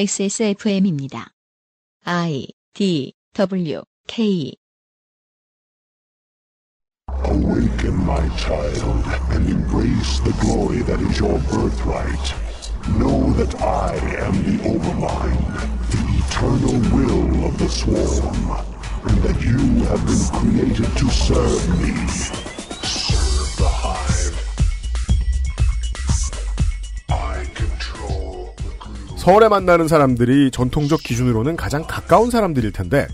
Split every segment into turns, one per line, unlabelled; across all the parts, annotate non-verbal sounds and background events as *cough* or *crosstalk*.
XSFM입니다. I D W K
Awaken, my child, and embrace the glory that is your birthright. Know that I am the Overmind, the eternal will of the Swarm, and that you have been created to serve me. Serve the Hive. I control the gloom.
서울에 만나는 사람들이 전통적 기준으로는 가장 가까운 사람들일 텐데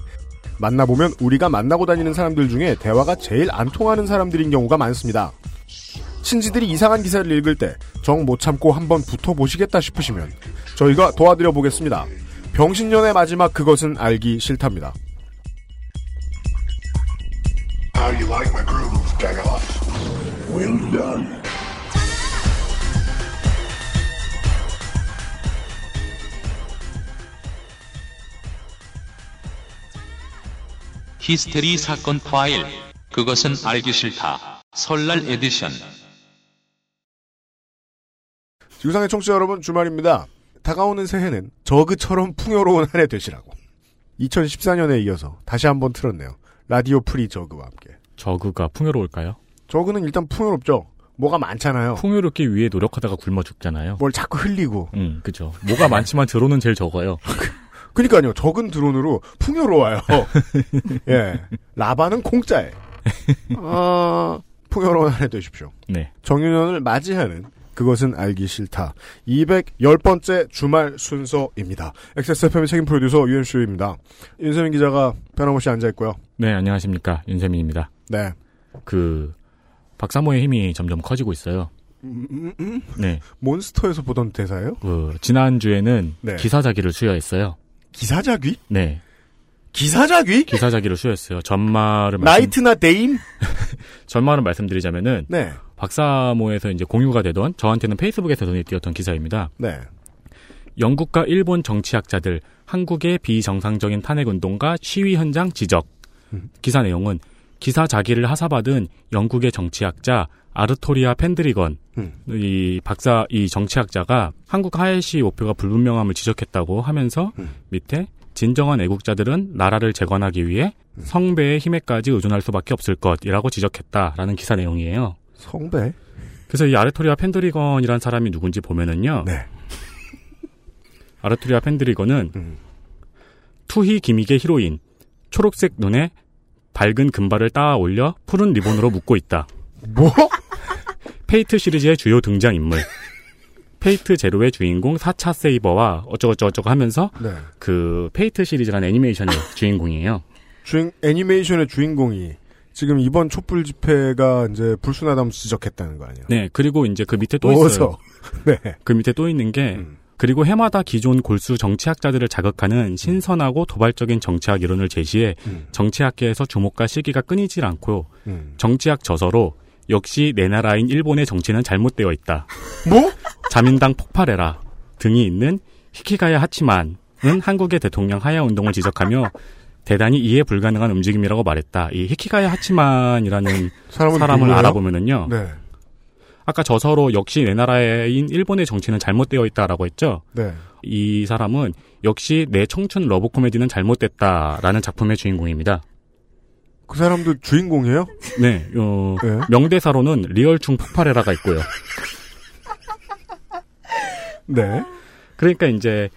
만나보면 우리가 만나고 다니는 사람들 중에 대화가 제일 안 통하는 사람들인 경우가 많습니다. 친지들이 이상한 기사를 읽을 때 정 못 참고 한번 붙어보시겠다 싶으시면 저희가 도와드려 보겠습니다. 병신년의 마지막 그것은 알기 싫답니다.
How you like my groove, Dagoff? Well done.
히스테리 사건 파일. 그것은 알기 싫다. 설날 에디션.
지구상의 청취자 여러분 주말입니다. 다가오는 새해는 저그처럼 풍요로운 한 해 되시라고 2014년에 이어서 다시 한번 틀었네요. 라디오 프리 저그와 함께
저그가 풍요로울까요?
저그는 일단 풍요롭죠. 뭐가 많잖아요.
풍요롭기 위해 노력하다가 굶어 죽잖아요.
뭘 자꾸 흘리고.
음, 그죠. 뭐가 많지만 드론은 제일 적어요.
그러니까요. 적은 드론으로 풍요로워요. 예. 라바는 공짜에. 아, 풍요로운 한 해 되십시오.
네.
정유년을 맞이하는 그것은 알기 싫다. 210번째 주말 순서입니다. XSFM의 책임 프로듀서 UMC입니다. 윤세민 기자가 변함없이 앉아있고요.
네, 안녕하십니까. 윤세민입니다.
네.
그, 박사모의 힘이 점점 커지고 있어요.
음, 음, 음.
네.
몬스터에서 보던 대사예요?
그, 지난주에는
네.
기사자기를 수여했어요.
기사자귀?
네.
기사자귀?
기사자기를 수여했어요. 전말을 말씀,
나이트나 데임?
전말을 말씀드리자면은,
네.
박사모에서 이제 공유가 되던, 저한테는 페이스북에서 눈에 띄었던 기사입니다.
네.
영국과 일본 정치학자들 한국의 비정상적인 탄핵 운동과 시위 현장 지적 기사 내용은 기사 자기를 하사받은 영국의 정치학자 아르토리아 펜드리건
음.
이 박사 이 정치학자가 한국 하회시 목표가 불분명함을 지적했다고 하면서 밑에 진정한 애국자들은 나라를 재건하기 위해 성배의 힘에까지 의존할 수밖에 없을 것이라고 지적했다라는 기사 내용이에요.
성배?
그래서 이 아르토리아 펜드리건이란 사람이 누군지 보면은요.
네.
아르투리아 펜드리거는
음.
투희 기믹의 히로인 초록색 눈에 밝은 금발을 따아 올려 푸른 리본으로 묶고 있다.
뭐?
페이트 시리즈의 주요 등장
*laughs*
인물. 페이트 제로의 주인공 4차 세이버와 어쩌고저쩌고 하면서
네.
그 페이트 시리즈란
*laughs*
애니메이션의 주인공이에요.
주인 애니메이션의 주인공이 지금 이번 촛불 집회가 이제 불순하다면 지적했다는 거 아니에요?
네, 그리고 이제 그 밑에 또 있어요.
어서. 네.
그 밑에 또 있는 게
음.
그리고 해마다 기존 골수 정치학자들을 자극하는 신선하고 도발적인 정치학 이론을 제시해
음.
정치학계에서 주목과 시기가 끊이질 않고
음.
정치학 저서로 역시 내 나라인 일본의 정치는 잘못되어 있다.
뭐?
자민당 폭발해라 등이 있는 히키가야 하치만은 한국의 대통령 하야 운동을 지적하며 대단히 이해 불가능한 움직임이라고 말했다. 이 히키가야 하치만이라는
사람은
사람을
누구예요?
알아보면은요.
네.
아까 저서로 역시 내 나라인 일본의 정치는 잘못되어 있다라고 했죠.
네.
이 사람은 역시 내 청춘 러브 코미디는 잘못됐다라는 작품의 주인공입니다.
그 사람도 주인공이에요?
네, 어,
네.
명대사로는 리얼충 폭발해라가 있고요.
네.
그러니까 이제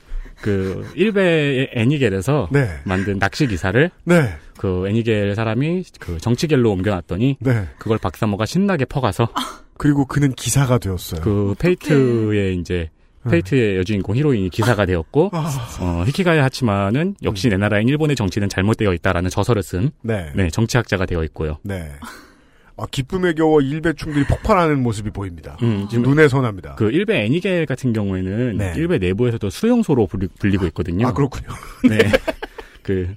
그 일베의 애니겔에서
네.
만든 낚시 기사를
네.
그 애니겔 사람이 그 정치겔로 옮겨놨더니
네.
그걸 박사모가 신나게 퍼가서
그리고 그는 기사가 아, 되었어요.
그 페이트의 이제 페이트의 여주인공 히로인이 기사가 되었고
네. 아,
어, 히키가야 하치마는 역시 내 나라인 일본의 정치는 잘못되어 있다라는 저서를 쓴
네. 네.
네, 정치학자가 되어 있고요.
아, 기쁨에 겨워 일배충들이 폭발하는 모습이 보입니다.
음, 지금
눈에 선합니다.
그 일베 애니겔 같은 경우에는
아. 네.
일베 내부에서도 수용소로 불리- 불리고 있거든요.
아, 그렇군요.
네. *laughs* 그,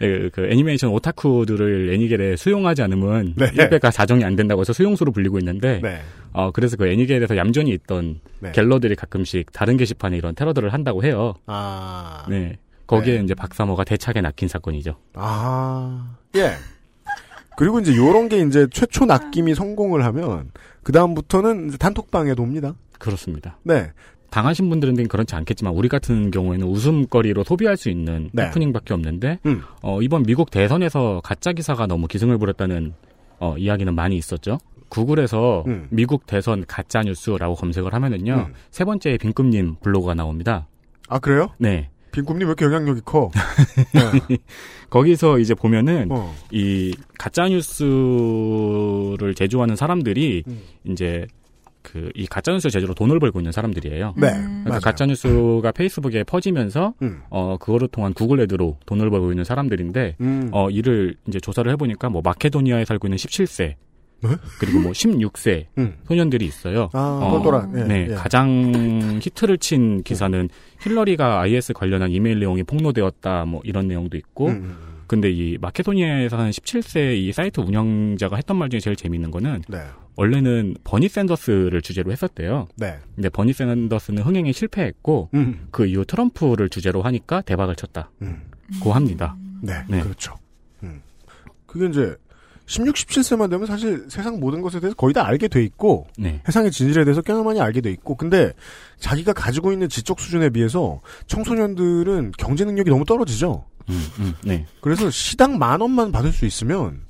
네, 그 애니메이션 오타쿠들을 애니겔에 수용하지 않으면
네.
일배가 자정이 안 된다고 해서 수용소로 불리고 있는데
네.
어, 그래서 그 애니겔에서 얌전히 있던
네.
갤러들이 가끔씩 다른 게시판에 이런 테러들을 한다고 해요.
아.
네. 거기에
네.
이제 박사모가 대차게 낚인 사건이죠.
아, 예. 그리고 이제 요런 게 이제 최초 낚임이 성공을 하면, 그다음부터는 이제 단톡방에 돕니다.
그렇습니다.
네.
당하신 분들은 그렇지 않겠지만 우리 같은 경우에는 웃음거리로 소비할 수 있는
네.
해프닝밖에 없는데
음.
어, 이번 미국 대선에서 가짜 기사가 너무 기승을 부렸다는 어, 이야기는 많이 있었죠. 구글에서
음.
미국 대선 가짜 뉴스라고 검색을 하면은요
음.
세 번째 빈금님 블로그가 나옵니다.
아 그래요?
네
빈꿈님 왜 이렇게 영향력이
*laughs*
커? 네.
거기서 이제 보면은
어.
이 가짜 뉴스를 제조하는 사람들이
음.
이제 그 이 가짜 뉴스 제조로 돈을 벌고 있는 사람들이에요.
네.
그러니까
맞아요.
가짜 뉴스가 페이스북에 퍼지면서
음.
어 그거를 통한 구글 애드로 돈을 벌고 있는 사람들인데
음.
어 이를 이제 조사를 해보니까 뭐 마케도니아에 살고 있는 17세
네?
그리고 뭐 16세
음.
소년들이 있어요.
아,
어,
똘똘한. 예,
네,
예.
가장 히트를 친 기사는 힐러리가 IS 관련한 이메일 내용이 폭로되었다, 뭐 이런 내용도 있고,
음.
근데 이 마케도니아에서 한 17세 이 사이트 운영자가 했던 말 중에 제일 재미있는 거는
네.
원래는 버니 샌더스를 주제로 했었대요.
네.
근데 버니 샌더스는 흥행에 실패했고
음.
그 이후 트럼프를 주제로 하니까 대박을 쳤다고
음.
합니다.
네.
네.
그렇죠. 음. 그게 이제 16, 17세만 되면 사실 세상 모든 것에 대해서 거의 다 알게 돼 있고
네.
세상의 진실에 대해서 꽤나 많이 알게 돼 있고 근데 자기가 가지고 있는 지적 수준에 비해서 청소년들은 경제 능력이 너무 떨어지죠.
음, 음, 네.
그래서 시당 만 원만 받을 수 있으면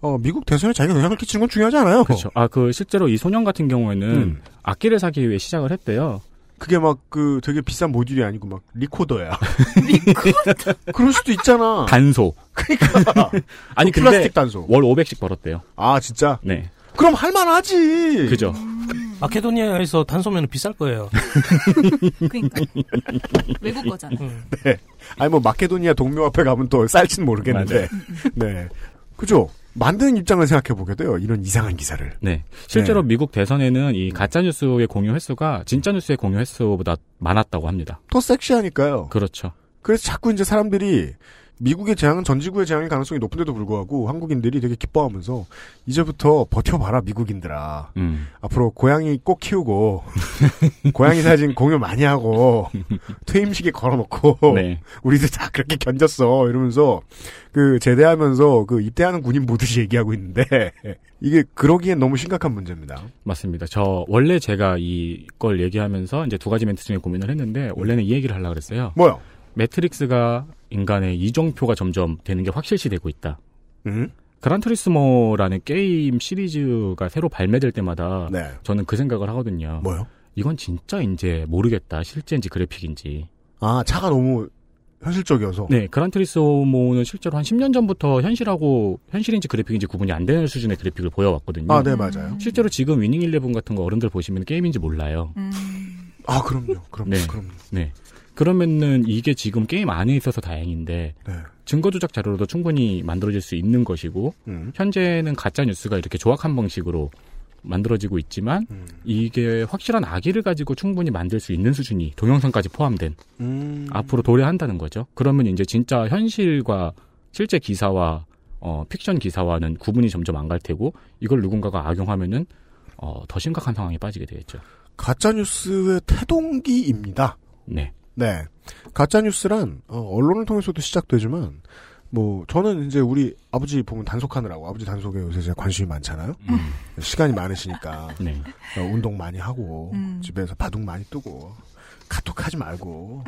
어, 미국 대선에 자기가 영향을 끼치는 건 중요하지 않아요.
그렇죠. 아, 그 실제로 이 소년 같은 경우에는
음.
악기를 사기 위해 시작을 했대요.
그게 막 그 되게 비싼 모듈이 아니고 막 리코더야. *laughs* 리코더. 그럴 수도 있잖아.
단소.
*laughs* 그러니까.
아니 근데
플라스틱 단소.
월 500씩 벌었대요.
아 진짜.
네.
그럼 할만하지.
그죠.
마케도니아에서 단소면 비쌀 거예요.
그러니까 외국 거잖아.
음.
아니 뭐 마케도니아 동묘 앞에 가면 또 쌀진 모르겠는데. 네. 그죠. 만드는 입장을 생각해 보게 돼요. 이런 이상한 기사를.
네. 실제로
네.
미국 대선에는 이 가짜 뉴스의 공유 횟수가 진짜 뉴스의 공유 횟수보다 많았다고 합니다.
더 섹시하니까요.
그렇죠.
그래서 자꾸 이제 사람들이 미국의 재앙은 전 지구의 재앙일 가능성이 높은데도 불구하고 한국인들이 되게 기뻐하면서 이제부터 버텨봐라 미국인들아.
음.
앞으로 고양이 꼭
*laughs*
키우고 고양이 사진 공유 많이 하고 퇴임식에 걸어놓고
네.
우리도 다 그렇게 견뎠어 이러면서 그 제대하면서 그 입대하는 군인 모듯이 얘기하고 있는데 *laughs* 이게 그러기엔 너무 심각한 문제입니다.
맞습니다. 저 원래 제가 이걸 얘기하면서 이제 두 가지 멘트 중에 고민을 했는데 원래는 이 얘기를 하려고 그랬어요.
뭐요?
매트릭스가 인간의 이정표가 점점 되는 게 확실시 되고 있다.
음?
그란투리스모라는 게임 시리즈가 새로 발매될 때마다
네.
저는 그 생각을 하거든요.
뭐요?
이건 진짜 이제 모르겠다. 실제인지 그래픽인지.
아 차가 너무 현실적이어서.
네, 그란트리스모는 실제로 한 10년 전부터 현실하고 현실인지 그래픽인지 구분이 안 되는 수준의 그래픽을 보여왔거든요.
아, 네 맞아요.
실제로 지금 위닝 일레븐 같은 거 어른들 보시면 게임인지 몰라요.
음,
아 그럼요, 그럼요,
네.
그럼요.
네. 그러면은 이게 지금 게임 안에 있어서 다행인데
네.
증거 조작 자료로도 충분히 만들어질 수 있는 것이고
음.
현재는 가짜 뉴스가 이렇게 조악한 방식으로 만들어지고 있지만
음.
이게 확실한 악의를 가지고 충분히 만들 수 있는 수준이 동영상까지 포함된
음.
앞으로 도래한다는 거죠. 그러면 이제 진짜 현실과 실제 기사와 어, 픽션 기사와는 구분이 점점 안 갈 테고 이걸 누군가가 악용하면은 어, 더 심각한 상황에 빠지게 되겠죠.
가짜 뉴스의 태동기입니다.
네.
네. 가짜뉴스란, 어, 언론을 통해서도 시작되지만, 뭐, 저는 이제 우리 아버지 보면 단속하느라고, 아버지 단속에 요새 제가 관심이 많잖아요? 시간이 많으시니까,
네.
어, 운동 많이 하고,
음.
집에서 바둑 많이 뜨고, 카톡 하지 말고,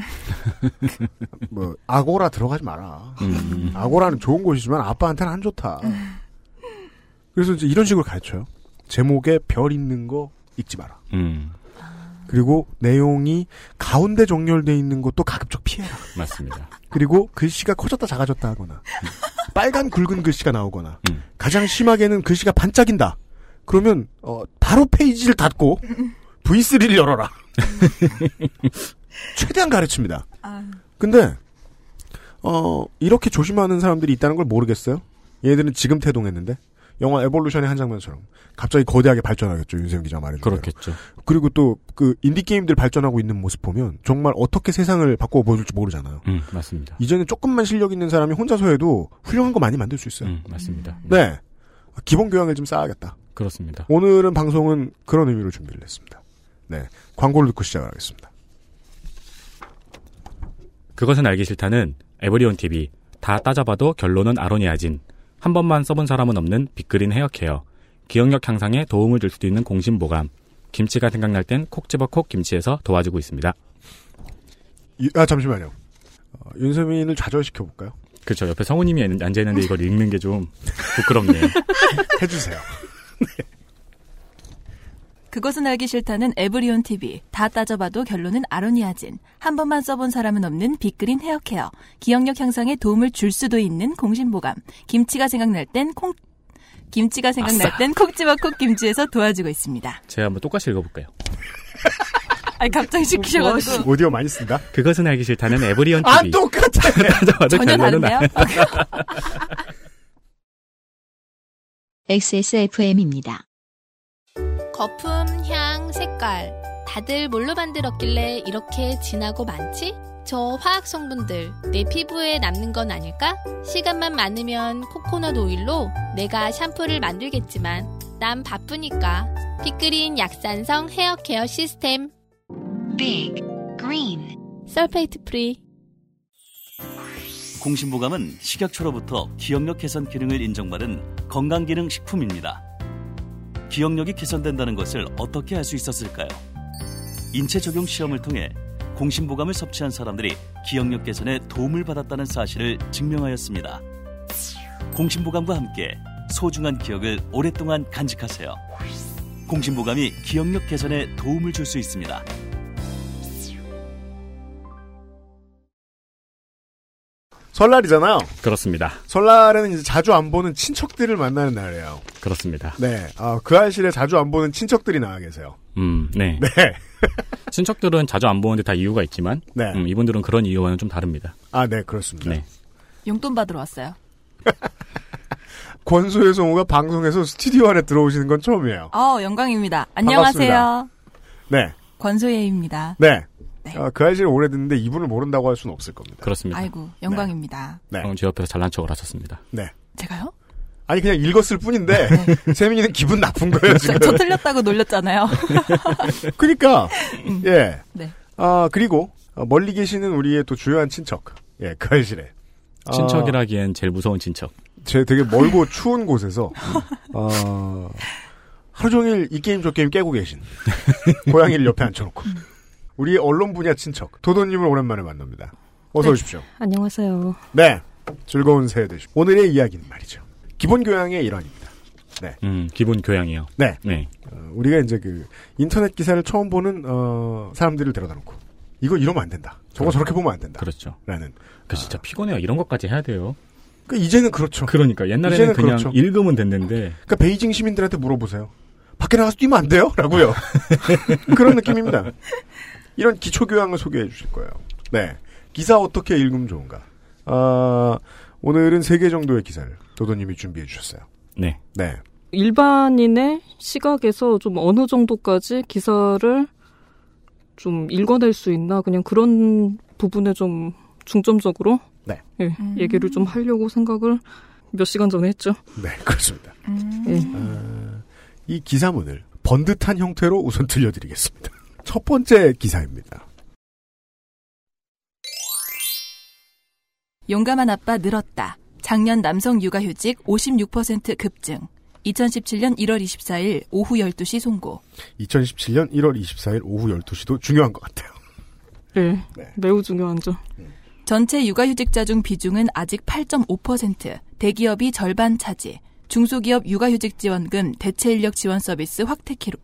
*laughs* 뭐, 아고라 들어가지 마라.
음,
아고라는 좋은 곳이지만 아빠한테는 안 좋다. 그래서 이제 이런 식으로 가르쳐요. 제목에 별 있는 거 읽지 마라.
음,
그리고 내용이 가운데 정렬돼 있는 것도 가급적 피해라.
맞습니다.
네. 그리고 글씨가 커졌다 작아졌다 하거나 음, 빨간 굵은 글씨가 나오거나
음.
가장 심하게는 글씨가 반짝인다. 그러면 어, 바로 페이지를 닫고 V3를 열어라. *laughs* 최대한 가르칩니다.
아,
근데 어, 이렇게 조심하는 사람들이 있다는 걸 모르겠어요. 얘들은 지금 태동했는데 영화 에볼루션의 한 장면처럼 갑자기 거대하게 발전하겠죠. 윤세영 기자 말해준 대로.
그렇겠죠.
그리고 또 그 인디 게임들 발전하고 있는 모습 보면 정말 어떻게 세상을 바꿔 보여줄지 모르잖아요.
음, 맞습니다.
이제는 조금만 실력 있는 사람이 혼자서 해도 훌륭한 거 많이 만들 수 있어요.
음, 맞습니다. 네,
네. 기본 교양을 좀 쌓아야겠다.
그렇습니다.
오늘은 방송은 그런 의미로 준비를 했습니다. 네. 광고를 듣고 시작을 하겠습니다.
그것은 알기 싫다는 에브리온 TV. 다 따져봐도 결론은 아로니아진. 한 번만 써본 사람은 없는 빅그린 헤어케어. 기억력 향상에 도움을 줄 수도 있는 공신보감. 김치가 생각날 땐 콕 집어 콕 김치에서 도와주고 있습니다.
이- 아 잠시만요. 어, 윤세민을 좌절시켜 볼까요?
그렇죠. 옆에 성우님이 앉아 있는데 이걸 읽는 게 좀 *laughs* 부끄럽네요.
해주세요.
그것은 알기 싫다는 에브리온 TV. 다 따져봐도 결론은 아로니아진. 한 번만 써본 사람은 없는 빅그린 헤어케어. 기억력 향상에 도움을 줄 수도 있는 공신보감. 김치가 생각날 땐 콩. 김치가 생각날
아싸.
땐 콕지와 콕김치에서 도와주고 있습니다.
제가 한번 똑같이 읽어볼까요?
아니 갑자기
뭐,
시키셔가지고
오디오 많이 쓴다.
그것은 알기 싫다는 에브리언 TV.
아 똑같아.
*laughs* 따져봐도
전혀
결론은
다른데요? *laughs*
XSFM입니다.
거품, 향, 색깔. 다들 뭘로 만들었길래 이렇게 진하고 많지? 저 화학 성분들 내 피부에 남는 건 아닐까? 시간만 많으면 코코넛 오일로 내가 샴푸를 만들겠지만 난 바쁘니까 빅그린 약산성 헤어 케어 시스템
Big Green
설페이트 프리
공신보감은 식약처로부터 기억력 개선 기능을 인정받은 건강기능 식품입니다. 기억력이 개선된다는 것을 어떻게 알 수 있었을까요? 인체 적용 시험을 통해 공신보감을 섭취한 사람들이 기억력 개선에 도움을 받았다는 사실을 증명하였습니다. 공신보감과 함께 소중한 기억을 오랫동안 간직하세요. 공신보감이 기억력 개선에 도움을 줄 수 있습니다.
설날이잖아요.
그렇습니다.
설날에는 이제 자주 안 보는 친척들을 만나는 날이에요.
그렇습니다.
네. 아, 그 알실에 자주 안 보는 친척들이 나와 계세요.
음, 네.
네.
친척들은 자주 안 보는데 다 이유가 있지만,
네.
음, 이분들은 그런 이유와는 좀 다릅니다.
아, 네, 그렇습니다.
네.
용돈 받으러 왔어요.
권소혜 성우가 방송에서 스튜디오 안에 들어오시는 건 처음이에요.
어 영광입니다. 안녕하세요.
네.
권소예입니다.
네.
네.
아, 그 알실 오래됐는데 이분을 모른다고 할 수는 없을 겁니다.
그렇습니다.
아이고 영광입니다.
네.
방금 제 옆에서 잘난 척을 하셨습니다.
네.
제가요?
아니, 그냥 읽었을
*laughs*
뿐인데, 세민이는 기분 나쁜 거예요,
저,
지금.
저 틀렸다고 놀렸잖아요.
그니까, 예.
네.
아, 그리고, 어, 멀리 계시는 우리의 또 주요한 친척. 예, 그 알실에. 아,
친척이라기엔 제일 무서운 친척.
제 되게 멀고 *laughs* 추운 곳에서 어, 하루 종일 이 게임 저 게임 깨고 계신 고양이를 옆에 앉혀놓고 우리 언론 분야 친척 도도님을 오랜만에 만납니다. 어서
네.
오십시오.
안녕하세요.
네, 즐거운 새해 되십시오. 오늘의 이야기는 말이죠. 기본 교양의 일환입니다.
음, 기본 교양이요.
네.
네.
어, 우리가 이제 그 인터넷 기사를 처음 보는 어, 사람들을 데려다놓고 이거 이러면 안 된다. 저거 저렇게 보면 안 된다.
그렇죠.
라는.
그 진짜 피곤해요. 이런 것까지 해야 돼요.
그 이제는 아. 그렇죠.
그러니까
이제는
옛날에는 그냥
그렇죠.
읽으면 됐는데
그러니까 베이징 시민들한테 물어보세요. 밖에 나가서 뛰면 안 돼요? 라고요. *laughs* 그런 느낌입니다. 이런 기초 교양을 소개해 주실 거예요. 네. 기사 어떻게 읽으면 좋은가? 아, 오늘은 세 개 정도의 기사를 도도님이 준비해 주셨어요.
네.
네.
일반인의 시각에서 좀 어느 정도까지 기사를 좀 읽어낼 수 있나 그냥 그런 부분에 좀 중점적으로
네.
예,
음.
얘기를 좀 하려고 생각을 몇 시간 전에 했죠.
네, 그렇습니다.
음.
예.
아, 이 기사문을 번듯한 형태로 우선 들려드리겠습니다. 첫 번째 기사입니다.
용감한 아빠 늘었다. 작년 남성 육아휴직 56% 급증. 2017년 1월 24일 오후 12시 송고.
2017년 1월 24일 오후 12시도 중요한 것 같아요.
예,
네.
매우 중요한 점.
전체 육아휴직자 중 비중은 아직 8.5%, 대기업이 절반 차지. 중소기업 육아휴직 지원금 대체인력 지원 서비스 확대 키로.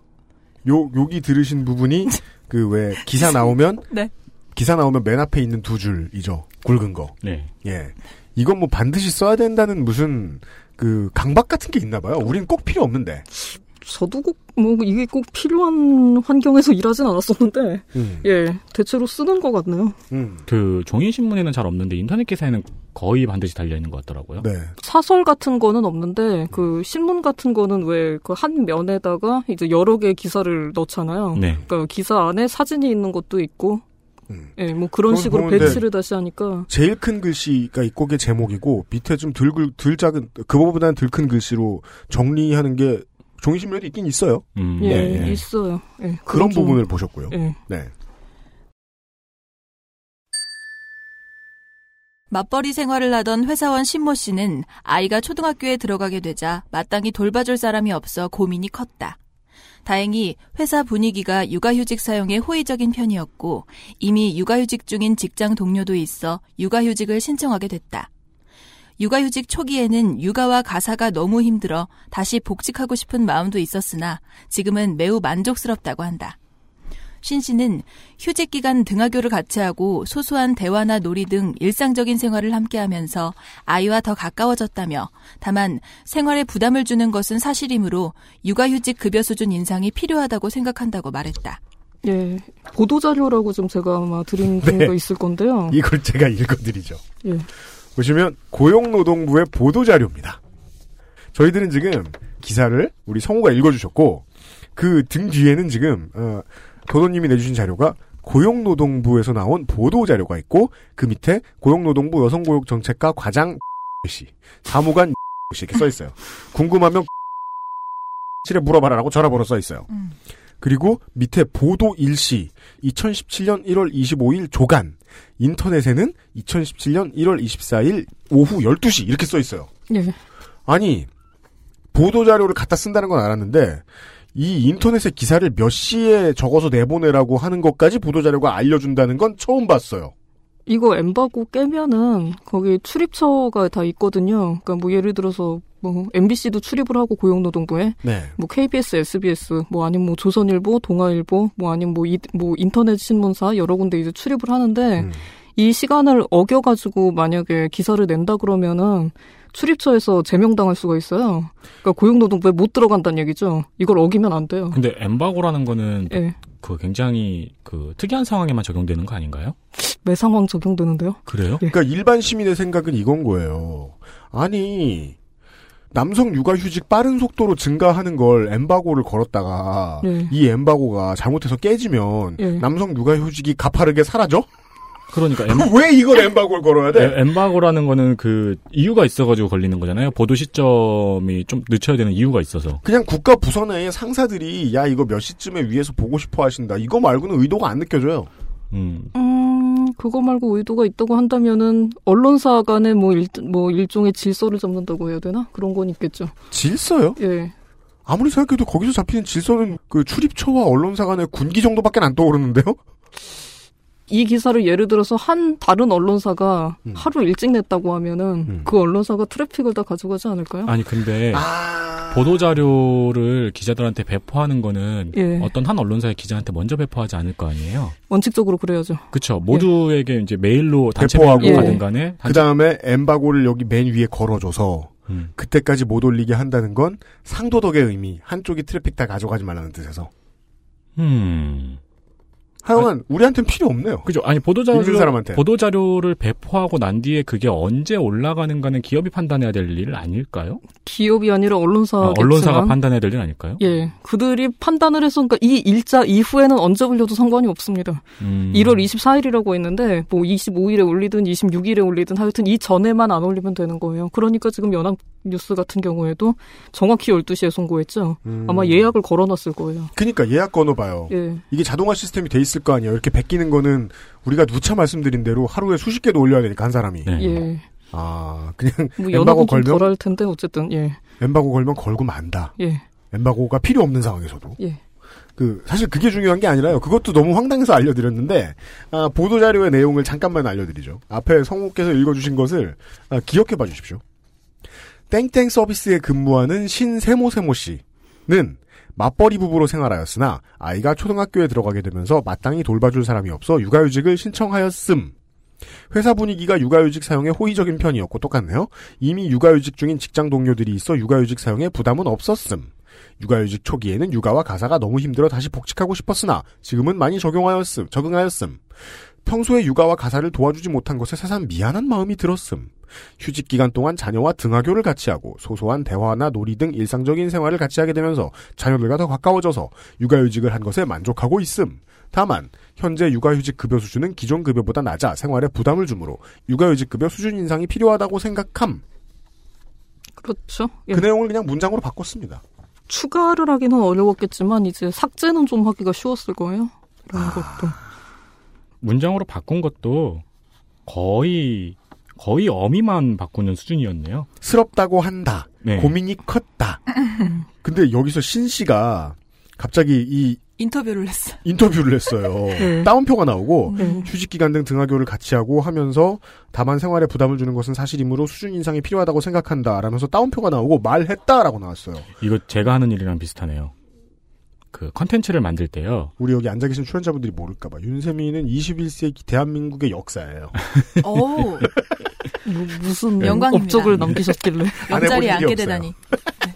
요, 여기 들으신
*laughs*
부분이 그 왜 기사 나오면
네.
기사 나오면 맨 앞에 있는 두 줄이죠. 굵은 거.
네.
예. 이건 뭐 반드시 써야 된다는 무슨 그 강박 같은 게 있나 봐요. 우린 꼭 필요 없는데.
저도 꼭 뭐 이게 꼭 필요한 환경에서 일하진 않았었는데
음.
예, 대체로 쓰는 것 같네요.
음.
그 종이 신문에는 잘 없는데 인터넷 기사에는 거의 반드시 달려 있는 것 같더라고요.
네.
사설 같은 거는 없는데 그 신문 같은 거는 왜 그 한 면에다가 이제 여러 개의 기사를 넣잖아요.
네.
그러니까 기사 안에 사진이 있는 것도 있고,
음.
예, 뭐 그런
그건
식으로
그런데-
배치를 다시 하니까
제일 큰 글씨가 있고 게 제목이고 밑에 좀덜 덜 작은 그거보다는 덜 큰 글씨로 정리하는 게 종이신문에도 있긴 있어요.
음,
예,
네, 예.
있어요. 예,
그런
그건 좀-
부분을 보셨고요.
예,
네.
맞벌이 생활을 하던 회사원 신모 씨는 아이가 초등학교에 들어가게 되자 마땅히 돌봐줄 사람이 없어 고민이 컸다. 다행히 회사 분위기가 육아휴직 사용에 호의적인 편이었고 이미 육아휴직 중인 직장 동료도 있어 육아휴직을 신청하게 됐다. 육아휴직 초기에는 육아와 가사가 너무 힘들어 다시 복직하고 싶은 마음도 있었으나 지금은 매우 만족스럽다고 한다. 신 씨는 휴직 기간 등하교를 같이 하고 소소한 대화나 놀이 등 일상적인 생활을 함께 하면서 아이와 더 가까워졌다며 다만 생활에 부담을 주는 것은 사실이므로 육아휴직 급여 수준 인상이 필요하다고 생각한다고 말했다.
예, 보도자료라고 좀 제가 아마 드린 경우가
네.
있을 건데요.
이걸 제가 읽어드리죠.
어. 예.
보시면 고용노동부의 보도자료입니다. 저희들은 지금 기사를 우리 성우가 읽어주셨고 그 등 뒤에는 지금 어, 도도님이 내주신 자료가 고용노동부에서 나온 보도자료가 있고 그 밑에 고용노동부 여성고용정책과 과장 씨 사무관 씨 이렇게 써 있어요. 궁금하면 실에 물어봐라라고 전화번호 써 있어요.
음.
그리고 밑에 보도 일시 2017년 1월 25일 조간 인터넷에는 2017년 1월 24일 오후 12시 이렇게 써 있어요.
예.
아니 보도 자료를 갖다 쓴다는 건 알았는데 이 인터넷에 기사를 몇 시에 적어서 내보내라고 하는 것까지 보도 자료가 알려준다는 건 처음 봤어요.
이거 엠바고 깨면은 거기 출입처가 다 있거든요. 그러니까 뭐 예를 들어서 뭐 MBC도 출입을 하고 고용노동부에
네.
뭐 KBS, SBS, 뭐 아니면 뭐 조선일보, 동아일보, 뭐 아니면 뭐, 이, 뭐 인터넷 신문사 여러 군데 이제 출입을
음.
하는데 이 시간을 어겨가지고 만약에 기사를 낸다 그러면은 출입처에서 제명당할 수가 있어요. 그러니까 고용노동부에 못 들어간다는 얘기죠. 이걸 어기면 안 돼요.
근데 엠바고라는 거는
예.
그 굉장히 그 특이한 상황에만 적용되는 거 아닌가요?
매 상황 적용되는데요.
그래요?
그러니까 일반 시민의 생각은 이건 거예요. 아니 남성 육아휴직 빠른 속도로 증가하는 걸 엠바고를 걸었다가
네.
이 엠바고가 잘못해서 깨지면
네.
남성 육아휴직이 가파르게 사라져? 네.
그러니까
음. *laughs* 왜 이걸 엠바고를 걸어야 돼?
에- 엠바고라는 거는 그 이유가 있어가지고 걸리는 거잖아요. 보도 시점이 좀 늦춰야 되는 이유가 있어서.
그냥 국가 부서 내의 상사들이 야 이거 몇 시쯤에 위에서 보고 싶어 하신다. 이거 말고는 의도가 안 느껴져요.
음, 그거 말고 의도가 있다고 한다면은 언론사 간의 뭐, 일, 뭐 일종의 질서를 잡는다고 해야 되나 그런 건 있겠죠.
질서요?
예.
아무리 생각해도 거기서 잡히는 질서는 그 출입처와 언론사 간의 군기 정도밖에 안 떠오르는데요?
이 기사를 예를 들어서 한 다른 언론사가
음.
하루 일찍 냈다고 하면은 그 언론사가 트래픽을 다 가져가지 않을까요?
아니 근데 보도 자료를 기자들한테 배포하는 거는
예.
어떤 한 언론사의 기자한테 먼저 배포하지 않을 거 아니에요.
원칙적으로 그래야죠.
그렇죠. 모두에게 이제 메일로 단체
배포하고
메일로 가든 간에
그 다음에 엠바고를 여기 맨 위에 걸어줘서 그때까지 못 올리게 한다는 건 상도덕의 의미 한쪽이 트래픽 다 가져가지 말라는 뜻에서
음.
하여간 우리한테는 필요 없네요.
그죠. 아니 보도
읽는
자료
사람한테
보도 자료를 배포하고 난 뒤에 그게 언제 올라가는가는 기업이 판단해야 될 일 아닐까요?
기업이 아니라 언론사가
아, 언론사가 판단해야 될 일 아닐까요?
어, 예, 그들이 판단을 해서 그러니까 이 일자 이후에는 언제 올려도 상관이 없습니다.
음.
1월 24일이라고 했는데 뭐 25일에 올리든 26일에 올리든 하여튼 이 전에만 안 올리면 되는 거예요. 그러니까 지금 연합 뉴스 같은 경우에도 정확히 12시에 송고했죠.
음.
아마 예약을 걸어놨을 거예요.
그러니까 예약 건어봐요.
예.
이게 자동화 시스템이 돼 있을 거 아니에요. 이렇게 베끼는 거는 우리가 누차 말씀드린 대로 하루에 수십 개도 올려야 되니까 한 사람이.
네.
예.
아 그냥
뭐
엠바고
연합은 좀
걸면
덜할 텐데 어쨌든 예.
엠바고 걸면 걸고 만다.
예.
엠바고가 필요 없는 상황에서도.
예.
그 사실 그게 중요한 게 아니라요. 그것도 너무 황당해서 알려드렸는데 아, 보도 자료의 내용을 잠깐만 알려드리죠. 앞에 성우께서 읽어주신 것을 아, 기억해봐 주십시오. 땡땡 서비스에 근무하는 신세모세모 씨는 맞벌이 부부로 생활하였으나 아이가 초등학교에 들어가게 되면서 마땅히 돌봐줄 사람이 없어 육아휴직을 신청하였음. 회사 분위기가 육아휴직 사용에 호의적인 편이었고 똑같네요. 이미 육아휴직 중인 직장 동료들이 있어 육아휴직 사용에 부담은 없었음. 육아휴직 초기에는 육아와 가사가 너무 힘들어 다시 복직하고 싶었으나 지금은 많이 적용하였음, 적응하였음. 평소에 육아와 가사를 도와주지 못한 것에 새삼 미안한 마음이 들었음. 휴직 기간 동안 자녀와 등하교를 같이 하고 소소한 대화나 놀이 등 일상적인 생활을 같이 하게 되면서 자녀들과 더 가까워져서 육아휴직을 한 것에 만족하고 있음. 다만 현재 육아휴직 급여 수준은 기존 급여보다 낮아 생활에 부담을 주므로 육아휴직 급여 수준 인상이 필요하다고 생각함.
그렇죠. 예.
그 내용을 그냥 문장으로 바꿨습니다.
추가를 하기는 어려웠겠지만 이제 삭제는 좀 하기가 쉬웠을 거예요. 그런
아.
것도.
문장으로 바꾼 것도 거의 거의 어미만 바꾸는 수준이었네요.
스럽다고 한다.
네.
*laughs*
고민이 컸다. 근데 여기서 신 씨가 갑자기 이
인터뷰를 *laughs* 했어.
인터뷰를 했어요.
*laughs* 네.
다운표가 나오고
예.
네.
휴직 기간 등 등하교를 같이 하고 하면서 다만 생활에 부담을 주는 것은 사실이므로 수준 인상이 필요하다고 생각한다라면서 다운표가 나오고 말했다라고 나왔어요.
이거 제가 하는 일이랑 비슷하네요. 그 컨텐츠를 만들 때요.
우리 여기 앉아 계신 출연자분들이 모를까봐 윤세미는 21세기 대한민국의
*laughs*
역사예요.
오.
뭐
네.
무슨
영광입니다.
업적을 남기셨길래
안 해본 일이
옆자리에 앉게
없어요.
되다니.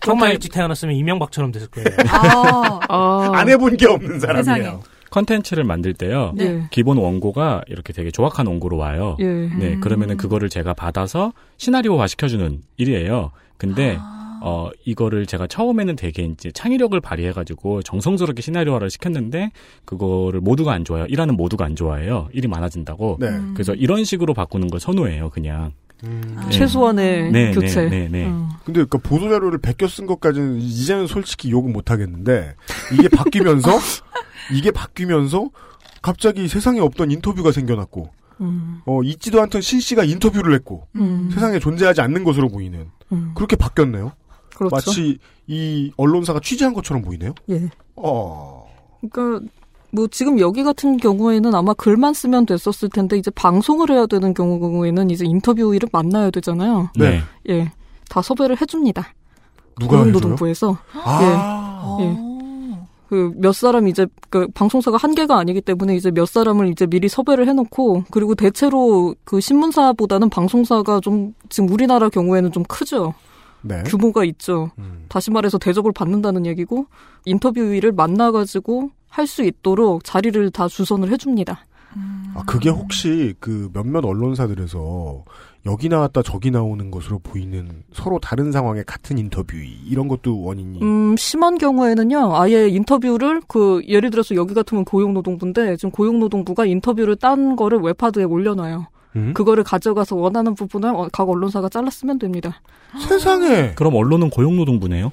좀만 일찍 태어났으면 이명박처럼 됐을 거예요.
아.
*laughs* 안 해본 게 없는 사람이에요.
세상에.
컨텐츠를 만들 때요.
네.
기본 원고가 이렇게 되게 조악한 원고로 와요.
예.
네, 그러면은 그거를 제가 받아서 시나리오화 시켜주는 일이에요. 근데 어 이거를 제가 처음에는 되게 이제 창의력을 발휘해가지고 정성스럽게 시나리오화를 시켰는데 그거를 모두가 안 좋아요. 일하는 모두가 안 좋아해요. 일이 많아진다고.
네.
음.
음.
그래서 이런 식으로 바꾸는 걸 선호해요, 그냥.
아. 음.
네.
최소한의
네,
교체.
네, 네, 네.
음.
근데 그 보도 자료를 베껴 쓴 것까지는 이제는 솔직히 욕은 못 하겠는데 이게
*laughs*
바뀌면서 이게 바뀌면서 갑자기 세상에 없던 인터뷰가 생겨났고
음.
어 있지도 않던 신 씨가 인터뷰를 했고
음.
세상에 존재하지 않는 것으로 보이는
음.
그렇게 바뀌었네요.
그렇죠.
마치 이 언론사가 취재한 것처럼 보이네요.
예.
어.
그러니까 뭐 지금 여기 같은 경우에는 아마 글만 쓰면 됐었을 텐데 이제 방송을 해야 되는 경우에는 이제 인터뷰를 만나야 되잖아요.
네.
예. 다 섭외를 해줍니다.
누가 해줘요?
고용노동부에서.
아.
예.
음.
그 몇 사람 이제 그 방송사가 한 개가 아니기 때문에 이제 몇 사람을 이제 미리 섭외를 해놓고 그리고 대체로 그 신문사보다는 방송사가 좀 지금 우리나라 경우에는 좀 크죠.
네. 음.
규모가 있죠. 다시 말해서 대접을 받는다는 얘기고 인터뷰를 만나가지고 할 수 있도록 자리를 다 주선을 해줍니다.
아, 그게 혹시 그 몇몇 언론사들에서 여기 나왔다 저기 나오는 것으로 보이는 서로 다른 상황의 같은 인터뷰 이런 것도 원인이
음, 심한 경우에는요, 아예 인터뷰를 그 예를 들어서 여기 같으면 고용노동부인데 지금 고용노동부가 인터뷰를 딴 거를 웹하드에 올려놔요.
음?
그거를 가져가서 원하는 부분을 어, 각 언론사가 잘랐으면 됩니다.
세상에
그럼 언론은 고용노동부네요.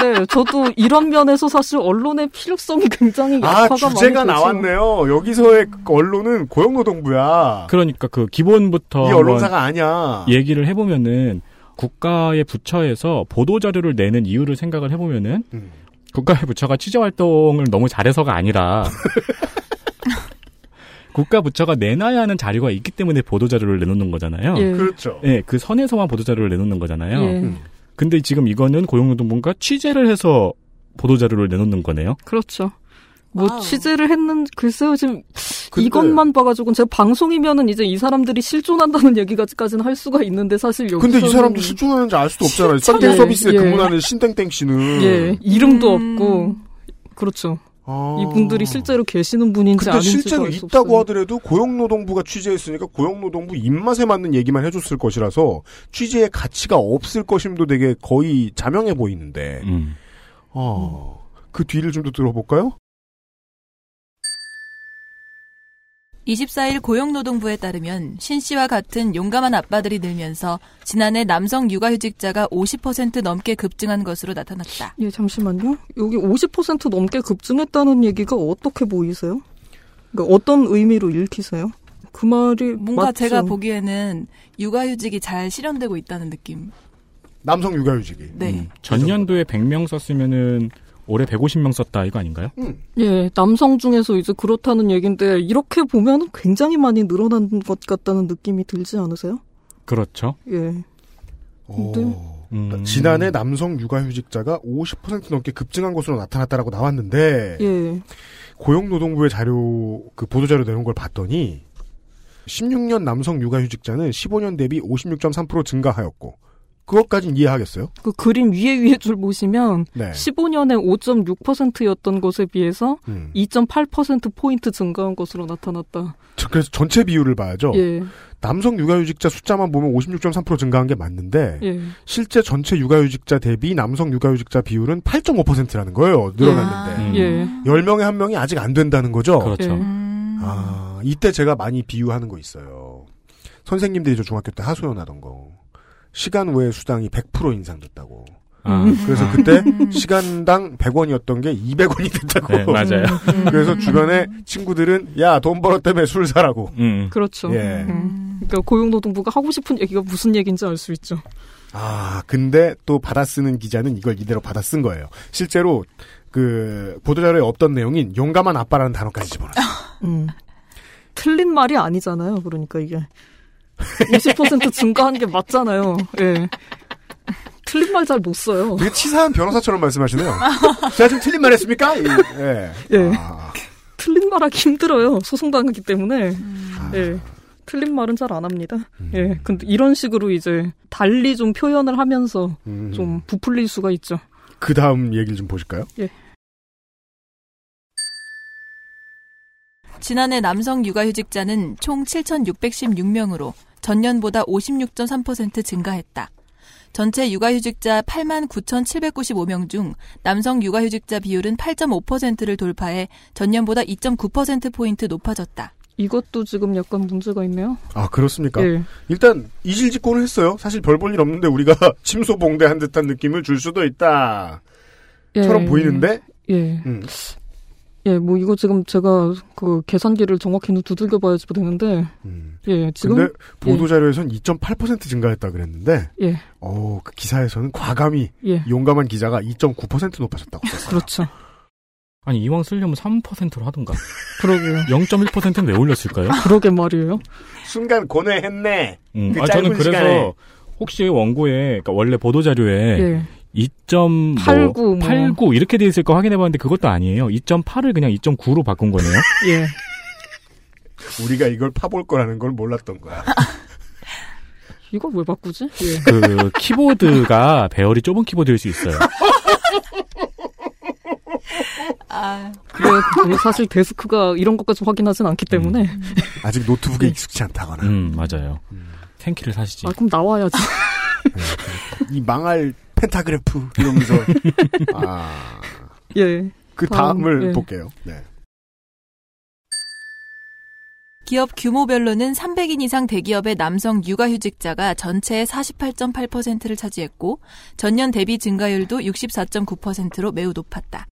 네, 저도 이런 면에서 사실 언론의 필요성이 굉장히
아
그 약화가
주제가
많이 되죠.
나왔네요. 여기서의 언론은 고용노동부야.
그러니까 그 기본부터
아. 이
한번
언론사가 아니야.
얘기를 해보면은 국가의 부처에서 보도 자료를 내는 이유를 생각을 해보면은
음.
국가의 부처가 취재 활동을 너무 잘해서가
*laughs*
아니라 국가 부처가 내놔야 하는 자료가 있기 때문에 보도 자료를 내놓는 거잖아요.
예.
그렇죠.
예, 그 선에서만 보도 자료를 내놓는 거잖아요.
예.
근데 지금 이거는 고용노동부가 취재를 해서 보도 자료를 내놓는 거네요.
그렇죠. 뭐 취재를 했는 글쎄요 지금
근데-
이것만 봐가지고는 제가 방송이면은 이제 이 사람들이 실존한다는 얘기까지는 할 수가 있는데 사실 여기
근데 이 사람도 실존하는지 알 수도 없잖아요.
실천-
썬땡
예,
서비스에
예.
근무하는 신땡땡 씨는
예 이름도
음.
없고 그렇죠
아.
이분들이 실제로 계시는 분인지
근데
아닌지
실제로 있다고 하더라도 고용노동부가 취재했으니까 고용노동부 입맛에 맞는 얘기만 해줬을 것이라서 취재의 가치가 없을 것임도 되게 거의 자명해 보이는데
음.
어, 그 뒤를 좀 더 들어볼까요?
24일 고용노동부에 따르면 신 씨와 같은 용감한 아빠들이 늘면서 지난해 남성 육아휴직자가 50% 넘게 급증한 것으로 나타났다.
예 잠시만요 여기 50% 넘게 급증했다는 얘기가 어떻게 보이세요? 그러니까 어떤 의미로 읽히세요? 그 말이
뭔가
맞죠?
제가 보기에는 육아휴직이 잘 실현되고 있다는 느낌.
남성 육아휴직이.
네.
음. 전년도에 100명 썼으면은 올해 150명 썼다 이거 아닌가요?
예, 남성 중에서 이제 그렇다는 얘기인데 이렇게 보면 굉장히 많이 늘어난 것 같다는 느낌이 들지 않으세요?
그렇죠.
예. 네.
오.
음.
지난해 남성 육아휴직자가 50% 넘게 급증한 것으로 나타났다라고 나왔는데
예.
고용노동부의 자료 그 보도 자료 내놓은 걸 봤더니 16년 남성 육아휴직자는 15년 대비 56.3% 증가하였고 그것까진 이해하겠어요?
그 그림 위에 위에 줄 보시면
네.
15년에 5.6%였던 것에 비해서
음.
2.8% 포인트 증가한 것으로 나타났다.
어.
저- 그래서 전체 비율을 봐야죠.
예.
남성 육아휴직자 숫자만 보면 56.3% 증가한 게 맞는데
예.
실제 전체 육아휴직자 대비 남성 육아휴직자 비율은 8.5%라는 네. 거예요.
아.
네. 늘어났는데
음.
예.
10명에 1명이 아직 안 된다는 거죠.
그렇죠.
예.
아, 이때 제가 많이 비유하는 거 있어요. 선생님들이 저 중학교 때 하소연 하던 거. 시간 외 수당이 100% 인상됐다고.
아,
그래서
아.
그때 시간당 100원이었던 게 200원이 됐다고.
네,
음,
맞아요.
그래서 주변에 친구들은 야, 돈 벌었다며 술 사라고.
음.
그렇죠.
예.
음. 그러니까 고용노동부가 하고 싶은 얘기가 무슨 얘기인지 알 수 있죠.
아, 근데 또 받아 쓰는 기자는 이걸 이대로 받아 쓴 거예요. 실제로 그 보도자료에 없던 내용인 용감한 아빠라는 단어까지 집어넣었어요.
음. *laughs* 틀린 말이 아니잖아요. 그러니까 이게 20% 증가한 게 맞잖아요. 예. 틀린 말 잘 못 써요.
되게 치사한 변호사처럼 말씀하시네요. *laughs* 제가 좀 틀린 말 했습니까? 이- 예.
예. 틀린 말하기 힘들어요. 소송당하기 때문에. 예. 틀린 말은 잘 안 합니다.
아.
예. 근데 이런 식으로 이제 달리 좀 표현을 하면서
음.
좀 부풀릴 수가 있죠.
그 다음 얘기를 좀 보실까요?
예.
지난해 남성 육아휴직자는 총 7,616명으로 전년보다 56.3% 증가했다. 전체 육아휴직자 8만 9,795명 중 남성 육아휴직자 비율은 8.5%를 돌파해 전년보다 2.9%포인트 높아졌다.
이것도 지금 약간 문제가 있네요.
아, 그렇습니까?
예.
일단 이실직고를 했어요. 사실 별 볼 일 없는데 우리가 *laughs* 침소봉대한 듯한 느낌을 줄 수도 있다.
예.
처럼 보이는데
예.
음.
예, 뭐 이거 지금 제가 그 계산기를 정확히는 두들겨 봐야지 되는데.
음.
예, 지금
근데 보도 자료에선 2.8% 증가했다 그랬는데
예. 예.
어, 그 기사에서는 과감히
예.
용감한 기자가 2.9% 높아졌다고 썼어요.
그렇죠.
아니 이왕 쓰려면 3%로 하던가.
그러게요.
0.1%는
*laughs*
왜 올렸을까요?
그러게 말이에요.
순간 고뇌했네.
음,
그
아,
짧은
저는 그래서
시간에.
혹시 원고에 그러니까 원래 보도 자료에
예.
2.89
89 뭐.
이렇게 돼 있을 거 확인해 봤는데 그것도 아니에요. 2.8을 그냥 2.9로 바꾼 거네요.
예.
우리가 이걸 파볼 거라는 걸 몰랐던 거야.
이거 왜 바꾸지? 예.
그 *laughs* 키보드가 배열이 좁은 키보드일 수 있어요.
근데 뭐 사실 데스크가 이런 것까지 확인하진 않기 때문에.
아직
네.
노트북에 익숙치 않다거나
음, 맞아요. 탱키를 사시지.
아, 그럼 나와야지.
이 망할 펜타그래프 이러면서 아,
예.
그
다음,
다음을
예.
볼게요. 네.
기업 규모별로는 300인 이상 대기업의 남성 육아휴직자가 전체의 48.8%를 차지했고 전년 대비 증가율도 64.9%로 매우 높았다.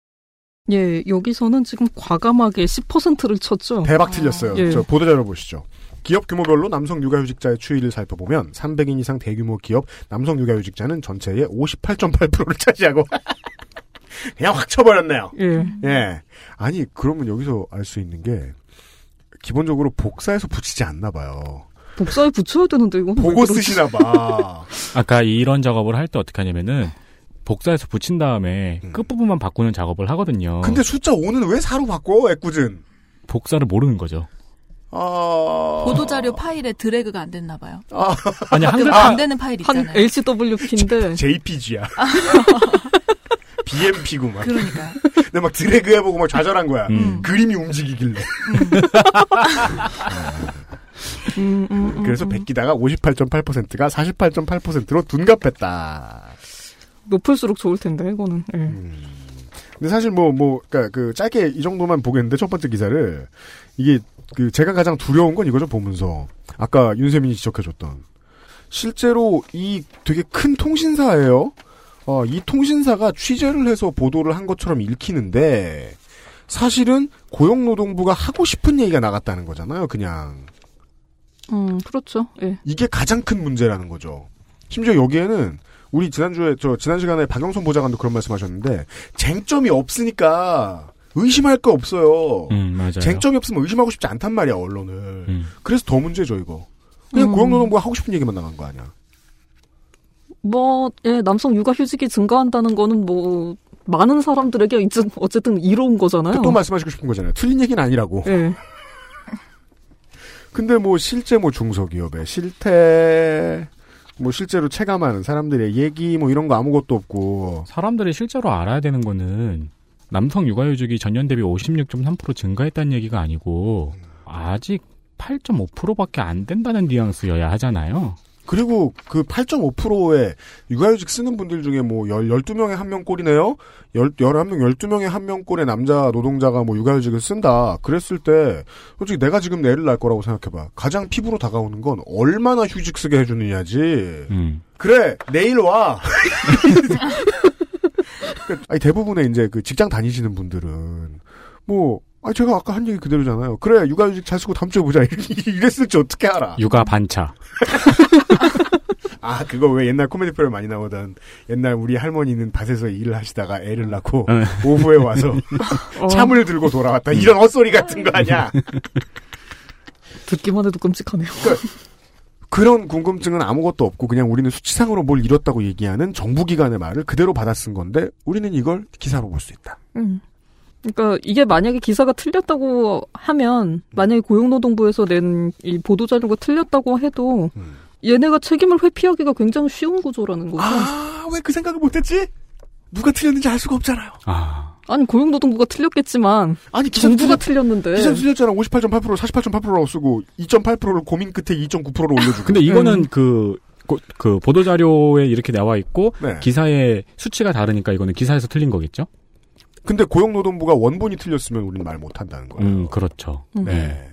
예, 여기서는 지금 과감하게 10%를 쳤죠.
대박 틀렸어요.
예.
저 보도자료 보시죠. 기업 규모별로 남성 육아휴직자의 추이를 살펴보면 300인 이상 대규모 기업 남성 육아휴직자는 전체의 58.8%를
*laughs*
차지하고 *laughs* 그냥 확 쳐버렸네요.
예.
예. 아니 그러면 여기서 알 수 있는 게 기본적으로 복사해서 붙이지 않나 봐요.
복사에 붙여야 되는데 이건 왜
보고
그러지?
쓰시나 봐.
아까 이런 작업을 할 때 어떻게 하냐면은 복사해서 붙인 다음에 끝부분만 바꾸는 작업을 하거든요.
어.
근데 숫자 5는 왜 4로 바꿔? 애꿎은.
복사를 모르는 거죠.
아.
보도자료 파일에 드래그가 안 됐나 봐요.
아,
아니 한글
그
파
안 되는 파일
한
있잖아요.
*laughs*
LCWP인데
JPG야. BMP구만.
그러니까
근데 막 드래그 해보고 막 좌절한 거야.
음.
그림이 움직이길래.
음, 음, 음,
그래서
음.
베끼다가 58.8%가 48.8%로 둔갑했다.
높을수록 좋을 텐데 이거는. 예.
음. 근데 사실 뭐, 뭐, 그니까 그 짧게 이 정도만 보겠는데 첫 번째 기사를 이게 그 제가 가장 두려운 건 이거죠 보면서 아까 윤세민이 지적해줬던 실제로 이 되게 큰 통신사예요. 어, 이 통신사가 취재를 해서 보도를 한 것처럼 읽히는데 사실은 고용노동부가 하고 싶은 얘기가 나갔다는 거잖아요. 그냥
음, 그렇죠. 예.
이게 가장 큰 문제라는 거죠. 심지어 여기에는 우리 지난주에 저 지난 시간에 박영선 보좌관도 그런 말씀하셨는데 쟁점이 없으니까 의심할 거 없어요.
음, 맞아요.
쟁점이 없으면 의심하고 싶지 않단 말이야 언론을.
음.
그래서 더 문제죠 이거. 그냥
음.
고용노동부가 하고 싶은 얘기만 나간 거 아니야.
뭐 예, 남성 육아 휴직이 증가한다는 거는 뭐 많은 사람들에게 이제 어쨌든 이로운 거잖아요.
그 또 말씀하시고 싶은 거잖아요. 틀린 얘기는 아니라고.
예.
근데 뭐 실제 뭐 중소기업의 실태, 뭐 실제로 체감하는 사람들의 얘기 뭐 이런 거 아무것도 없고.
사람들이 실제로 알아야 되는 거는 남성 육아휴직이 전년 대비 56.3% 증가했다는 얘기가 아니고 아직 8.5%밖에 안 된다는 뉘앙스여야 하잖아요.
그리고 그 8.5%의 육아휴직 쓰는 분들 중에 뭐 12명에 한 명 꼴이네요? 11명, 12명에 한 명 꼴의 남자 노동자가 뭐 육아휴직을 쓴다. 그랬을 때, 솔직히 내가 지금 내를 낳을 거라고 생각해봐. 가장 피부로 다가오는 건 얼마나 휴직 쓰게 해주느냐지.
음.
그래, 내일 와! *laughs* 아니, 대부분의 이제 그 직장 다니시는 분들은, 뭐, 아 제가 아까 한 얘기 그대로잖아요. 그래 육아휴직 잘 쓰고 다음 주에 보자 *laughs* 이랬을지 어떻게 알아?
육아 반차.
아 그거 왜 옛날 코미디 프로에 많이 나오던 옛날 우리 할머니는 밭에서 일을 하시다가 애를 낳고 오후에 *laughs* 와서 참을 들고 돌아왔다 이런 헛소리 같은 거 아니야?
듣기만 해도 *laughs* 끔찍하네요.
*laughs* 그런 궁금증은 아무것도 없고 그냥 우리는 수치상으로 뭘 잃었다고 얘기하는 정부기관의 말을 그대로 받아 쓴 건데 우리는 이걸 기사로 볼 수 있다.
음. 그러니까 이게 만약에 기사가 틀렸다고
음.
하면 만약에 고용노동부에서 낸 이 보도 자료가 틀렸다고 해도
음.
얘네가 책임을 회피하기가 굉장히 쉬운 구조라는 거죠.
아, 왜 그 생각을 못했지? 누가 틀렸는지 알 수가 없잖아요.
아.
아니 고용노동부가 틀렸겠지만
아니
정부가 틀렸는데
음.
기사 틀렸잖아. 58.8%, 48.8%라고 쓰고 2.8%를 고민 끝에 2.9%로 올려주고.
근데 이거는 그, 고- 그 보도 자료에 이렇게 나와 있고
네.
기사의 수치가 다르니까 이거는 기사에서 틀린 거겠죠?
근데 고용노동부가 원본이 틀렸으면 우리는 말 못한다는 거예요.
음, 그렇죠.
음.
네.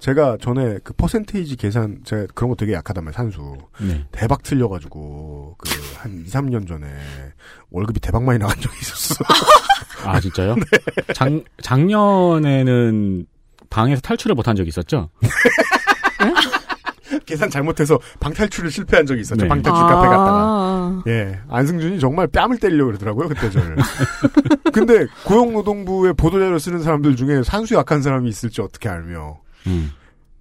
제가 전에 그 퍼센테이지 계산 제가 그런 거 되게 약하단 말이에요. 산수.
네.
대박 틀려가지고 그 한 2, 3년 전에 월급이 대박 많이 나간 적이 있었어. *laughs*
아 진짜요?
네.
작 작년에는 방에서 탈출을 못한 적이 있었죠?
계산 잘못해서 방탈출을 실패한 적이 있었죠.
네.
방탈출 카페
아.
갔다가. 예, 안승준이 정말 뺨을 때리려고 그러더라고요, 그때 저를. *laughs* 근데 고용노동부의 보도자료 쓰는 사람들 중에 산수 약한 사람이 있을지 어떻게 알며.
음.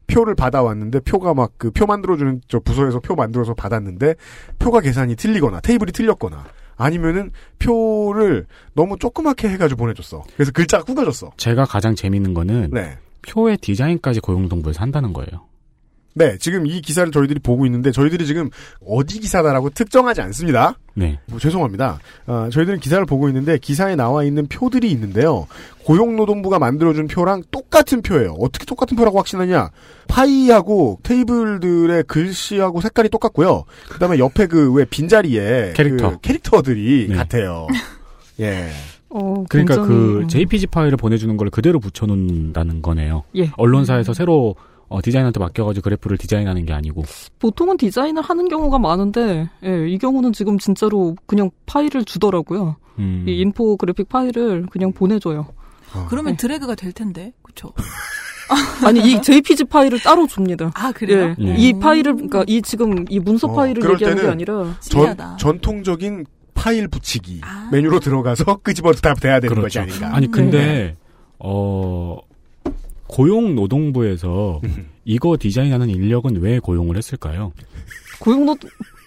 표를 받아왔는데 표가 막 그 표 만들어주는 저 부서에서 표 만들어서 받았는데 표가 계산이 틀리거나 테이블이 틀렸거나 아니면은 표를 너무 조그맣게 해가지고 보내줬어. 그래서 글자가 구겨졌어.
제가 가장 재밌는 거는
네.
표의 디자인까지 고용노동부에서 한다는 거예요.
네, 지금 이 기사를 저희들이 보고 있는데 저희들이 지금 어디 기사다라고 특정하지 않습니다.
네.
뭐, 죄송합니다. 아, 저희들은 기사를 보고 있는데 기사에 나와 있는 표들이 있는데요. 고용노동부가 만들어준 표랑 똑같은 표예요. 어떻게 똑같은 표라고 확신하냐? 파이하고 테이블들의 글씨하고 색깔이 똑같고요. 그다음에 옆에 그 왜 빈자리에
캐릭터.
그 캐릭터들이
네.
*laughs*
같아요. 예.
어,
그러니까
굉장히,
그 JPG 파일을 보내주는 걸 그대로 붙여놓는다는 거네요.
예.
음.
언론사에서 새로 어, 디자인한테 맡겨가지고 그래프를 디자인하는 게 아니고.
보통은 디자인을 하는 경우가 많은데 예, 이 경우는 지금 진짜로 그냥 파일을 주더라고요.
음.
이 인포그래픽 파일을 그냥 보내줘요.
그러면 드래그가 될 텐데, 그쵸?
아니 이 JPG 파일을 따로 줍니다.
아, 그래요?
예.
음.
이 파일을 그러니까 이 지금 이 문서
어,
파일을
그럴
얘기하는 게
때는
아니라
전,
신기하다. 아.
전통적인 파일 붙이기 메뉴로 들어가서 *laughs* 끄집어도 다 돼야
그렇죠.
되는 것이 아닌가. 네.
아니 근데 어 고용노동부에서
음.
이거 디자인하는 인력은 왜 고용을 했을까요?
고용노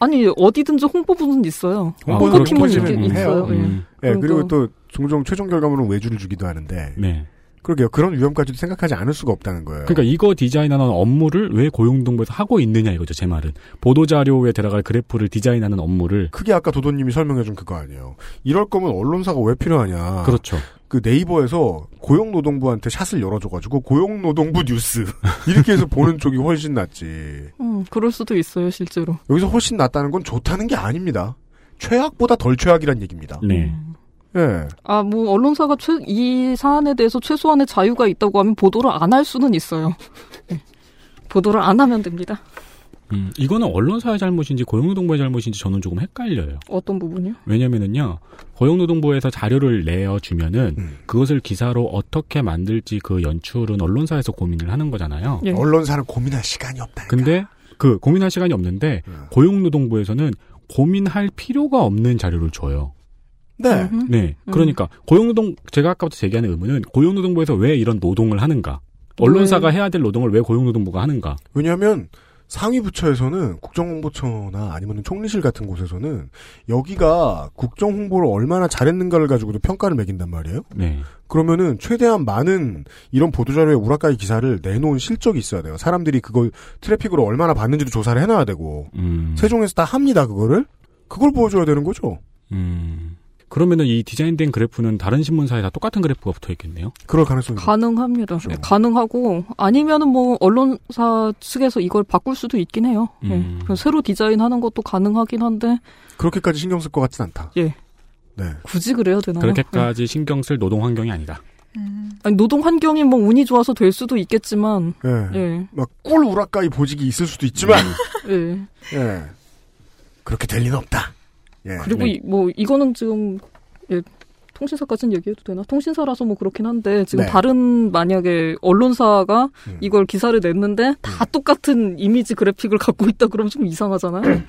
아니 어디든지 홍보부는 있어요.
홍보는
홍보팀은
홍보팀은
있긴
해요.
있어요. 예.
음.
예,
그럼
그리고 또 종종 최종 결과물은 외주를 주기도 하는데
네.
그러게요. 그런 위험까지도 생각하지 않을 수가 없다는 거예요.
그러니까 이거 디자인하는 업무를 왜 고용노동부에서 하고 있느냐 이거죠 제 말은 보도 자료에 들어갈 그래프를 디자인하는 업무를
그게 아까 도도님이 설명해준 그거 아니에요. 이럴 거면 언론사가 왜 필요하냐.
그렇죠.
그 네이버에서 고용노동부한테 샷을 열어줘가지고 고용노동부 뉴스 *laughs* 이렇게 해서 보는 쪽이 훨씬 낫지.
음, 그럴 수도 있어요 실제로.
여기서 훨씬 낫다는 건 좋다는 게 아닙니다. 최악보다 덜 최악이란 얘기입니다.
네.
예.
아 뭐 언론사가 최, 이 사안에 대해서 최소한의 자유가 있다고 하면 보도를 안 할 수는 있어요. *laughs* 예. 보도를 안 하면 됩니다.
음, 이거는 언론사의 잘못인지 고용노동부의 잘못인지 저는 조금 헷갈려요.
어떤 부분이요?
왜냐면은요 고용노동부에서 자료를 내어 주면은 그것을 기사로 어떻게 만들지 그 연출은 언론사에서 고민을 하는 거잖아요.
예.
언론사는 고민할 시간이 없다.
근데 그 고민할 시간이 없는데 고용노동부에서는 고민할 필요가 없는 자료를 줘요.
네.
음.
네. 그러니까 고용노동 제가 아까부터 제기하는 의문은 고용노동부에서 왜 이런 노동을 하는가? 언론사가 해야 될 노동을 왜 고용노동부가 하는가?
왜냐하면 상위 부처에서는 국정홍보처나 아니면 총리실 같은 곳에서는 여기가 국정홍보를 얼마나 잘했는가를 가지고도 평가를 매긴단 말이에요.
네.
그러면은 최대한 많은 이런 보도자료의 우라카이 기사를 내놓은 실적이 있어야 돼요. 사람들이 그걸 트래픽으로 얼마나 받는지도 조사를 해놔야 되고
음.
세종에서 다 합니다 그거를 그걸 보여줘야 되는 거죠.
음. 그러면은 이 디자인된 그래프는 다른 신문사에 다 똑같은 그래프가 붙어 있겠네요.
그럴 가능성이
가능합니다.
그렇죠.
예, 가능하고 아니면은 뭐 언론사 측에서 이걸 바꿀 수도 있긴 해요. 예.
음.
그럼 새로 디자인하는 것도 가능하긴 한데
그렇게까지 신경 쓸 것 같진 않다.
예.
네.
굳이 그래야 되나요? 예.
그렇게까지 신경 쓸 노동 환경이 아니다.
음.
아니, 노동 환경이 뭐 운이 좋아서 될 수도 있겠지만
예.
예.
막 꿀 우라카이 보직이 있을 수도 있지만
예.
예. 그렇게 될 리는 없다. 예.
그리고 이- 뭐 이거는 지금 예, 통신사까지는 얘기해도 되나? 통신사라서 뭐 그렇긴 한데 지금
네.
다른 만약에 언론사가
음.
이걸 기사를 냈는데 다 똑같은 이미지 그래픽을 갖고 있다 그러면 좀 이상하잖아요.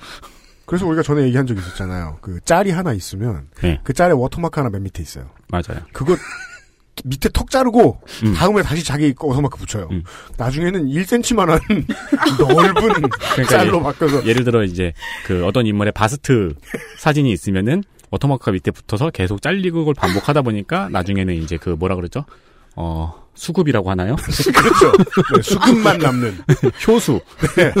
그래서 우리가 전에 얘기한 적이 있었잖아요. 그 짤이 하나 있으면 그 짤에 워터마크 하나 맨 밑에 있어요.
맞아요.
그거 *laughs* 밑에 턱 자르고 다음에 다시 자기 거 워터마크 붙여요.
음.
나중에는 1cm만한 *laughs* 넓은 짤로
예-
바뀌어서
예를 들어 이제 그 어떤 인물의 바스트 사진이 있으면은 워터마크가 밑에 붙어서 계속 잘리고 그걸 반복하다 보니까 나중에는 이제 그 뭐라 그랬죠? 어 수급이라고 *laughs* 하나요?
그렇죠. 네, 수급만 남는
그러니까 효수.
네.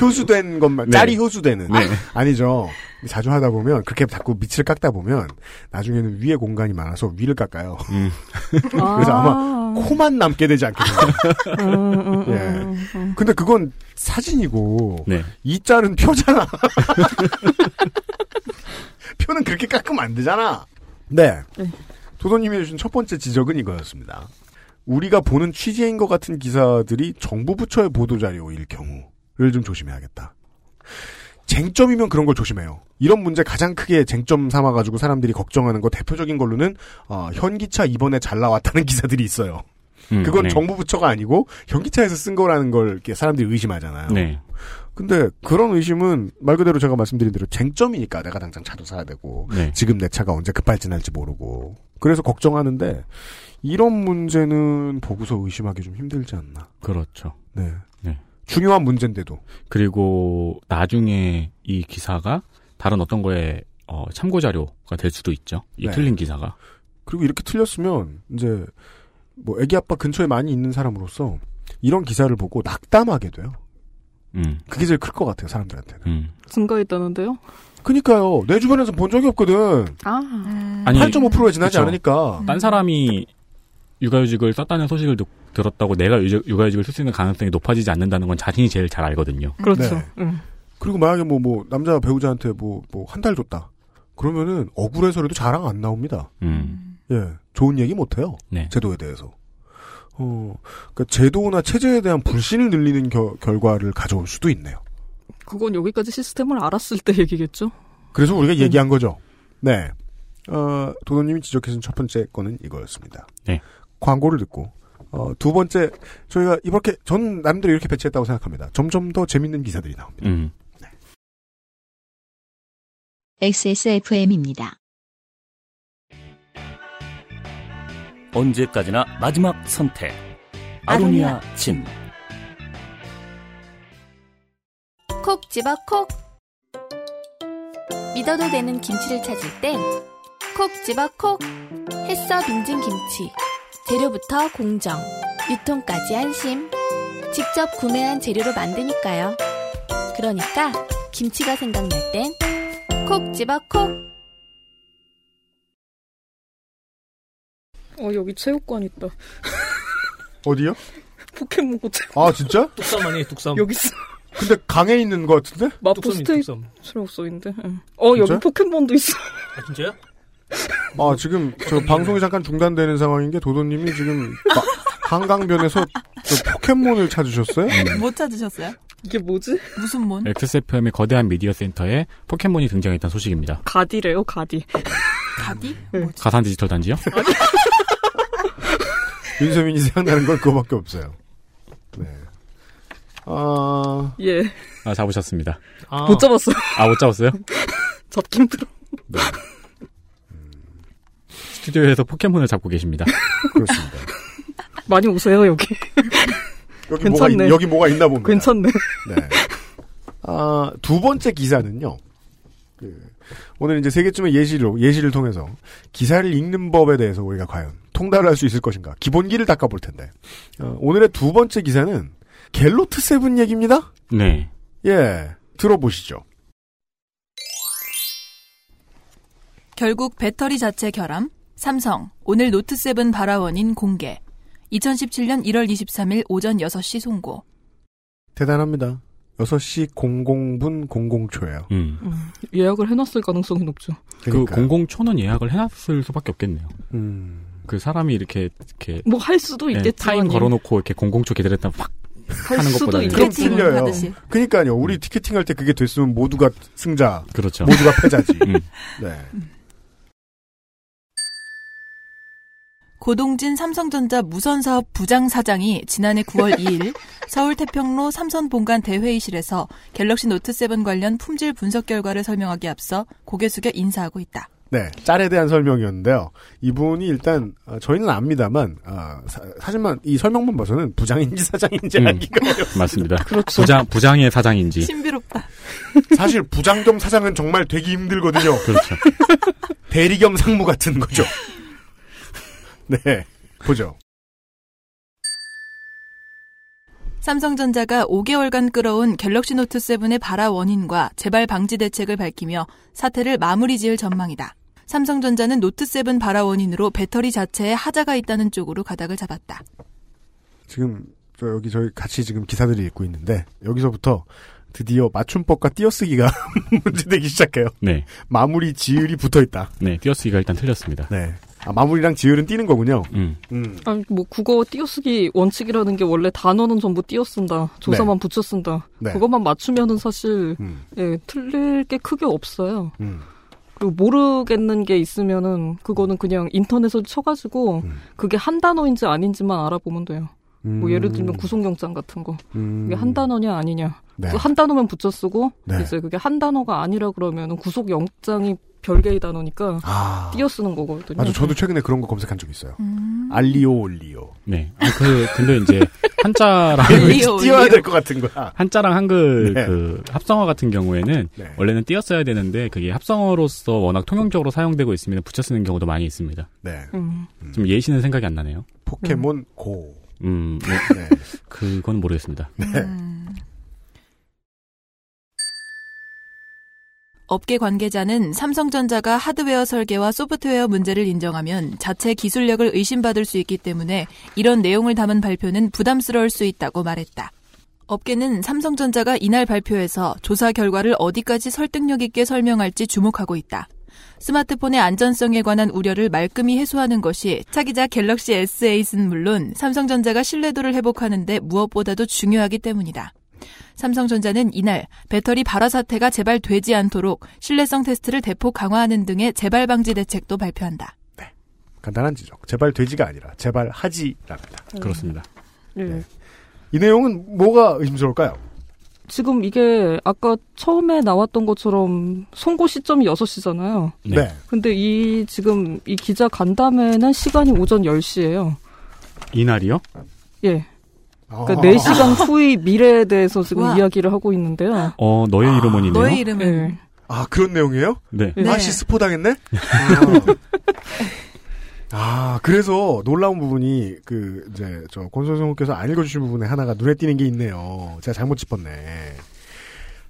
효수된 것만
네.
짤이 효수되는
네.
아니죠. 자주 하다 보면 그렇게 자꾸 밑을 깎다 보면 나중에는 위에 공간이 많아서 위를 깎아요. *laughs* 그래서
음.
아마 코만 남게 되지 않겠나.
음,
예. 근데 그건 사진이고 이 짤은 표잖아. *laughs* 표는 그렇게 깎으면 안 되잖아. 네. 도도님이 주신 첫 번째 지적은 이거였습니다. 우리가 보는 취재인 것 같은 기사들이 정부 부처의 보도 자료일 경우를 좀 조심해야겠다. 쟁점이면 그런 걸 조심해요. 이런 문제 가장 크게 쟁점 삼아가지고 사람들이 걱정하는 거 대표적인 걸로는 어, 현기차 이번에 잘 나왔다는 *laughs* 기사들이 있어요.
음,
그건
네.
정부 부처가 아니고 현기차에서 쓴 거라는 걸 이렇게 사람들이 의심하잖아요.
네.
근데 그런 의심은 말 그대로 제가 말씀드린 대로 쟁점이니까 내가 당장 차도 사야 되고
네.
지금 내 차가 언제 급발진할지 모르고 그래서 걱정하는데 이런 문제는 보고서 의심하기 좀 힘들지 않나.
그렇죠.
네.
네.
중요한 문제인데도.
그리고 나중에 이 기사가 다른 어떤 거에 어, 참고 자료가 될 수도 있죠. 이
네.
틀린 기사가.
그리고 이렇게 틀렸으면 이제 뭐 애기 아빠 근처에 많이 있는 사람으로서 이런 기사를 보고 낙담하게 돼요.
음.
그게 제일 클 것 같아요 사람들한테는.
음. 증가했다는데요?
그니까요. 내 주변에서 본 적이 없거든.
아.
음. 8.5%에 지나지
음.
않으니까.
딴 사람이 육아휴직을 썼다는 소식을 듣- 들었다고 내가 유저- 육아휴직을 쓸 수 있는 가능성이 높아지지 않는다는 건 자신이 제일 잘 알거든요.
그렇죠.
네. 그리고 만약에 뭐, 뭐, 남자 배우자한테 뭐, 뭐, 한 달 줬다. 그러면은 억울해서라도 자랑 안 나옵니다.
음,
음.
예. 좋은 얘기 못 해요.
네.
제도에 대해서. 어, 그니까 제도나 체제에 대한 불신을 늘리는 겨- 결과를 가져올 수도 있네요.
그건 여기까지 시스템을 알았을 때 얘기겠죠.
그래서 우리가 얘기한 거죠. 네. 어, 도도님이 지적해준 첫 번째 거는 이거였습니다.
네.
광고를 듣고, 어, 두 번째, 저희가 이렇게, 전 남들이 이렇게 배치했다고 생각합니다. 점점 더 재밌는 기사들이 나옵니다.
음.
XSFM입니다.
언제까지나 마지막 선택. 아로니아 진.
콕 집어 콕 믿어도 되는 김치를 찾을 땐 콕 집어 콕 햇서 빙진 김치 재료부터 공정 유통까지 안심 직접 구매한 재료로 만드니까요 그러니까 김치가 생각날 땐 콕 집어 콕
어, 여기 체육관 있다.
어디요?
포켓몬고 체육
아, 진짜?
*laughs* 뚝섬 아니에요,
음.
뚝섬.
여기 있어.
근데 강에 있는 것 같은데?
마포 스테이트라고 써있는데. 응. 어,
진짜?
여기 포켓몬도 있어. *laughs*
아, 진짜요?
아, 지금 저 방송이 잠깐 중단되는 상황인 게 도도님이 지금 마- 한강변에서 저 포켓몬을 찾으셨어요?
못뭐 찾으셨어요?
이게 뭐지?
무슨 몬?
네. XSFM의 음. 거대한 미디어 센터에 포켓몬이 등장했다는 소식입니다.
가디래요, 가디.
가디?
네.
가산 디지털 단지요?
윤세민이 생각나는 건 그거밖에 없어요. 네. 아,
예.
아, 잡으셨습니다.
못 잡았어요. *laughs*
아, 못 잡았어요?
잡기 힘들어.
스튜디오에서 포켓몬을 잡고 계십니다.
그렇습니다.
많이 오세요, 여기.
여기 뭐가, 있, 여기 뭐가 있나 봅니다.
괜찮네.
네. 아, 두 번째 기사는요. 그, 오늘 이제 세 개쯤의 예시로, 예시를 통해서 기사를 읽는 법에 대해서 우리가 과연 통달할 수 있을 것인가. 기본기를 닦아볼 텐데. 어, 오늘의 두 번째 기사는 갤로트 세븐 얘기입니다.
네.
예. 들어보시죠.
결국 배터리 자체 결함. 삼성. 오늘 노트7 발화원인 공개. 2017년 1월 23일 오전 6시 송고.
대단합니다. 6시 00분 00초예요.
예약을 해놨을 가능성이 높죠.
음. 그 공공초는 예약을 해놨을 수밖에 없겠네요.
음.
그 사람이 이렇게 이렇게
뭐 할 수도
예,
있겠지만. 예,
타임 걸어놓고 이렇게 공공초 기다렸다 막
할
하는
수도
것보다는
그럼 틀려요. 그러니까요. 우리 티켓팅 할 때 그게 됐으면 모두가 승자.
*laughs*
네.
그렇죠.
모두가 패자지.
음.
네.
고동진 삼성전자 무선사업 부장 사장이 지난해 9월 2일 서울 태평로 삼선본관 대회의실에서 갤럭시 노트 7 관련 품질 분석 결과를 설명하기 앞서 고개 숙여 인사하고 있다.
네, 짤에 대한 설명이었는데요. 이분이 일단 어, 저희는 압니다만 아, 사, 진만이 설명만 봐서는 부장인지 사장인지
음.
알기가 어려워요.
*laughs* 맞습니다.
그렇죠.
부장 부장의 사장인지.
신비롭다.
*laughs* 사실 부장 겸 사장은 정말 되기 힘들거든요.
그렇죠.
*laughs* 대리 겸 상무 같은 *laughs* 거죠. 네, 보죠.
삼성전자가 5개월간 끌어온 갤럭시 노트 7의 발화 원인과 재발 방지 대책을 밝히며 사태를 마무리 지을 전망이다. 삼성전자는 노트 7 발화 원인으로 배터리 자체에 하자가 있다는 쪽으로 가닥을 잡았다.
지금 저 여기 저희 같이 지금 기사들을 읽고 있는데 여기서부터 드디어 맞춤법과 띄어쓰기가 *laughs* 문제되기 시작해요.
네,
마무리 지을이 붙어 있다.
네 띄어쓰기가 일단 틀렸습니다.
네, 아, 마무리랑 지을은 띄는 거군요.
음.
음.
아니, 뭐 국어 띄어쓰기 원칙이라는 게 원래 단어는 전부 띄어쓴다. 조사만 붙여 쓴다.
네.
그것만 맞추면은 사실
음.
예, 틀릴 게 크게 없어요.
음.
그리고 모르겠는 게 있으면은 그거는 그냥 인터넷으로 쳐가지고
음.
그게 한 단어인지 아닌지만 알아보면 돼요. 뭐 예를 들면 구속영장 같은 거
음.
그게 한 단어냐 아니냐
네.
그한 단어면 붙여 쓰고
네.
이제 그게 한 단어가 아니라 그러면 구속영장이 별개의 단어니까
아.
띄어 쓰는 거거든요. 음.
맞아, 저도 최근에 그런 거 검색한 적 있어요. 알리오 올리오.
네. 아, 그 근데 이제 한자랑 그
왠지 띄어야 될 것 같은 거야.
한자랑 한글
네.
그 합성어 같은 경우에는
네.
원래는 띄었어야 되는데 그게 합성어로서 워낙 통용적으로 사용되고 있으면 붙여 쓰는 경우도 많이 있습니다.
네.
음.
좀 예시는 생각이 안 나네요.
포켓몬 고.
음, 뭐,
네.
그건 모르겠습니다.
업계 관계자는 삼성전자가 하드웨어 설계와 소프트웨어 문제를 인정하면 자체 기술력을 의심받을 수 있기 때문에 이런 내용을 담은 발표는 부담스러울 수 있다고 말했다. 업계는 삼성전자가 이날 발표에서 조사 결과를 어디까지 설득력 있게 설명할지 주목하고 있다. 스마트폰의 안전성에 관한 우려를 말끔히 해소하는 것이 차기자 갤럭시 S8은 물론 삼성전자가 신뢰도를 회복하는데 무엇보다도 중요하기 때문이다. 삼성전자는 이날 배터리 발화 사태가 재발되지 않도록 신뢰성 테스트를 대폭 강화하는 등의 재발 방지 대책도 발표한다.
간단한 지적. 제발 돼지가 아니라 제발 하지랍니다.
그렇습니다.
예.
이 내용은 뭐가 의심스러울까요?
지금 이게 아까 처음에 나왔던 것처럼 송고 시점이 6시잖아요.
네.
근데 이 지금 이 기자 간담회는 시간이 오전 10시예요.
이날이요?
예.
아.
그러니까 4시간 후의 미래에 대해서 지금
와.
이야기를 하고 있는데요.
어, 너의 이름은이네요.
너의 이름은
예.
아, 그런 내용이에요?
네.
네.
아씨 스포 당했네? 아. 아, 그래서 놀라운 부분이, 그, 이제, 저, 권선생님께서 안 읽어주신 부분에 하나가 눈에 띄는 게 있네요. 제가 잘못 짚었네.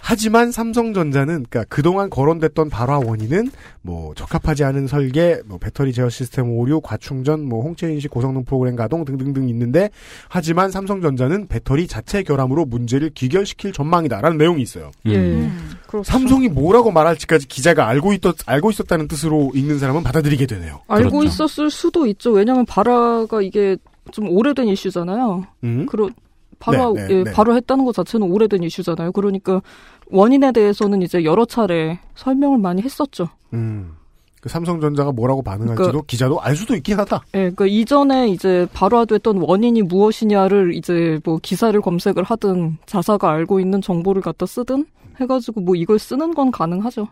하지만 삼성전자는, 그러니까 그니까 그동안 거론됐던 발화 원인은, 뭐, 적합하지 않은 설계, 뭐, 배터리 제어 시스템 오류, 과충전, 뭐, 홍채인식 고성능 프로그램 가동 등등등 있는데, 하지만 삼성전자는 배터리 자체 결함으로 문제를 귀결시킬 전망이다라는 내용이 있어요.
음.
예. 그렇죠.
삼성이 뭐라고 말할지까지 기자가 알고 있 알고 있었다는 뜻으로 읽는 사람은 받아들이게 되네요.
알고
그렇죠.
있었을 수도 있죠. 왜냐하면 발화가 이게 좀 오래된 이슈잖아요.
음?
그러 바로
네, 네,
예,
네.
바로 했다는 것 자체는 오래된 이슈잖아요. 그러니까 원인에 대해서는 이제 여러 차례 설명을 많이 했었죠.
음. 그 삼성전자가 뭐라고 반응할지도
그러니까-
기자도 알 수도 있긴 하다.
예, 그러니까 이전에 이제 발화됐던 원인이 무엇이냐를 이제 뭐 기사를 검색을 하든 자사가 알고 있는 정보를 갖다 쓰든 해가지고 뭐 이걸 쓰는 건 가능하죠.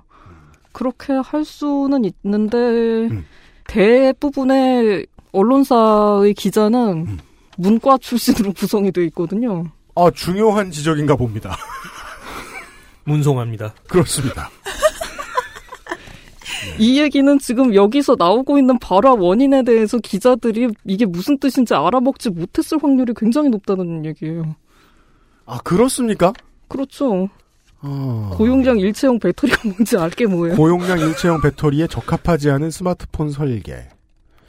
그렇게 할 수는 있는데 대부분의 언론사의 기자는 문과 출신으로 *laughs* 구성이 돼 있거든요.
아 중요한 지적인가 봅니다. *laughs*
문송합니다.
그렇습니다.
이 얘기는 지금 여기서 나오고 있는 발화 원인에 대해서 기자들이 이게 무슨 뜻인지 알아먹지 못했을 확률이 굉장히 높다는 얘기예요.
아 그렇습니까?
그렇죠.
아.
고용량 일체형 배터리가 뭔지 알게 뭐예요.
고용량 일체형 배터리에 적합하지 않은 스마트폰 설계.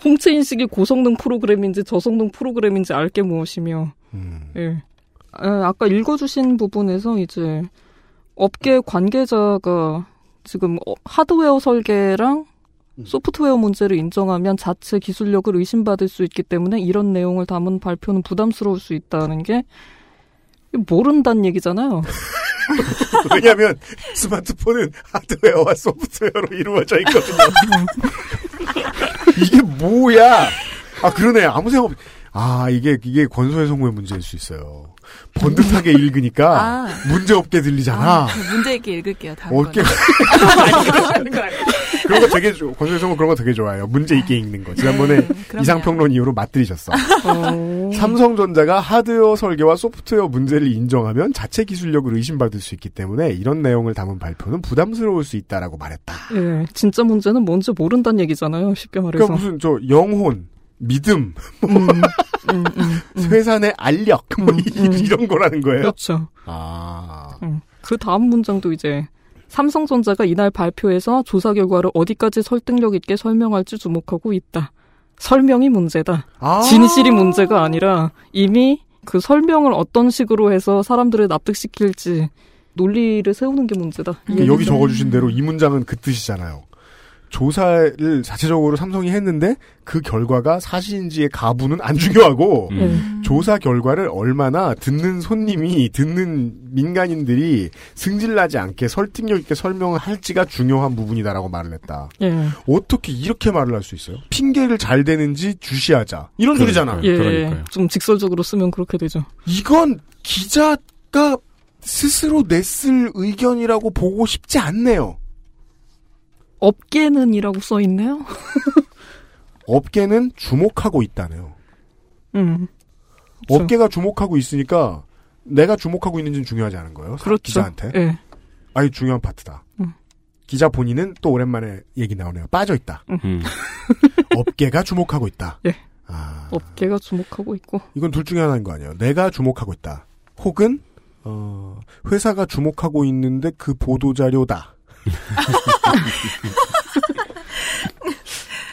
홍채 인식이 고성능 프로그램인지 저성능 프로그램인지 알게 무엇이며.
음.
예. 아, 아까 읽어주신 부분에서 이제 업계 관계자가 지금 어, 하드웨어 설계랑 소프트웨어 문제를 인정하면 자체 기술력을 의심받을 수 있기 때문에 이런 내용을 담은 발표는 부담스러울 수 있다는 게 모른다는 얘기잖아요.
*laughs* 왜냐하면 스마트폰은 하드웨어와 소프트웨어로 이루어져 있거든요. 이게 뭐야? 아 그러네 아무 생각 없. 아 이게 이게 권소의 성우의 문제일 수 있어요. 번듯하게 읽으니까
아.
문제 없게 들리잖아.
문제 있게 읽을게요. 다음
어깨 *laughs* 그런 거 되게 좋. 권소의 성우 그런 거 되게 좋아해요. 문제 있게 읽는 거. 지난번에
음, 그럼요. 아, 네.
이상평론 이후로 맞들이셨어. 삼성전자가 하드웨어 설계와 소프트웨어 문제를 인정하면 자체 기술력을 의심받을 수 있기 때문에 이런 내용을 담은 발표는 부담스러울 수 있다라고 말했다.
예, 진짜 문제는 뭔지 모른다는 얘기잖아요. 쉽게 말해서.
그러니까 무슨 저 영혼, 믿음, 회사 내 알력 뭐 이- 이런 거라는 거예요.
음. 그렇죠.
아
음. 그 다음 문장도 이제 삼성전자가 이날 발표에서 조사 결과를 어디까지 설득력 있게 설명할지 주목하고 있다. 설명이 문제다.
아.
진실이 문제가 아니라 이미 그 설명을 어떤 식으로 해서 사람들을 납득시킬지 논리를 세우는 게 문제다. 이
그러니까 여기
얘기죠.
적어주신 대로 이 문장은 그 뜻이잖아요. 조사를 자체적으로 삼성이 했는데 그 결과가 사실인지의 가부는 안 중요하고
예.
음.
조사 결과를 얼마나 듣는 손님이 듣는 민간인들이 승질나지 않게 설득력 있게 설명을 할지가 중요한 부분이다라고 말을 했다.
예.
어떻게 이렇게 말을 할 수 있어요? 핑계를 잘 대는지 주시하자 이런 소리잖아.
예, 좀 직설적으로 쓰면 그렇게 되죠.
이건 기자가 스스로 냈을 의견이라고 보고 싶지 않네요.
업계는이라고 써 있네요.
업계는 주목하고 있다네요.
음. 그렇죠.
업계가 주목하고 있으니까 내가 주목하고 있는지는 중요하지 않은 거예요.
그렇죠.
기자한테.
예.
아니 중요한 파트다.
음.
기자 본인은 또 오랜만에 얘기 나오네요. 빠져
*laughs*
있다. 업계가 주목하고 있다. 아,
예. 업계가 주목하고 있고.
이건 둘 중에 하나인 거 아니에요. 내가 주목하고 있다. 혹은 어, 회사가 주목하고 있는데 그 보도 자료다.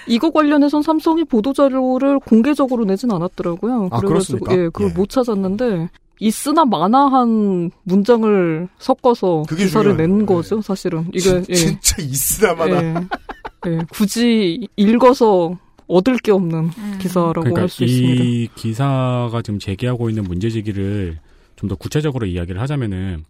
이거 관련해선 삼성이 보도자료를 공개적으로 내진 않았더라고요.
아,
그래가지고
그렇습니까?
예, 그걸 못 찾았는데 있으나 마나한 문장을 섞어서
그게
기사를
중요해요.
낸 거죠, 사실은. 이게
*laughs* 진-
예.
진짜 있으나마나
예. 예, 굳이 읽어서 얻을 게 없는
음.
기사라고
그러니까
할 수 있습니다.
이 기사가 지금 제기하고 있는 문제 제기를 좀 더 구체적으로 이야기를 하자면은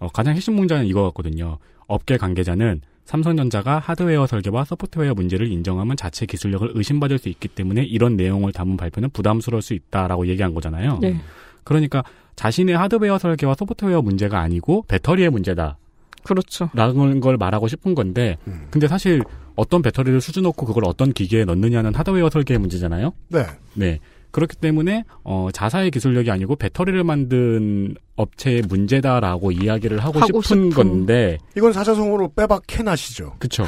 어, 가장 핵심 문제는 이거 같거든요. 업계 관계자는 삼성전자가 하드웨어 설계와 소프트웨어 문제를 인정하면 자체 기술력을 의심받을 수 있기 때문에 이런 내용을 담은 발표는 부담스러울 수 있다라고 얘기한 거잖아요.
예.
그러니까 자신의 하드웨어 설계와 소프트웨어 문제가 아니고 배터리의 문제다.
그렇죠.
라는 걸 말하고 싶은 건데, 근데 사실 어떤 배터리를 수주놓고 그걸 어떤 기계에 넣느냐는 하드웨어 설계의 문제잖아요.
네.
네. 그렇기 때문에 어, 자사의 기술력이 아니고 배터리를 만든 업체의 문제다라고 이야기를 하고,
하고 싶은.
싶은 건데,
이건 사자성어로 빼박해나시죠.
그쵸?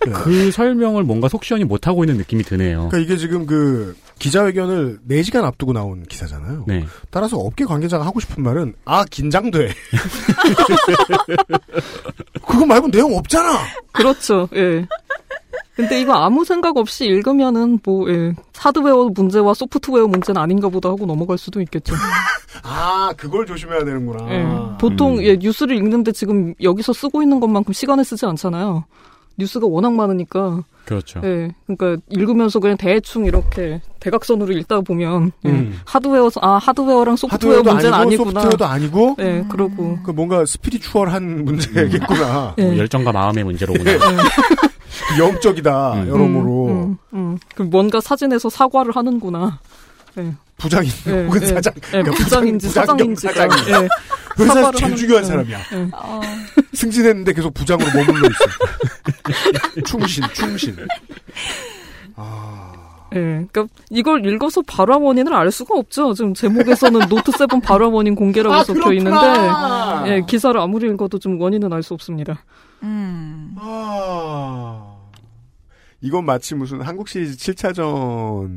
그 설명을 뭔가 속시원히 못하고 있는 느낌이 드네요.
그러니까 이게 지금 그 기자회견을 4시간 앞두고 나온 기사잖아요.
네.
따라서 업계 관계자가 하고 싶은 말은 아 긴장돼. *laughs* 그거 말고 내용 없잖아.
그렇죠. 예. 근데 이거 아무 생각 없이 읽으면은 뭐 예. 하드웨어 문제와 소프트웨어 문제는 아닌가 보다 하고 넘어갈 수도 있겠죠.
아 그걸 조심해야 되는구나.
예, 보통
음.
예, 뉴스를 읽는데 지금 여기서 쓰고 있는 것만큼 시간을 쓰지 않잖아요. 뉴스가 워낙 많으니까.
아.
그렇죠.
예, 그러니까 읽으면서 그냥 대충 이렇게 대각선으로 읽다 보면 예,
음.
하드웨어 아 하드웨어랑 소프트웨어
하드웨어도
문제는
아니고
아니구나.
소프트웨어도 아니고.
예, 그러고
그 뭔가 스피리추얼한
*laughs*
문제겠구나.
예.
뭐 열정과 마음의 문제로구나.
영적이다 여러모로
음, 음. 그 뭔가 사진에서 사과를 하는구나. 예.
부장인
예,
혹은
예,
사장
예, 부장인지 사장인지
사장
예.
회사에서
사과를
제일
하는-
중요한
예,
사람이야.
예.
어,
승진했는데 계속 부장으로 머물러 있어. *laughs* 충신, 충신.
예, 그러니까 이걸 읽어서 발화 원인을 알 수가 없죠. 지금 제목에서는 *laughs* 노트 세븐 발화 원인 공개라고
아,
적혀 있는데,
그렇구나.
예, 기사를 아무리 읽어도 좀 원인은 알 수 없습니다.
음.
아. 이건 마치 무슨 한국 시리즈 7차전이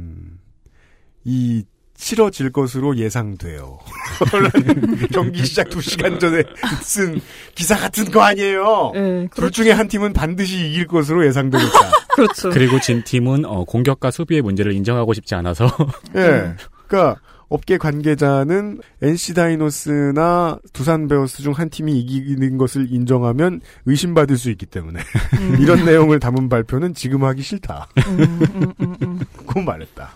치러질 것으로 예상돼요. *laughs* 라는 경기 시작 2시간 전에 쓴 기사 같은 거
어,
아니에요.
예,
둘 중에 한 팀은 반드시 이길 것으로 예상되겠다.
그렇죠.
그리고 진 팀은 어, 공격과 수비의 문제를 인정하고 싶지 *laughs* 않아서
예. 그러니까 업계 관계자는 NC 다이노스나 두산 베어스 중 한 팀이 이기는 것을 인정하면 의심받을 수 있기 때문에 *laughs* 이런 내용을 담은 발표는 지금 하기 싫다.
음.
그건 말했다.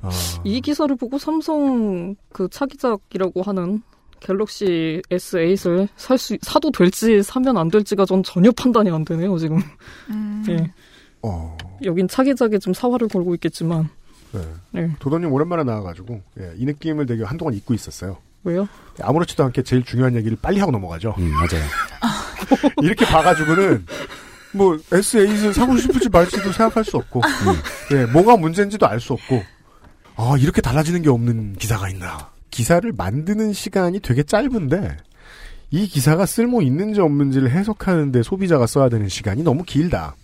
아,
이 기사를 보고 삼성 그 차기작이라고 하는 갤럭시 S8을 살 수, 사도 될지 사면 안 될지가 전 전혀 판단이 안 되네요, 지금. 예.
어.
여긴 차기작에 좀 사활을 걸고 있겠지만
네.
네.
도도님 오랜만에 나와가지고 예, 이 느낌을 되게 한동안 잊고 있었어요.
왜요?
아무렇지도 않게 제일 중요한 얘기를 빨리 하고 넘어가죠.
음, 맞아요.
이렇게 봐가지고는 뭐 S8을 사고 싶을지 말지도 생각할 수 없고 예, 뭐가 문제인지도 알 수 없고 아 이렇게 달라지는 게 없는 기사가 있나. 기사를 만드는 시간이 되게 짧은데 이 기사가 쓸모 있는지 없는지를 해석하는데 소비자가 써야 되는 시간이 너무 길다.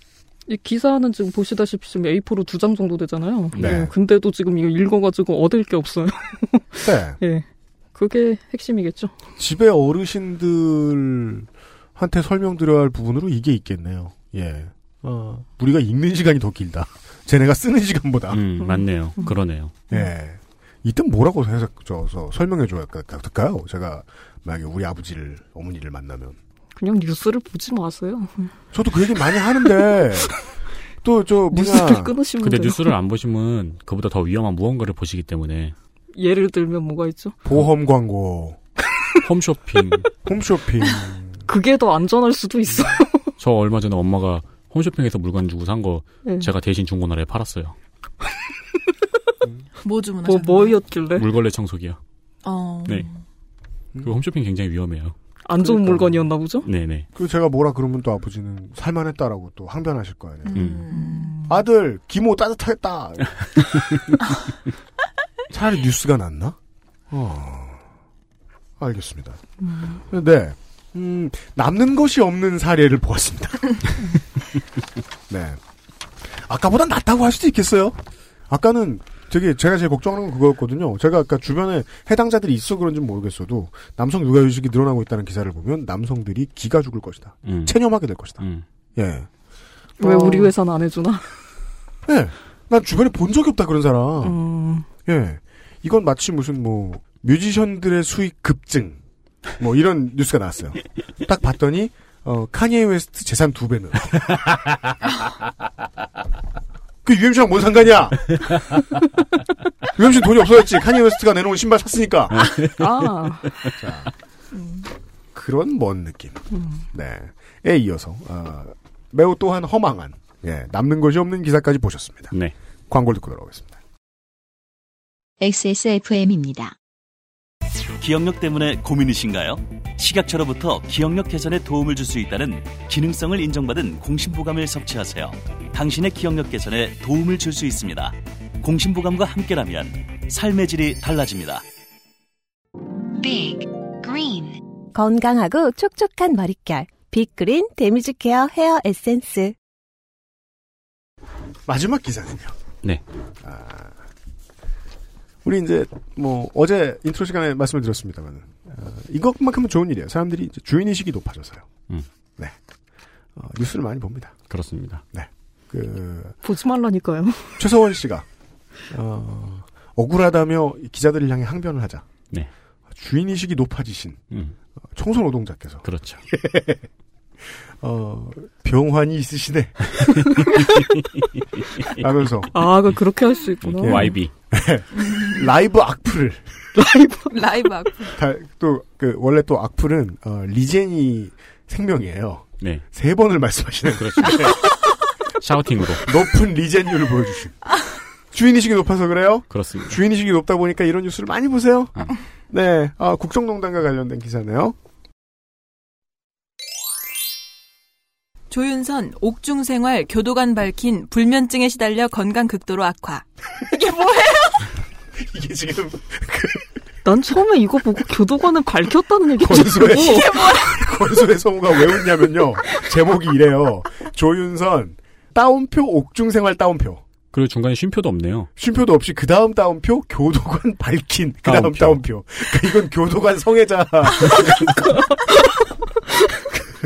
이 기사는 지금 보시다시피 지금 A4로 두 장 정도 되잖아요.
네.
예, 근데도 지금 이거 읽어가지고 얻을 게 없어요.
네.
예. 그게 핵심이겠죠.
집에 어르신들한테 설명드려야 할 부분으로 이게 있겠네요. 예. 어, 우리가 읽는 시간이 더 길다. 쟤네가 쓰는 시간보다.
음, 맞네요. 그러네요.
예. 이때 뭐라고 해석, 저, 저, 설명해줘야 될까요? 제가, 만약에 우리 아버지를, 어머니를 만나면.
그냥 뉴스를 보지 마세요.
저도 그 얘기 많이
*laughs*
하는데, 또, 저,
뉴스를 끊으시면
근데
돼요.
뉴스를 안 보시면 그보다 더 위험한 무언가를 보시기 때문에
예를 들면 뭐가 있죠?
보험 광고.
홈쇼핑.
홈쇼핑.
그게 더 안전할 수도 있어요.
저 얼마 전에 엄마가 홈쇼핑에서 물건 주고 산 거
*laughs* 예.
제가 대신 중고나라에 팔았어요.
뭐 주문하셨나요?
뭐
네.
뭐였길래?
물걸레 청소기요.
어.
네.
음.
그 홈쇼핑 굉장히 위험해요.
안 좋은 물건이었나 보죠?
네네.
그 제가 뭐라 그러면 또 아버지는 살만했다라고 또 항변하실 거
음.
아니에요.
음.
음.
아들, 기모 따뜻하겠다. *laughs* 차라리 뉴스가 낫나? 어, 알겠습니다. 네. 음, 남는 것이 없는 사례를 보았습니다. *laughs* 네. 아까보다 낫다고 할 수도 있겠어요. 아까는 되게 제가 제일 걱정하는 건 그거였거든요. 제가 아까 주변에 해당자들이 있어 그런지는 모르겠어도 남성 육아 의식이 늘어나고 있다는 기사를 보면 남성들이 기가 죽을 것이다.
음.
체념하게 될 것이다. 예.
왜
어,
우리 회사는 안 해주나?
예. 난 주변에 본 적이 없다 그런 사람.
음,
예. 이건 마치 무슨 뭐 뮤지션들의 수익 급증 뭐 이런 뉴스가 나왔어요. 딱 봤더니 어 카니에 웨스트 재산 두 배는. 그 UMC랑 뭔 상관이야? UMC 는 돈이 없어졌지. 카니에 웨스트가 내놓은 신발 샀으니까.
*laughs* 아.
자, 그런 먼 느낌. 네. 에 이어서 어, 매우 또한 허망한 예, 남는 것이 없는 기사까지 보셨습니다.
네.
광고 를 듣고 돌아오겠습니다.
XSFM입니다.
기억력 때문에 고민이신가요? 식약처로부터 기억력 개선에 도움을 줄 수 있다는 기능성을 인정받은 공심보감을 섭취하세요. 당신의 기억력 개선에 도움을 줄 수 있습니다. 공심보감과 함께라면 삶의 질이 달라집니다.
Big Green.
건강하고 촉촉한 머릿결. 빅그린 데미지 케어 헤어 에센스.
마지막 기사는요. 아,
네.
우리 이제 뭐 어제 인트로 시간에 말씀을 드렸습니다만 이것만큼은 좋은 일이에요. 사람들이 이제 주인 의식이 높아져서요.
음.
네. 어, 뉴스를 많이 봅니다.
그렇습니다.
네. 그
보지 말라니까요.
최서원 씨가 어, 억울하다며 기자들을 향해 항변을 하자.
네.
주인 의식이 높아지신
음.
어, 청소 노동자께서
그렇죠.
어, 병환이
*laughs*
있으시네. 하면서
아, 그 그렇게 할 수 있구나. *laughs*
YB.
라이브 악플을
*laughs* 라이브 악플.
또 그 원래 또 악플은 어, 리젠이 생명이에요.
네.
세 번을 말씀하시는 *laughs*
그렇죠.
*laughs*
샤우팅으로.
높은 리젠율을 보여주신 주인의식이 높아서 그래요?
그렇습니다.
주인의식이 높다 보니까 이런 뉴스를 많이 보세요. 네, 아, 국정농단과 관련된 기사네요.
조윤선 옥중 생활 교도관 밝힌 불면증에 시달려 건강 극도로 악화. 이게 뭐예요?
*laughs* 이게 지금
난 처음에 이거 보고 교도관을 밝혔다는 얘기
권소의
듣고
권소의 성우가 왜 웃냐면요. 제목이 이래요. 조윤선 따옴표 옥중생활 따옴표
그리고 중간에 쉼표도 없네요.
쉼표도 없이 그 다음 따옴표 교도관 밝힌 그 다음
따옴표.
따옴표. 그러니까 이건 교도관 성애자. *laughs*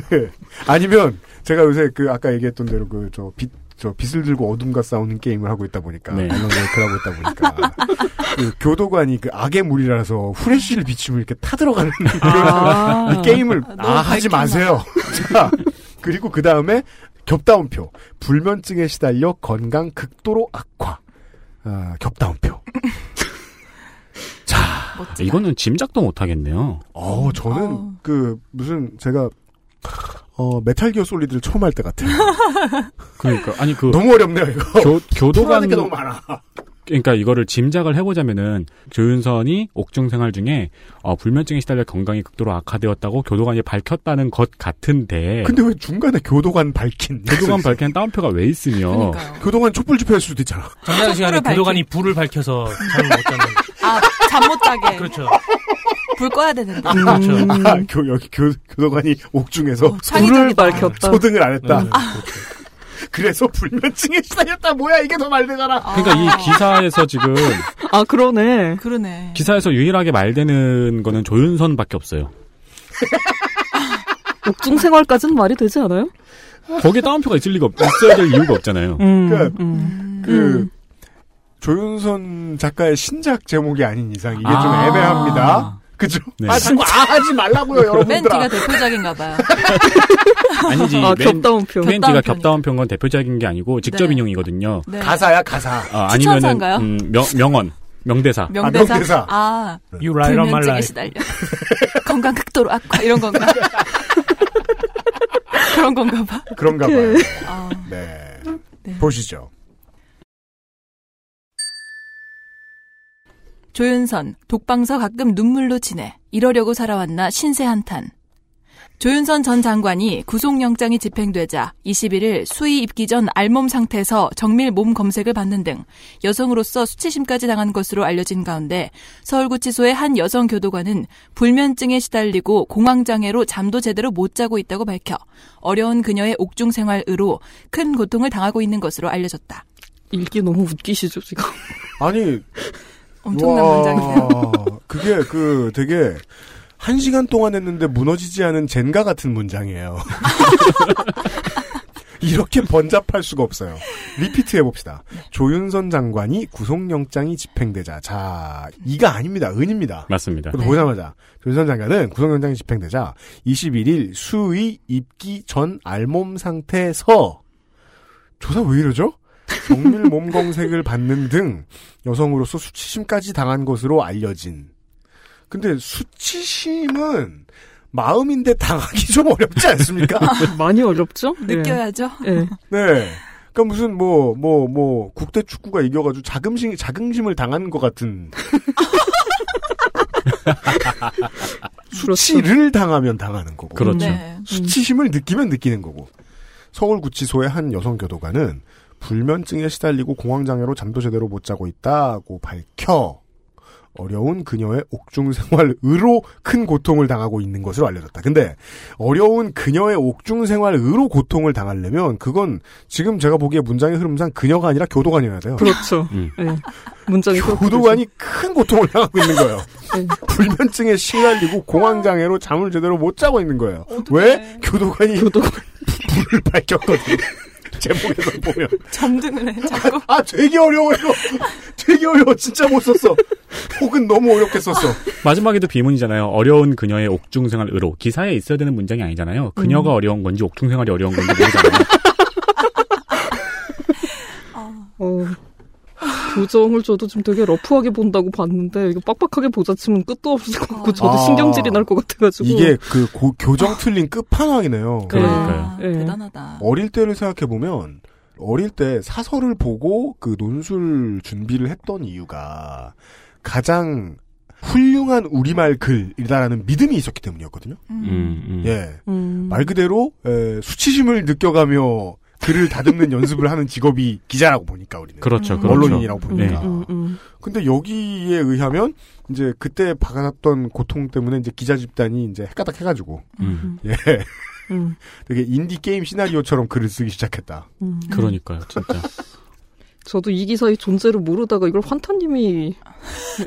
그, 아니면 제가 요새 그 아까 얘기했던 대로 그 저 빛. 저 빛을 들고 어둠과 싸우는 게임을 하고 있다 보니까
네.
이런 걸 하고 있다 보니까 그 교도관이 그 악의 물이라서 후레쉬를 비치면 이렇게 타들어가는
아.
그런 이 게임을
너무
아 하지
밝힌다.
마세요.
*laughs*
자 그리고 그 다음에 겹다운표 불면증에 시달려 건강 극도로 악화 아, 겹다운표.
이거는 짐작도 못 하겠네요.
어, 저는 그 무슨 제가
어, 메탈 기어 솔리드를 처음 할 때 같아요. *laughs*
그러니까 아니 그
너무 어렵네요 이거.
*laughs* 교, 교도관
풀어야 될게 너무 많아.
그러니까 이거를 짐작을 해보자면은 조윤선이 옥중 생활 중에 어, 불면증에 시달려 건강이 극도로 악화되었다고 교도관이 밝혔다는 것 같은데
근데 왜 중간에 교도관 밝힌?
예. 교도관 밝히는 따옴표가 왜 있으며
*laughs* 교도관 촛불 집회할 수도 있잖아.
전날 시간에
촛불을
교도관이 불을 밝혀서 잠을 못 *laughs* 자는.
아, 잠 못 자게.
그렇죠. 네,
불 꺼야 되는데.
음,
아, 교, 여기 교, 교도관이 옥중에서
어, 창의적이다.
소등을 안
네,
했다.
그렇죠.
음,
아,
그래서 불면증에 시달렸다. 뭐야 이게 더 말되잖아.
그러니까 이 기사에서 지금
아 그러네.
그러네.
기사에서 유일하게 말되는 거는 조윤선밖에 없어요.
옥중 생활까지는 말이 되지 않아요?
거기에 따옴표가 있을 리가 없, 있어야 될 이유가 없잖아요.
음.
그러니까 그 조윤선 작가의 신작 제목이 아닌 이상 이게 좀
아.
애매합니다. *laughs* 그죠?
네.
아 자꾸 아 하지 말라고요
멘티가
여러분들아.
대표작인가 봐요.
*laughs* 아니지.
아,
겹다운표.
멘티가
겹다운표니까.
겹다운표인 건 대표적인 게 아니고 직접
네.
인용이거든요.
네.
가사야 가사.
아, 아니면은
추천사인가요? 음.
음, 명, 명언, 명대사.
명대사. 아,
You ride on my
불면증에
life.
시달려. 건강 극도로 악화 이런 건가? 그런 건가 봐.
그런가 봐요.
아.
네. 보시죠.
조윤선, 독방서 가끔 눈물로 지내. 이러려고 살아왔나 신세 한탄. 조윤선 전 장관이 구속영장이 집행되자 21일 수의 입기 전 알몸 상태에서 정밀 몸 검색을 받는 등 여성으로서 수치심까지 당한 것으로 알려진 가운데 서울구치소의 한 여성 교도관은 불면증에 시달리고 공황장애로 잠도 제대로 못 자고 있다고 밝혀 어려운 그녀의 옥중 생활으로 큰 고통을 당하고 있는 것으로 알려졌다.
읽기 너무 웃기시죠 지금.
아니
엄청난
와,
문장이네요.
*laughs* 그게 그 되게 한 시간 동안 했는데 무너지지 않은 젠가 같은 문장이에요. *laughs* 이렇게 번잡할 수가 없어요. 리피트 해봅시다.
네.
조윤선 장관이 구속영장이 집행되자. 자, 이가 아닙니다. 은입니다.
맞습니다.
네.
그래서 보자마자 조윤선 장관은 구속영장이 집행되자 21일 수의 입기 전 알몸 상태에서 조사 왜 이러죠? 정밀 몸 검색을 *laughs* 받는 등 여성으로서 수치심까지 당한 것으로 알려진. 근데 수치심은 마음인데 당하기 좀 어렵지 *laughs* 않습니까?
*laughs* 많이 어렵죠?
느껴야죠.
네.
네. 그니까 무슨 뭐 뭐 뭐 국대 축구가 이겨가지고 자긍심 자긍심을 당하는 것 같은 수치를 당하면 당하는 거고
그렇죠. 네.
수치심을 느끼면 느끼는 거고 서울구치소의 한 여성 교도관은 불면증에 시달리고 공황장애로 잠도 제대로 못 자고 있다고 밝혀 어려운 그녀의 옥중 생활으로 큰 고통을 당하고 있는 것으로 알려졌다. 근데 어려운 그녀의 옥중 생활으로 고통을 당하려면 그건 지금 제가 보기에 문장의 흐름상 그녀가 아니라 교도관이어야 돼요. *laughs*
그렇죠.
음.
네. 문장이 그렇게
교도관이 큰 고통을 당하고 있는 거예요.
네.
불면증에 시달리고 공황장애로 잠을 제대로 못 자고 있는 거예요. 왜? 교도관이 불을 밝혔거든요. *laughs* 제목에서 보면
점등을 해 자꾸.
아 되게 어려워요. 되게 어려워. 진짜 못 썼어. 혹은 너무 어렵게 썼어.
마지막에도 비문이잖아요. 어려운 그녀의 옥중 생활으로 기사에 있어야 되는 문장이 아니잖아요. 그녀가
음.
어려운 건지 옥중 생활이 어려운 건지 모르잖아요.
*laughs* 아.
어, 교정을 저도 좀 되게 러프하게 본다고 봤는데 이거 빡빡하게 보자치면 끝도 없을 것 같고 저도
아.
신경질이 날 것 같아가지고
이게 그 고- 교정 틀린 끝판왕이네요.
그러니까요.
아, 대단하다.
어릴 때를 생각해 보면 어릴 때 사설을 보고 그 논술 준비를 했던 이유가 가장 훌륭한 우리말 글이다라는 믿음이 있었기 때문이었거든요.
음,
음.
예.
음.
말 그대로 에, 수치심을 느껴가며 글을 다듬는 연습을 하는 직업이 기자라고 보니까 우리는
그렇죠, 그렇죠.
언론인이라고 보니까
네.
음,
근데 여기에 의하면 이제 그때 받았던 고통 때문에 이제 기자 집단이 이제 헷가닥 해가지고
음.
예
음,
되게 인디 게임 시나리오처럼 글을 쓰기 시작했다.
그러니까요, 진짜.
*laughs*
저도 이 기사의 존재를 모르다가 이걸 환타님이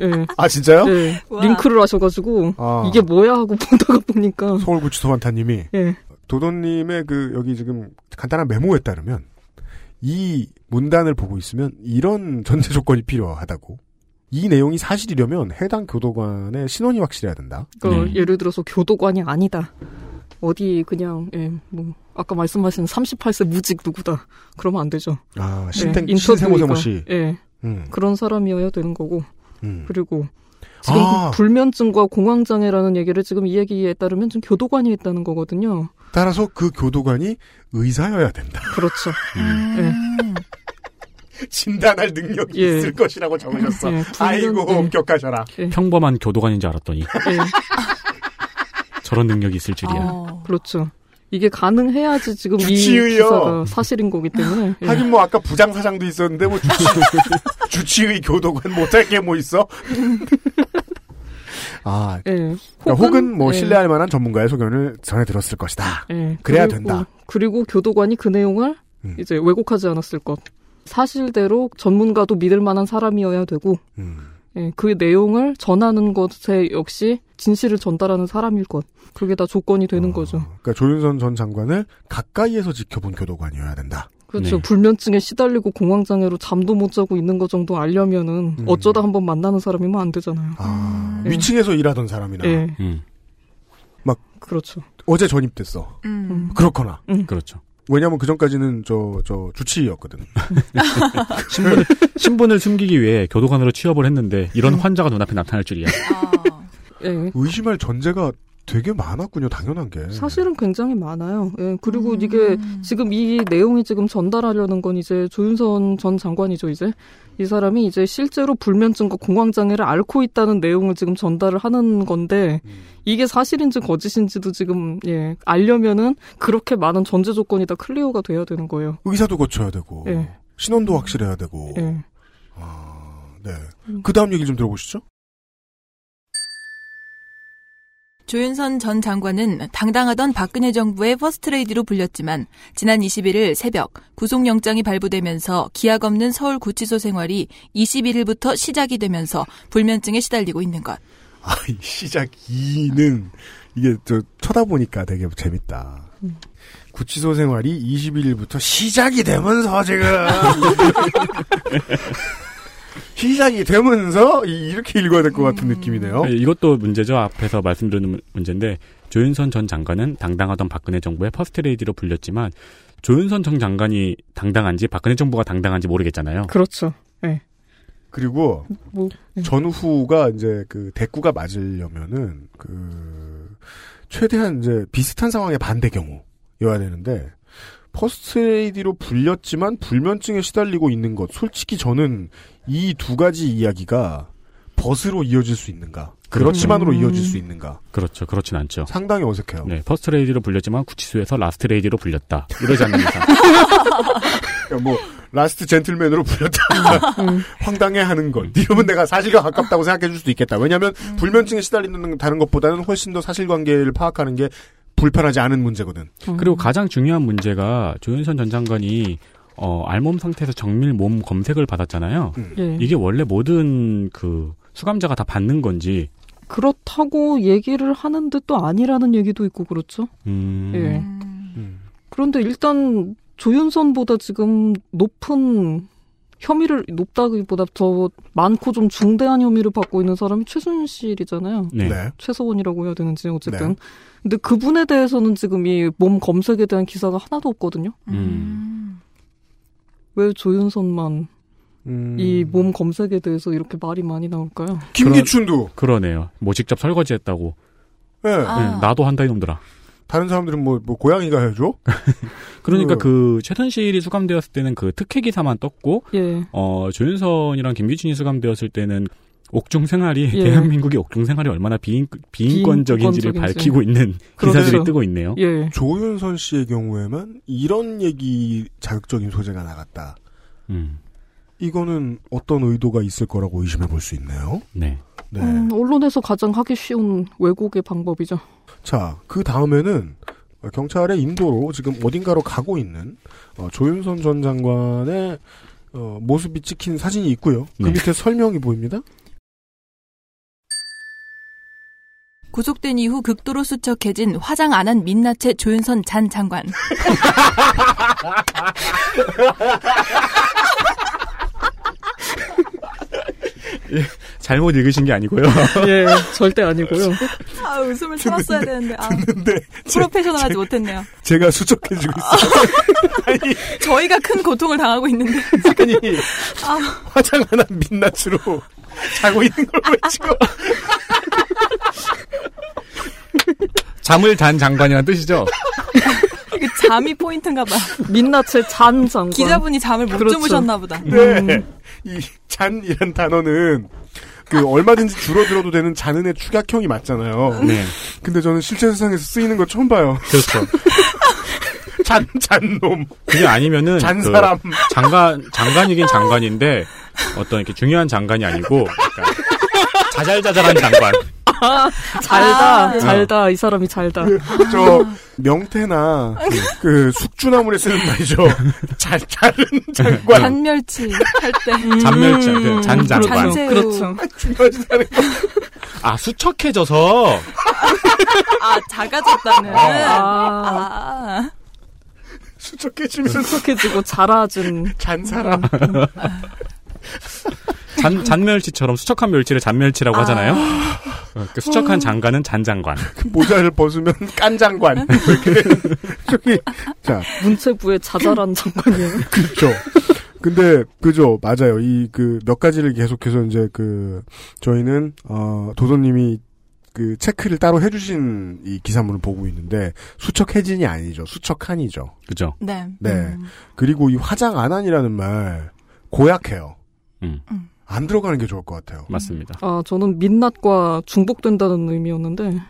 예.
아 진짜요?
*laughs* 예,
와.
링크를 하셔가지고
아.
이게 뭐야 하고 *laughs* 보다가 보니까
서울구치소 환타님이
예.
도도님의 그 여기 지금 간단한 메모에 따르면 이 문단을 보고 있으면 이런 전제 조건이 필요하다고. 이 내용이 사실이려면 해당 교도관의 신원이 확실해야 된다.
그 예를 들어서 교도관이 아니다 어디 그냥 예, 뭐 아까 말씀하신 38세 무직 누구다 그러면 안 되죠
아
예,
신생
인터뷰가,
신생모 세모 씨.
예.
음.
그런 사람이어야 되는 거고
음.
그리고 지금
아.
그 불면증과 공황장애라는 얘기를 지금 이 얘기에 따르면 지금 교도관이 했다는 거거든요.
따라서 그 교도관이 의사여야 된다.
그렇죠.
*laughs* 진단할 능력이
예.
있을 것이라고 적으셨어.
예,
아이고 엄격하셔라.
평범한 교도관인 줄 알았더니
예,
저런 능력이 있을 줄이야.
어.
그렇죠. 이게 가능해야지 지금 이
주치의요.
기사가 사실인 거기 때문에. 예.
하긴 뭐 아까 부장 사장도 있었는데 뭐 주치, *laughs* 주치의 교도관 못할 게 뭐
*laughs*
있어? 아,
예.
그러니까 혹은 뭐
예.
신뢰할 만한 전문가의 소견을 전해 들었을 것이다.
예.
그래야
그리고-
된다. 음.
그리고 교도관이 그 내용을 이제 왜곡하지 않았을 것. 사실대로 전문가도 믿을 만한 사람이어야 되고, 예, 그 내용을 전하는 것에 역시 진실을 전달하는 사람일 것. 그게 다 조건이 되는 거죠.
그러니까 조윤선 전 장관을 가까이에서 지켜본 교도관이어야 된다.
그렇죠. 불면증에 시달리고 공황장애로 잠도 못 자고 있는 것 정도 알려면은
음.
어쩌다 한번 만나는 사람이면 안 되잖아요. 예.
위층에서 일하던 사람이나
예.
음,
막
그렇죠.
어제 전입됐어.
음.
그렇거나
그렇죠.
왜냐하면 그 전까지는 저 저 주치의였거든.
신분을, 신분을 숨기기 위해 교도관으로 취업을 했는데 이런 환자가 눈앞에 나타날 줄이야.
아.
네.
예.
의심할 전제가 되게 많았군요. 당연한 게.
사실은 굉장히 많아요. 예, 그리고
음.
음.
이게 지금 이 내용이 지금 전달하려는 건 이제 조윤선 전 장관이죠, 이제. 이 사람이 이제 실제로 불면증과 공황장애를 앓고 있다는 내용을 지금 전달을 하는 건데, 이게 사실인지 거짓인지도 지금, 예, 알려면은 그렇게 많은 전제 조건이 다 클리어가 돼야 되는 거예요.
의사도 거쳐야 되고
예.
신원도 확실해야 되고.
예.
네. 그 다음 얘기 좀 들어보시죠.
조윤선 전 장관은 당당하던 박근혜 정부의 퍼스트레이디로 불렸지만 지난 21일 새벽 구속영장이 발부되면서 기약 없는 서울 구치소 생활이 21일부터 시작이 되면서 불면증에 시달리고 있는 것.
아, *laughs* 이 시작 2는 이게 저 쳐다보니까 되게 재밌다.
음.
구치소 생활이 21일부터 시작이 되면서 지금 시작이 되면서 이- 이렇게 읽어야 될 것 같은 느낌이네요.
네, 이것도 문제죠. 앞에서 말씀드린 문- 문제인데 조윤선 전 장관은 당당하던 박근혜 정부의 퍼스트레이디로 불렸지만 조윤선 전 장관이 당당한지 박근혜 정부가 당당한지 모르겠잖아요.
그렇죠. 예.
그리고
뭐, 예.
전후가 이제 그 대꾸가 맞으려면은 그 최대한 이제 비슷한 상황의 반대 경우여야 되는데 퍼스트레이디로 불렸지만 불면증에 시달리고 있는 것 솔직히 저는 이 두 가지 이야기가 벗으로 이어질 수 있는가 그렇지만으로
그렇죠.
이어질 수 있는가
그렇죠. 그렇진 않죠.
상당히 어색해요.
네, 퍼스트레이디로 불렸지만 구치소에서 라스트레이디로 불렸다. 이러지 않는 이상.
*laughs* 그러니까 뭐 라스트 젠틀맨으로 불렸다 황당해하는 건 이러면 내가 사실과 가깝다고 생각해줄 수도 있겠다 왜냐하면 불면증에 시달리는 다른 것보다는 훨씬 더 사실관계를 파악하는 게 불편하지 않은 문제거든
그리고 가장 중요한 문제가 조윤선 전 장관이 어, 알몸 상태에서 정밀 몸 검색을 받았잖아요.
예.
이게 원래 모든 그 수감자가 다 받는 건지
그렇다고 얘기를 하는데 또 아니라는 얘기도 있고 그렇죠.
음,
예. 그런데 일단 조윤선보다 지금 높은 혐의를 높다기보다 더 많고 좀 중대한 혐의를 받고 있는 사람이 최순실이잖아요.
네. 네.
최서원이라고 해야 되는지 어쨌든.
네.
근데 그분에 대해서는 지금 이 몸 검색에 대한 기사가 하나도 없거든요.
음.
음.
왜 조윤선만
음.
음.
이 몸 검색에 대해서 이렇게 말이 많이 나올까요?
김기춘도
그러네요. 뭐 직접 설거지했다고.
예.
아. 네,
예, 나도 한다 이놈들아.
다른 사람들은 뭐, 뭐 고양이가 해줘
그러니까 그 최순실이 수감되었을 때는 그 특혜 기사만 떴고
예.
어, 조윤선이랑 김기춘이 수감되었을 때는 옥중 생활이
예.
대한민국의 옥중 생활이 얼마나 비인, 비인권적인지를
비인권적인지.
밝히고 있는 기사들이 뜨고 있네요. 예.
예.
조윤선 씨의 경우에만 이런 얘기 자극적인 소재가 나갔다
음.
이거는 어떤 의도가 있을 거라고 의심해 볼 수 있네요
네.
네.
음, 언론에서 가장 하기 쉬운
*laughs*
왜곡의 방법이죠.
자, 그 다음에는 어, 경찰의 인도로 지금 어딘가로 가고 있는 어, 조윤선 전 장관의 어, 모습이 찍힌 사진이 있고요. 그 밑에 설명이 보입니다.
구속된 이후 극도로 수척해진 화장 안 한 민낯의 조윤선 잔 장관.
잘못 읽으신 게 *laughs* 아니고요.
예, 절대 아니고요.
아 웃음을 참았어야 되는데. 아, 프로페셔널하지 못했네요.
제가 수척해지고
저희가 큰 고통을 당하고 있는데.
있으니
아,
화장 하나 민낯으로 자고 있는 걸 왜 찍어?
잠을 잔 장관이란 뜻이죠?
그 잠이 포인트인가 봐.
민낯을 잔 장관.
기자분이 잠을 못
그렇죠.
주무셨나 보다. 음,
네. 이 잔이란 단어는 그 얼마든지 줄어들어도 되는 잔은의 축약형이 맞잖아요.
네.
근데 저는 실제 세상에서 쓰이는 거 처음 봐요.
그렇죠.
잔, 잔놈.
그게 아니면은
잔
그
사람.
장관 장관이긴 장관인데 어떤 이렇게 중요한 장관이 아니고 약간 자잘자잘한 장관.
아, 잘다,
아.
잘다. 이 사람이 잘다.
저 명태나 그 숙주나물에 쓰는 말이죠. 잘 자른 장관.
잔멸치 할 때.
그 잔멸치 할 때, 음. 잔장.
잔새우.
그렇죠.
중요하지 않은 거.
아 수척해져서
아 작아졌다는.
아.
아.
수척해지면서
수척해지고 자라준
잔 사람.
잔 잔멸치처럼 수척한 멸치를 잔멸치라고 하잖아요. 어, 그 수척한 장관은 잔장관.
모자를 벗으면 깐장관. 이렇게 저기 자
문체부의 자잘한 장관이에요.
그렇죠. 근데 그죠 맞아요 이 그 몇 가지를 계속해서 이제 그 저희는 어 도도님이 그 체크를 따로 해주신 음, 이 기사문을 보고 있는데 수척 해진이 아니죠 수척 한이죠
그죠
네.
네 그리고 이 화장 안한이라는 말 고약해요
음.
안 들어가는 게 좋을 것 같아요
맞습니다
아, 저는 민낯과 중복된다는 의미였는데.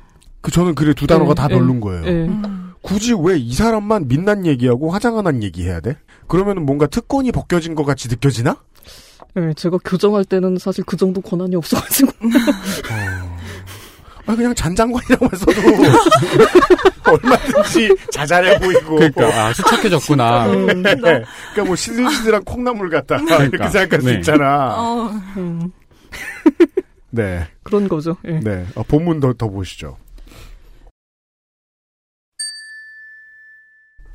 그 저는 그래 두 단어가
예,
다
예,
널른 거예요
예.
음.
굳이 왜 이 사람만 민낯 얘기하고 화장 안한 얘기해야 돼 그러면은 뭔가 특권이 벗겨진 것 같이 느껴지나
예, 제가 교정할 때는 사실 그 정도 권한이 없어가지고.
아 그냥 잔장관이라고 했어도 *laughs* 얼마든지 자잘해 보이고
그러니까 아 *laughs* 수척해졌구나.
음,
네. 그러니까 뭐 시들시들한 콩나물 같다
그러니까.
이렇게 생각할 수
네.
있잖아
어.
음,
네,
그런 거죠. 예.
네. 어, 본문 더, 더 보시죠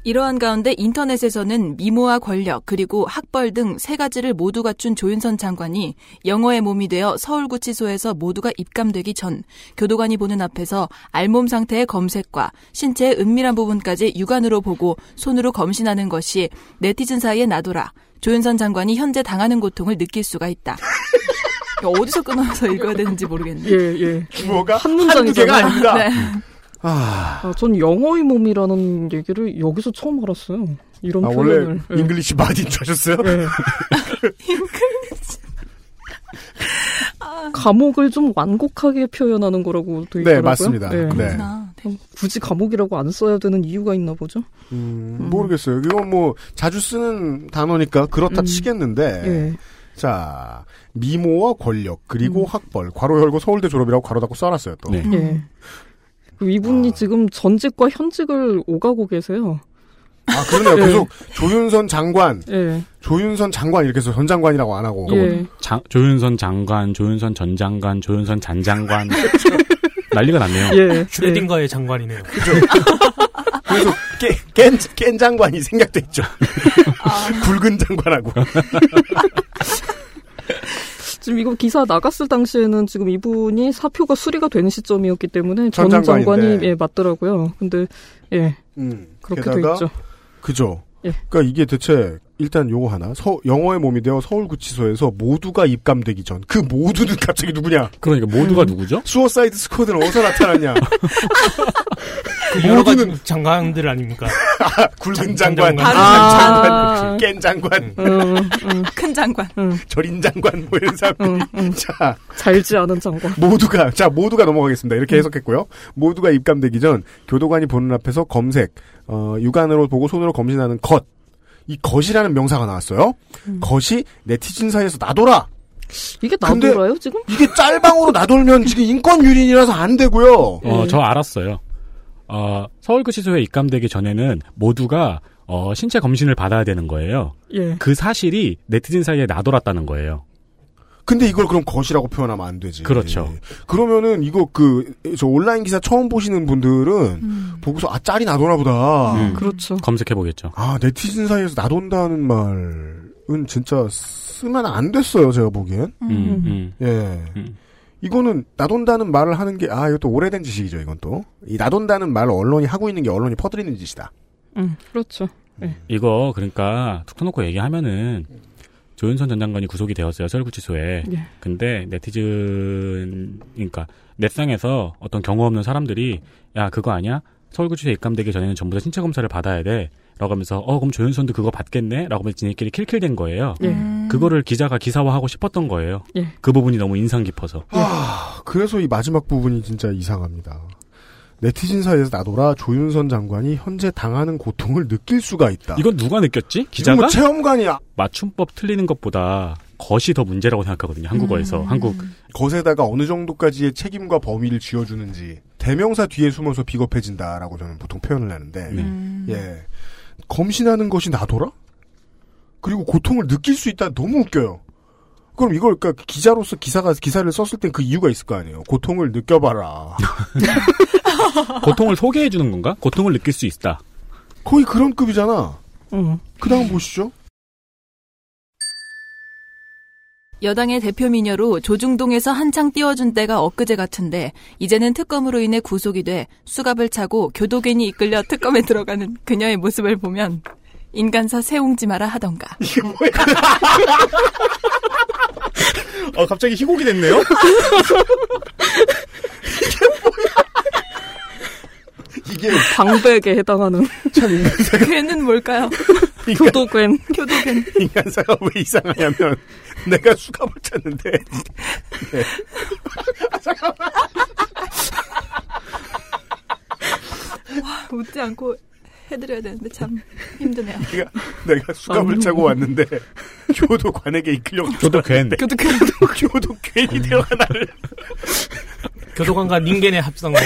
이러한 가운데 인터넷에서는 미모와 권력 그리고 학벌 등 세 가지를 모두 갖춘 조윤선 장관이 영어의 몸이 되어 서울구치소에서 모두가 입감되기 전 교도관이 보는 앞에서 알몸 상태의 검색과 신체의 은밀한 부분까지 육안으로 보고 손으로 검신하는 것이 네티즌 사이에 나돌아 조윤선 장관이 현재 당하는 고통을 느낄 수가
*laughs*
있다. 어디서 끊어서 읽어야 되는지 모르겠네.
예, 예.
주어가
한
한두 개가
문장이잖아.
아닙니다
네.
아,
아, 전 영어의 몸이라는 얘기를 여기서 처음 알았어요. 이런
아, 원래
표현을. 예.
잉글리시 *laughs* 바디인 줄 아셨어요?
예. 감옥을 좀 완곡하게 표현하는 거라고 돼 있더라고요.
네 맞습니다
예.
네.
아, 네.
어, 굳이 감옥이라고 안 써야 되는 이유가 있나 보죠.
음, 모르겠어요 이건 뭐 자주 쓰는 단어니까 그렇다
음.
치겠는데
예.
자 미모와 권력
음.
그리고 학벌 괄호 열고 서울대 졸업이라고 괄호 닫고 써놨어요 또
네.
예. 그 이분이 지금 전직과 현직을 오가고 계세요.
아, 그러네요.
예.
계속 조윤선 장관,
예.
조윤선 장관 이렇게 해서 전 장관이라고 안 하고.
예.
장- 조윤선 장관, 조윤선 전 장관, 조윤선 잔 *laughs* 장관 난리가 났네요.
예.
슈레딩거의 장관이네요. 그
그래서 깬, 깬, 깬 장관이 생략돼
*laughs*
있죠.
아.
굵은 장관하고.
지금 이거 기사 나갔을 당시에는 지금 이분이 사표가 수리가 된 시점이었기 때문에
전
전
장관인데.
장관이 예, 맞더라고요. 근데 예
음,
그렇게
게다가
돼 있죠.
그죠.
예.
그러니까 이게 대체 일단 요거 하나. 서, 영어의 몸이 되어 서울구치소에서 모두가 입감되기 전. 그 모두는 갑자기 누구냐?
그러니까 모두가 누구죠?
수어사이드 스쿼드는 어디서 나타났냐?
그 여러 가지 장관들 *laughs* 아닙니까?
아, 굵은 장관,
장관.
잔
아.
장관, 깬 장관,
음, 음,
큰 장관.
절인 장관 뭐 이런 사람.
음, 음.
*laughs* 자,
잘지 않은 장관.
모두가 자 모두가 넘어가겠습니다. 이렇게 해석했고요. 모두가 입감되기 전 교도관이 보는 앞에서 검색, 어, 육안으로 보고 손으로 검진하는 것. 이 것이라는 명사가 나왔어요. 것이 네티즌 사이에서 나돌아.
이게
근데-
나돌아요 지금?
이게 짤방으로 나돌면 지금 인권 유린이라서 안 되고요.
어, 저 알았어요. 어, 서울구치소에 입감되기 전에는 모두가 어, 신체 검신을 받아야 되는 거예요.
음.
예.
그 사실이 네티즌 사이에 나돌았다는 거예요.
근데 이걸 그럼 것이라고 표현하면 안 되지.
그렇죠.
그러면은 이거 그 저 온라인 기사 처음 보시는 분들은 보고서 아 짤이 나돌아 보다.
음.
그렇죠.
검색해 보겠죠.
아 네티즌 사이에서 나돈다는 말은 진짜 쓰면 안 됐어요. 제가 보기엔.
음, 음.
예.
음.
이거는 나돈다는 말을 하는 게, 아, 이것도 오래된 지식이죠, 이건 또. 이 나돈다는 말을 언론이 하고 있는 게 언론이 퍼뜨리는 짓이다.
음, 그렇죠.
이거 그러니까 툭 터놓고 얘기하면은 조윤선 전 장관이 구속이 되었어요
네.
서울구치소에.
예.
근데 네티즌 그러니까 넷상에서 어떤 경험 없는 사람들이 야 그거 아니야 서울구치소에 입감되기 전에는 전부 다 신체 검사를 받아야 돼. 라고 하면서 어 그럼 조윤선도 그거 받겠네 라고 하면서 지네끼리 킬킬된 거예요.
예.
음.
그거를 기자가 기사화하고 싶었던 거예요.
예.
그 부분이 너무 인상 깊어서.
아, 그래서 이 마지막 부분이 진짜 이상합니다. 네티즌 사이에서 나돌아 조윤선 장관이 현재 당하는 고통을 느낄 수가 있다.
이건 누가 느꼈지?
이건
기자가?
뭐 체험관이야.
맞춤법 틀리는 것보다 것이 더 문제라고 생각하거든요. 한국어에서 한국
것에다가 어느 정도까지의 책임과 범위를 쥐어주는지 대명사 뒤에 숨어서 비겁해진다라고 저는 보통 표현을 하는데
네.
예 검신하는 것이 나더라 그리고 고통을 느낄 수 있다 너무 웃겨요 그럼 이걸 그러니까 기자로서 기사가 기사를 썼을 땐 그 이유가 있을 거 아니에요 고통을 *laughs* 느껴봐라
고통을 소개해 주는 건가? 고통을 느낄 수 있다.
거의 그런 급이잖아
음.
그다음 보시죠
여당의 대표 미녀로 조중동에서 한창 띄워준 때가 엊그제 같은데 이제는 특검으로 인해 구속이 돼 수갑을 차고 교도관이 이끌려 특검에 들어가는 그녀의 모습을 보면 인간사 세웅지 마라 하던가.
아 갑자기 희곡이 됐네요 이게
방백에 해당하는
걔는 뭘까요?
그러니까
교도관
교도관.
인간사가 왜 이상하냐면 내가 수갑을 찾는데 네. 아, 잠깐만
와, *laughs* 웃지 않고 해드려야 되는데 참 힘드네요.
내가, 내가
아,
수갑을 차고 왔는데 교도관에게 이끌려
저도 괜. 음.
교도관.
교도 괜히 데려가 나를
교도관과 닌겐의 합성어.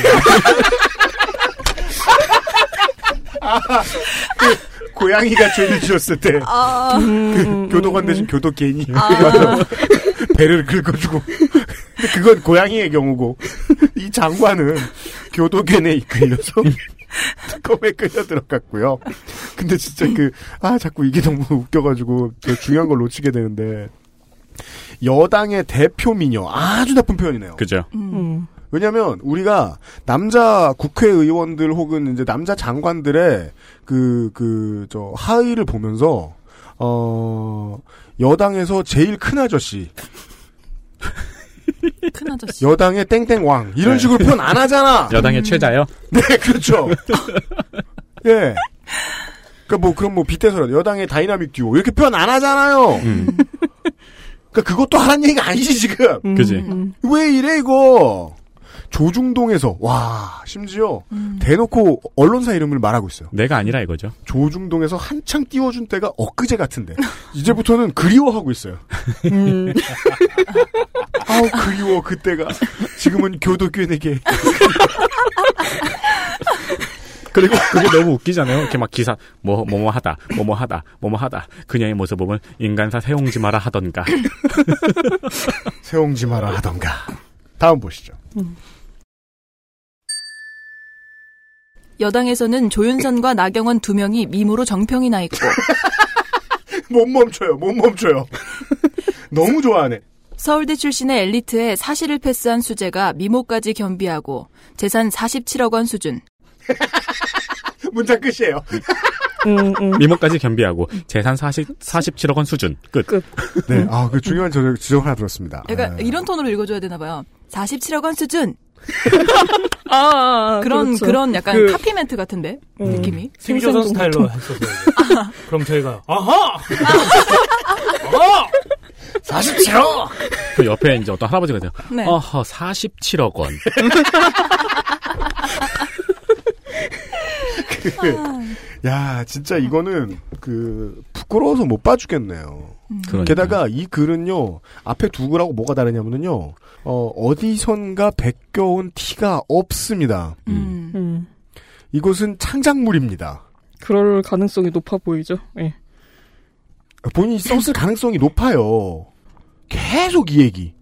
아, 그 고양이가 죄를 지었을 때
아,
음,
그 교도관 대신 교도 괜히 *laughs* 배를 긁어주고 근데 그건 고양이의 경우고 이 장관은 교도견에 이끌려서 *laughs* 특검에 끌려 들어갔고요. 근데 진짜 그 아 자꾸 이게 너무 *laughs* 웃겨가지고 더 중요한 걸 놓치게 되는데 여당의 대표 미녀 아주 나쁜 표현이네요.
그죠?
음.
왜냐하면 우리가 남자 국회의원들 혹은 이제 남자 장관들의 그 그 저 하의를 보면서 어 여당에서 제일 큰 아저씨
큰 아저씨.
여당의 땡땡왕 이런
네.
식으로 표현 안 하잖아.
음.
여당의 최자요.
네
*laughs*
그렇죠. 예. 그러니까 뭐 그럼 뭐 빗대서라도 여당의 다이나믹 듀오 이렇게 표현 안 하잖아요.
음.
그러니까 그것도 하라는 얘기가 아니지 지금.
음.
그지?
음.
왜 이래 이거. 조중동에서 와 심지어 대놓고 언론사 이름을 말하고 있어요.
내가 아니라 이거죠.
조중동에서 한창 띄워준 때가 엊그제 같은데 이제부터는 그리워하고 있어요.
음.
아우 그리워 그때가 지금은 교도균에게
그리고 그게 너무 웃기잖아요. 이렇게 막 기사 뭐 뭐뭐 하다, 뭐뭐 하다, 뭐뭐 하다. 그녀의 모습 보면 인간사 세옹지 마라 하던가.
세옹지 마라 하던가. 다음 보시죠.
여당에서는 조윤선과 나경원 두 명이 미모로 정평이 나 있고
못 멈춰요. 못 멈춰요. 너무 좋아하네.
서울대 출신의 엘리트에 사실을 패스한 수재가 미모까지 겸비하고 재산 47억 원 수준.
문장 끝이에요.
음. 음.
미모까지 겸비하고 재산 40 47억 원 수준. 끝.
네, 아, 그 중요한 저- 지적 하나 들었습니다.
그러니까
네.
이런 톤으로 읽어줘야 되나 봐요. 47억 원 수준.
아, 아, 아,
그런
그렇죠.
그런 약간
그-
카피 멘트 같은데
음.
느낌이.
생조선
생생동-
스타일로 했었어요. 그럼 저희가 아하! 아하!
47억!
그 옆에 이제 어떤 할아버지가 돼요.
네.
어허 47억 원.
야, 진짜 이거는 그 부끄러워서 못 봐주겠네요.
그러니까.
게다가 이 글은요 앞에 두 글하고 뭐가 다르냐면요 어, 어디선가 베껴온 티가 없습니다.
음.
음.
이것은 창작물입니다.
그럴 가능성이 높아 보이죠. 예.
본인이 썼을 가능성이 높아요. 계속 이 얘기.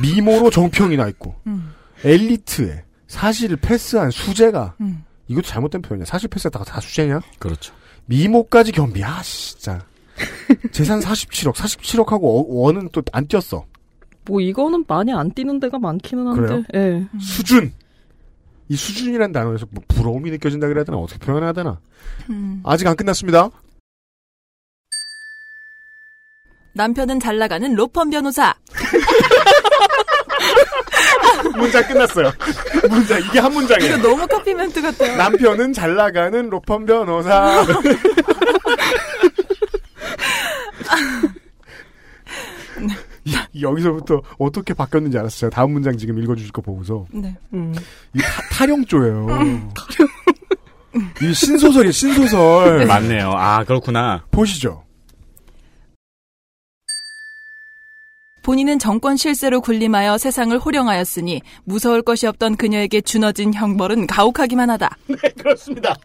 미모로 정평이 나 있고
음.
엘리트에 사실을 패스한 수재가
음.
이것도 잘못된 표현이야. 사실 패스했다가 다 수재냐?
그렇죠.
미모까지 겸비. 아 진짜. 재산 47억, 47억하고 어, 원은 또 안 뛰었어.
뭐 이거는 많이 안 뛰는 데가 많기는 한데. 예.
수준. 이 수준이란 단어에서 뭐 부러움이 느껴진다 그래야 되나 어떻게 표현해야 되나
음.
아직 안 끝났습니다.
남편은 잘 나가는 로펌 변호사.
*laughs*
문장 끝났어요. 문장 이게 한 문장이에요.
네.
이거 너무 커피 멘트 같아요.
남편은 잘 나가는 로펌 변호사. 이- 여기서부터 어떻게 바뀌었는지 알았어요. 다음 문장 지금 읽어주실 거 보고서
네.
음.
이 타, 령조예요 이 신소설이 신소설.
맞네요. 아 그렇구나.
보시죠.
본인은 정권 실세로 군림하여 세상을 호령하였으니 무서울 것이 없던 그녀에게 주어진 형벌은 가혹하기만 하다.
네, 그렇습니다.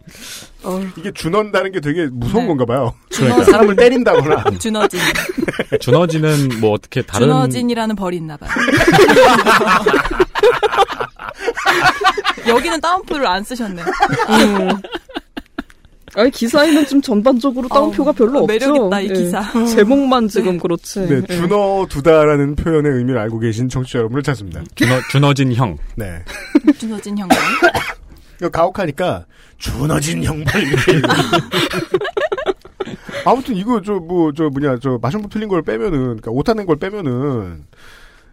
아.
이게 준언다는 게 되게 무서운 건가 봐요.
네.
그러니까.
그러니까
준언.
사람을
*laughs*
때린다거나.
준어진.
준어지는 뭐 어떻게 다른
준어진이라는 벌이 있나
*laughs*
봐요. 여기는 따옴표를 안 쓰셨네.
음. 아니 기사에는 좀 전반적으로 따옴표가 별로 없죠.
매력 있다, 이
예.
기사.
*laughs* 제목만 지금 그렇지.
네,
예.
준어 두다라는 표현의 의미를 알고 계신 청취자 여러분을 찾습니다.
준어, 준어진 형.
네.
준어진 형벌.
이거 가혹하니까 준어진 형벌 이렇게 읽어요. *laughs* 아무튼 이거 저 뭐 저 뭐냐 저 마션부 틀린 걸 빼면은 그러니까 오타낸 걸 빼면은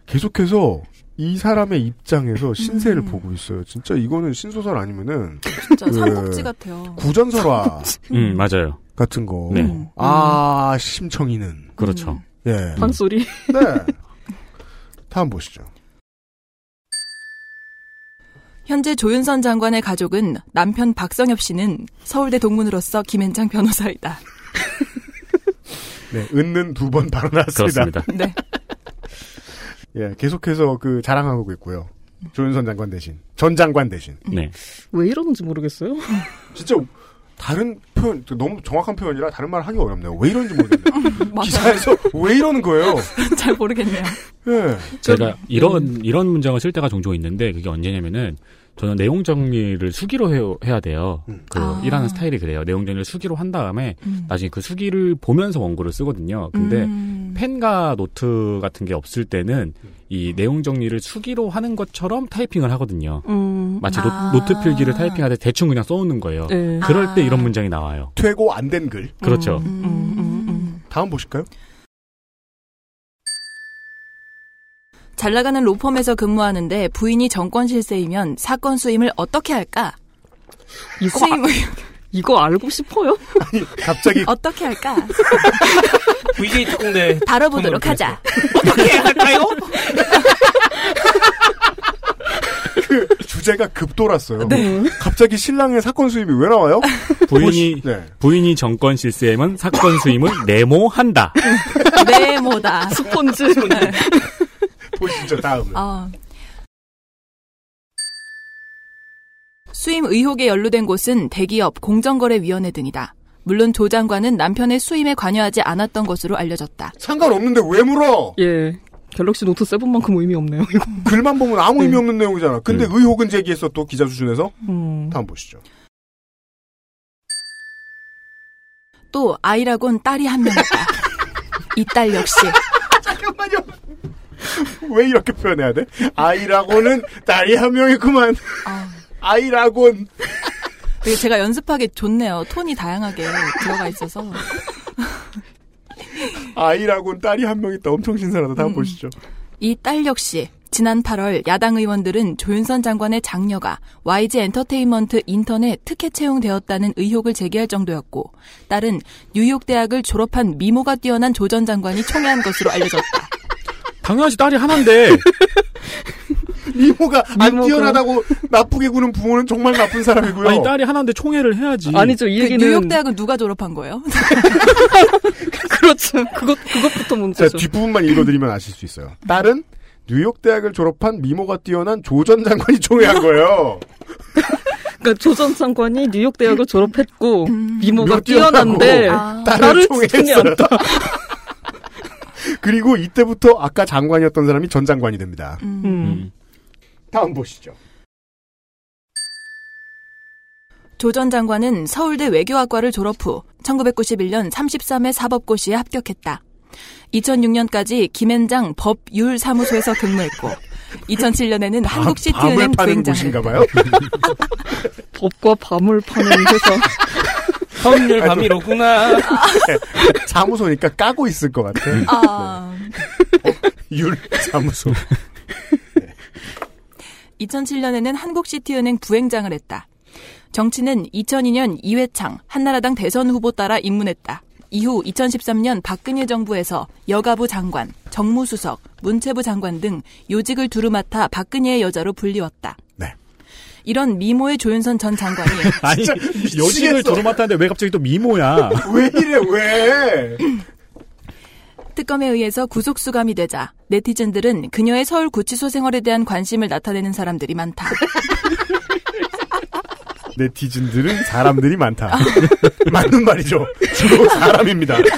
계속해서 이 사람의 입장에서
음.
신세를 보고 있어요. 진짜 이거는 신소설 아니면은
진짜
그
삼국지 같아요.
구전설화
음 맞아요.
같은 거.
네.
음.
아 심청이는
그렇죠.
음.
예.
판소리. *laughs*
네. *laughs* 다음 보시죠.
현재 조윤선 장관의 가족은 남편 박성엽 씨는 서울대 동문으로서 김앤장 변호사이다.
네, 은는 두 번 바로 나왔습니다.
그렇습니다.
*laughs* 네.
예, 계속해서 그 자랑하고 있고요. 조윤선 장관 대신 전 장관 대신.
네.
왜 이러는지 모르겠어요.
진짜 다른 표현 너무 정확한 표현이라 다른 말 하기 어렵네요. 왜 이러는지 모르겠네요.
맞아요.
*laughs* 기사에서 왜 이러는 거예요?
잘 모르겠네요.
예.
음.
제가 이런 이런 문장을 쓸 때가 종종 있는데 그게 언제냐면은 저는 내용 정리를 수기로 해, 해야 돼요. 그
아.
일하는 스타일이 그래요. 내용 정리를 수기로 한 다음에
음.
나중에 그 수기를 보면서 원고를 쓰거든요. 근데
음.
펜과 노트 같은 게 없을 때는 이 내용 정리를 수기로 하는 것처럼 타이핑을 하거든요.
음.
마치 노-
아.
노트 필기를 타이핑할 때 대충 그냥 써오는 거예요.
네.
그럴 때 이런 문장이 나와요.
퇴고 안 된 글.
그렇죠.
음,
음,
다음 보실까요?
잘 나가는 로펌에서 근무하는데 부인이 정권 실세이면 사건 수임을 어떻게 할까?
이거 아,
수임 의
이거 알고 싶어요?
갑자기 *laughs*
어떻게 할까?
VJ *laughs* 특공대
다뤄보도록 하자.
그 주제가 급돌았어요.
네.
갑자기 신랑의 사건 수입이 왜 나와요? 네.
부인이 부인이 정권 실세면 사건 수임을 네모한다.
네모다.
스폰지.
*laughs* 보시죠 다음.
어. 수임 의혹에 연루된 곳은 대기업, 공정거래위원회 등이다. 물론 조 장관은 남편의 수임에 관여하지 않았던 것으로 알려졌다.
상관없는데 왜 물어?
예. 갤럭시 노트 7만큼 의미 없네요. 이거.
글만 보면 아무
네.
의미 없는 내용이잖아. 근데 의혹은 제기했어 또 기자 수준에서.
음.
다음 보시죠.
또 아이라곤 딸이 한
*laughs*
명 있다. 이 딸 역시
잠깐만요. 왜 이렇게 표현해야 돼? 아이라고는 딸이 한 명이구만.
아.
아이라곤.
되게 제가 연습하기 좋네요. 톤이 다양하게 들어가 있어서
아이라곤 딸이 한 명 있다. 엄청 신선하다. 다음 보시죠.
이 딸 역시 지난 8월 야당 의원들은 조윤선 장관의 장녀가 YG 엔터테인먼트 인턴에 특혜 채용되었다는 의혹을 제기할 정도였고 딸은 뉴욕 대학을 졸업한 미모가 뛰어난 조 전 장관이 총애한 것으로 알려졌다.
당연하지 딸이 하나인데
미모가 안
미모가.
뛰어나다고 나쁘게 구는 부모는 정말 나쁜 사람이고요.
아니 딸이 하나인데 총애를
음.
해야지.
그 뉴욕 대학은 누가 졸업한 거예요?
*laughs*
*laughs*
그렇죠. 그것 그것부터
자,
문제죠.
뒷부분만 읽어드리면 아실 수 있어요. 딸은 뉴욕 대학을 졸업한 미모가 뛰어난 조 전 장관이 총회한 거예요.
그러니까 조전 장관이 뉴욕
음.
대학을 졸업했고 미모가
미모가 뛰어나고
*laughs*
뛰어난데
아.
딸을
치지
총애했어요.
않다.
그리고 이때부터 아까 장관이었던 사람이 전 장관이 됩니다.
음.
다음 보시죠.
조 전 장관은 서울대 외교학과를 졸업 후 1991년 33회 사법고시에 합격했다. 2006년까지 김앤장 법률사무소에서 근무했고 2007년에는 아, 한국시티은행
밤을 파는
부행장
곳인가 봐요.
*laughs*
법과 밤을 파는 회사.
선율 밤이로구나.
사무소니까 까고 있을 것 같아.
*laughs* 아,
율 사무소.
2007년에는 한국시티은행 부행장을 했다. 정치는 2002년 이회창 한나라당 대선 후보 따라 입문했다. 이후 2013년 박근혜 정부에서 여가부 장관, 정무수석, 문체부 장관 등 요직을 두루마타 박근혜의 여자로 불리웠다.
네.
이런 미모의 조윤선
*laughs*
전 장관이
아니 요직을 도로맡았는데 왜 갑자기 또
*laughs*
미모야?
*laughs* 왜 이래 *laughs* 왜?
특검에 의해서 구속 수감이 되자 네티즌들은 그녀의 서울 구치소 생활에 대한 관심을 나타내는
*laughs*
사람들이 많다.
네티즌들은 사람들이 많다. *laughs* 맞는 말이죠. 주로 사람입니다. *laughs*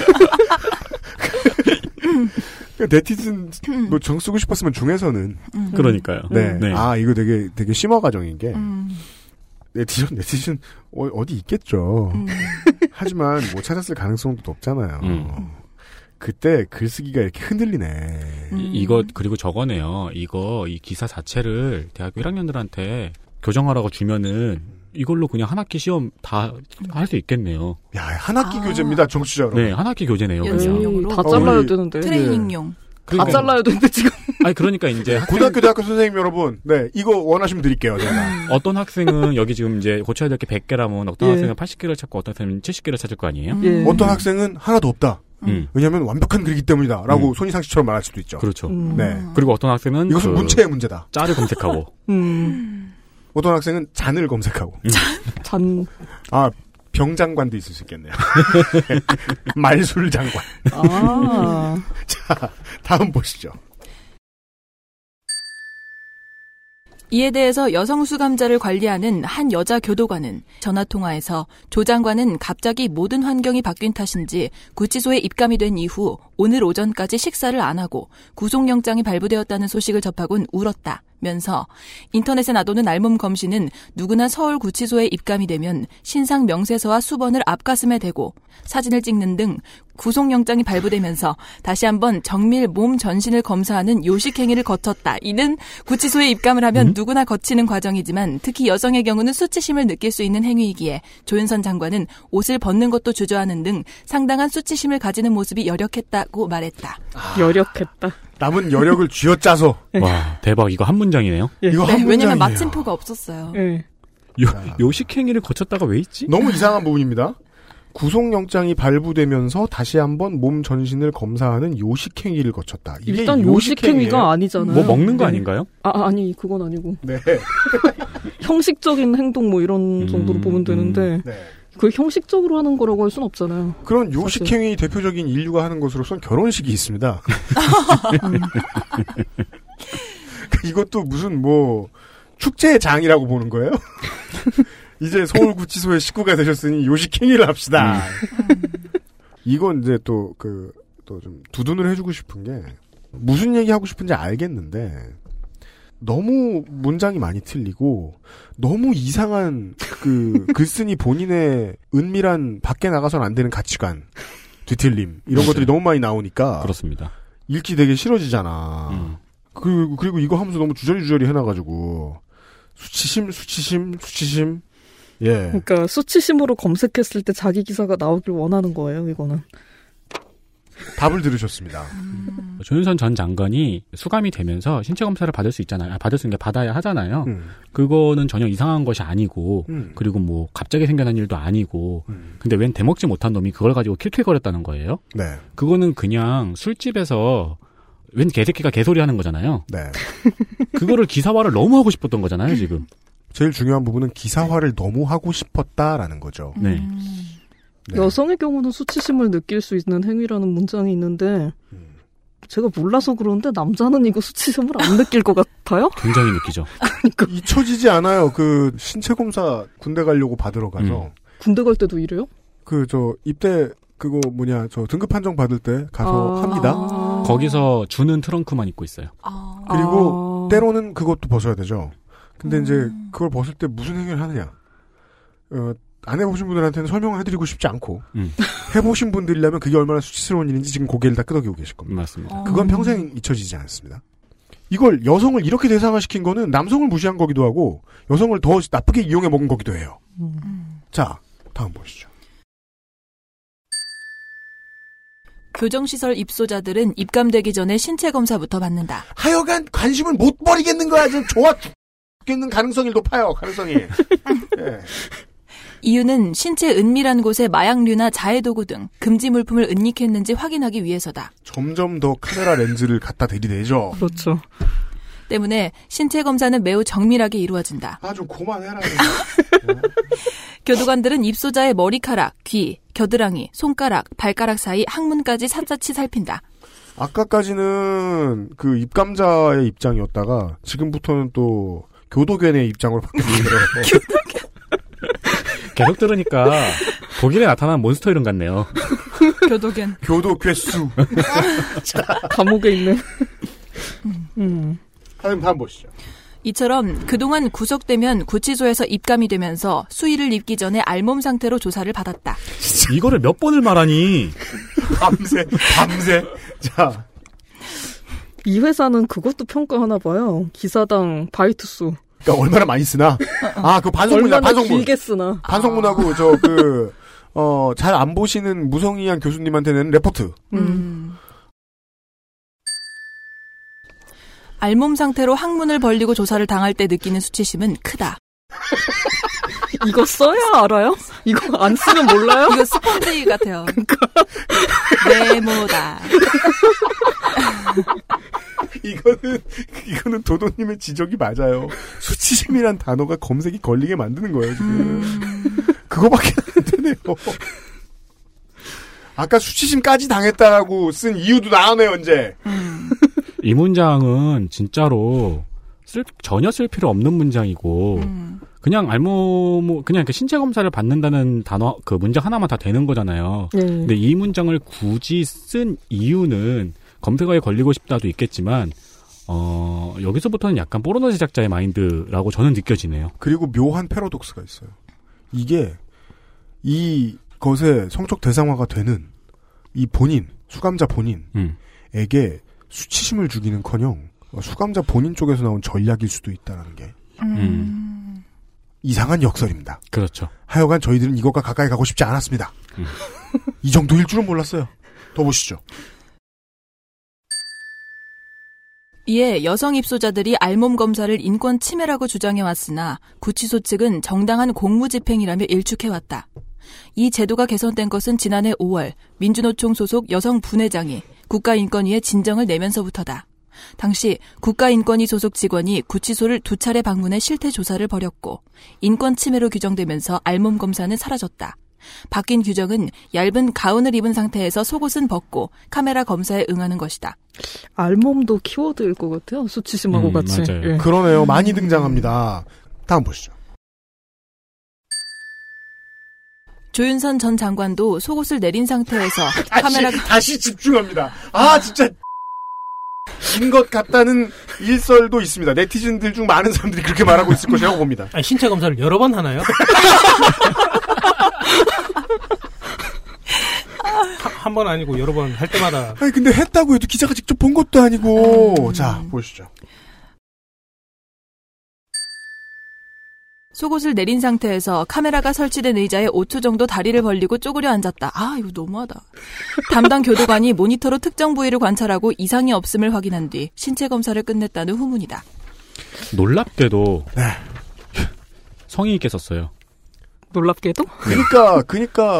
그 네티즌 뭐 정 쓰고 싶었으면 중에서는
음. 그러니까요.
네. 음.
네.
아 이거 되게 되게 심화 과정인 게
음,
네티즌 네티즌 어, 디 있겠죠.
음,
하지만 못 찾았을 가능성도 높잖아요.
음.
그때 글쓰기가 이렇게 흔들리네.
음.
이, 거 그리고 저거네요. 이거 이 기사 자체를 대학교 1학년들한테 교정하라고 주면은 이걸로 그냥 한 학기 시험 다 할 수 있겠네요.
야, 한 학기
아.
교재입니다, 정치자 여러분.
네, 한 학기 교재네요. 그냥.
연습용으로? 음. 다 잘라야
거의
되는데.
트레이닝용.
그러니까-
다 잘라야 되는데 지금.
아니 그러니까 이제
*laughs* 고등학교 대학교 선생님 여러분, 네 이거 원하시면 드릴게요. 제가.
음.
어떤 학생은 여기 지금 이제 고쳐야 될 게 100개라면 어떤
예.
학생은 80개를 찾고 어떤 학생은 70개를 찾을 거 아니에요?
음.
어떤 학생은 하나도 없다.
음.
왜냐하면 완벽한 글이기 때문이다라고
음.
손희상 씨처럼 말할 수도 있죠.
그렇죠.
음. 네.
그리고 어떤 학생은
이것은
그
문체의 문제다.
짤을 검색하고
음.
음.
어떤 학생은 잔을 검색하고.
잔.
아 병장관도 있을 수
*laughs*
있겠네요. 말술 장관. *laughs*
아.
자 다음 보시죠.
이에 대해서 여성 수감자를 관리하는 한 여자 교도관은 전화 통화에서 조 장관은 갑자기 모든 환경이 바뀐 탓인지 구치소에 입감이 된 이후 오늘 오전까지 식사를 안 하고 구속영장이 발부되었다는 소식을 접하곤 울었다. 면서 인터넷에 놔두는 알몸 검신은 누구나 서울 구치소에 입감이 되면 신상 명세서와 수건을 앞가슴에 대고 사진을 찍는 등 구속영장이 발부되면서 다시 한번 정밀 몸 전신을 검사하는 요식 행위를 거쳤다. 이는 구치소에 입감을 하면 누구나 거치는 과정이지만 특히 여성의 경우는 수치심을 느낄 수 있는 행위이기에 조윤선 장관은 옷을 벗는 것도 주저하는 등 상당한 수치심을 가지는 모습이 여력했다고 말했다.
여력했다.
남은 여력을 쥐어짜서.
와 대박 이거 한 문장이네요.
아,
네, 왜냐면 마침표가 없었어요.
예.
요, 요식행위를 거쳤다가 왜 있지?
너무 이상한 부분입니다. 구속영장이 발부되면서 다시 한번 몸 전신을 검사하는 요식행위를 거쳤다. 이게
일단
요식행위예요?
요식행위가 아니잖아요.
뭐 먹는 거
네.
아닌가요?
아 아니 그건 아니고.
네.
*laughs* 형식적인 행동 뭐 이런 정도로 보면 되는데 그 형식적으로 하는 거라고 할 순 없잖아요.
그런 요식행위 대표적인 인류가 하는 것으로선 결혼식이 *laughs* 있습니다. 이것도 무슨 뭐 축제의 장이라고 보는 거예요? *laughs* 이제 서울 구치소의 식구가 되셨으니 요식행위를
음,
합시다. 이건 이제 또 그 또 좀 두둔을 해주고 싶은 게 무슨 얘기 하고 싶은지 알겠는데 너무 문장이 많이 틀리고 너무 이상한
*laughs*
그 글쓴이 본인의 은밀한 밖에 나가선 안 되는 가치관 뒤틀림 이런 것들이 너무 많이 나오니까
음. 그렇습니다. 음.
읽기 되게 싫어지잖아. 그리고 그리고 이거 하면서 너무 주저리주저리 해놔가지고 수치심 수치심 수치심 예
*laughs*
그러니까 수치심으로 검색했을 때 자기 기사가 나오길 원하는 거예요. 이거는.
답을 들으셨습니다.
조윤선 전 장관이 수감이 되면서 신체 검사를 받을 수 있잖아요. 아, 받을 수 있는 게 받아야 하잖아요.
음.
그거는 전혀 이상한 것이 아니고, 그리고 뭐 갑자기 생겨난 일도 아니고, 근데 웬 대먹지 못한 놈이 그걸 가지고 킬킬거렸다는 거예요?
네.
그거는 그냥 술집에서 웬 개새끼가 개소리 하는 거잖아요.
네.
그거를 기사화를 너무 하고 싶었던 거잖아요, 지금.
제일 중요한 부분은 기사화를 너무 하고 싶었다라는
음.
거죠.
네.
네.
네. 여성의 경우는 수치심을 느낄 수 있는 행위라는 문장이 있는데
음.
제가 몰라서 그러는데 남자는 이거 수치심을 안 느낄 것 같아요?
굉장히 느끼죠.
잊혀지지 않아요. 그 신체 검사 군대 가려고 받으러 가서
군대 갈 때도 이래요?
그 저 입대 그거 뭐냐 저 등급 판정 받을 때 가서
아.
합니다. 아.
거기서 주는 트렁크만 입고 있어요.
아.
그리고 때로는 그것도 벗어야 되죠. 근데 이제
음.
그걸 벗을 때 무슨 행위를 하느냐. 어, 안 해보신 분들한테는 설명을 해드리고 싶지 않고
음.
해보신 분들이라면 그게 얼마나 수치스러운 일인지 지금 고개를 다 끄덕이고 계실 겁니다.
맞습니다.
음.
그건 평생 잊혀지지 않습니다. 이걸 여성을 이렇게 대상화시킨 거는 남성을 무시한 거기도
음.
음.
하고 여성을 더 나쁘게 이용해 먹은 거기도 해요. 자 다음 보시죠.
교정시설 입소자들은 입감되기 전에 신체 검사부터 받는다.
하여간 관심을 못 버리겠는 거야 지금 좋아 죽겠는 가능성이 높아요 가능성이 *laughs* 예.
이유는 신체 은밀한 곳에 마약류나 자해도구 등 금지 물품을 은닉했는지 확인하기 위해서다.
점점 더 카메라 렌즈를 갖다 대리대죠
그렇죠
때문에 신체 검사는 매우 정밀하게 이루어진다.
아 좀 고만해라
교도관들은 입소자의 머리카락, 귀, 겨드랑이, 손가락, 발가락 사이 항문까지 산자치 살핀다.
아까까지는 그 입감자의 입장이었다가 지금부터는 또 교도견의 입장으로 바뀌네요
계속 들으니까 독일에 나타난 몬스터 이름 같네요.
교도견.
*laughs* 교도 *laughs* 괴수
감옥에 있는
*laughs* 음.
다음 다음 보시죠
이처럼 그동안 구속되면 구치소에서 입감이 되면서 수의를 입기 전에 알몸 상태로 조사를 받았다.
이거를 몇 번을 말하니?
밤새 밤새 자
이 회사는 그것도 평가하나 봐요 기사당 바이트 수
그러니까 얼마나 많이
*laughs*
쓰나 아 그 반성문이다
얼마나
반성문
길게 아. 쓰나
반성문하고 저 그 어 잘 안 보시는 무성의한 교수님한테는 레포트
음. 알몸 상태로 항문을 벌리고 조사를 당할 때 느끼는 수치심은 크다.
이거 써야 알아요? 이거 안
*laughs*
쓰면 몰라요?
이거 스펀지 *laughs* 같아요. 네모다.
이거는 이거는 도도님의 지적이 맞아요 수치심이란 단어가 검색이 걸리게 만드는 거예요
음.
지금
음,
그거밖에 안 되네요 아까 수치심까지 당했다라고 쓴 이유도 나오네요 이제
음,
이 문장은 진짜로 쓸- 전혀 쓸 필요 없는 문장이고
음.
그냥 알몸 그냥 이렇게 신체 검사를 받는다는 단어 그 문장 하나만 다 되는 거잖아요.
예.
네.
근데 이 문장을 굳이 쓴 이유는 검색어에 걸리고 싶다도 있겠지만 어 여기서부터는 약간 포르노 제작자의 마인드라고 저는 느껴지네요.
그리고 묘한 패러독스가 있어요. 이게 이 것의 성적 대상화가 되는 이 본인 수감자
음.
본인에게 수치심을 주기는커녕 수감자 본인 쪽에서 나온 전략일 수도 있다라는 게
음.
이상한 역설입니다.
그렇죠.
하여간 저희들은 이것과 가까이 가고 싶지 않았습니다.
음.
*laughs* 이 정도일 줄은 몰랐어요. 더 보시죠.
이에 여성 입소자들이 알몸 검사를 인권 침해라고 주장해왔으나 구치소 측은 정당한 공무집행이라며 일축해왔다. 이 제도가 개선된 것은 지난해 5월 민주노총 소속 여성 분회장이 국가인권위에 진정을 내면서부터다. 당시 국가인권위 소속 직원이 구치소를 두 차례 방문해 실태 조사를 벌였고 인권 침해로 규정되면서 알몸 검사는 사라졌다. 바뀐 규정은 얇은 가운을 입은 상태에서 속옷은 벗고 카메라 검사에 응하는 것이다.
알몸도 키워드일 것 같아요 수치심하고
음,
같이
맞아요.
예.
그러네요. 많이 등장합니다. 다음 보시죠.
조윤선 전 장관도 속옷을 내린 상태에서 카메라
다시 집중합니다. 아 진짜 *laughs* 인 것 같다는 일설도 있습니다. 네티즌들 중 많은 사람들이 그렇게 말하고 있을 것이라고 봅니다.
아니, 신체 검사를 여러 번 하나요? 한 번 아니고 여러 번 할 때마다
아니 근데 했다고 해도 기자가 직접 본 것도 아니고 음. 자 보시죠.
속옷을 내린 상태에서 카메라가 설치된 의자에 5초 정도 다리를 벌리고 쪼그려 앉았다. 아 이거 너무하다. 담당 교도관이 모니터로 특정 부위를 관찰하고 이상이 없음을 확인한 뒤 신체 검사를 끝냈다는 후문이다.
놀랍게도 네. 성의 있게 썼어요.
놀랍게도
그러니까, 그니까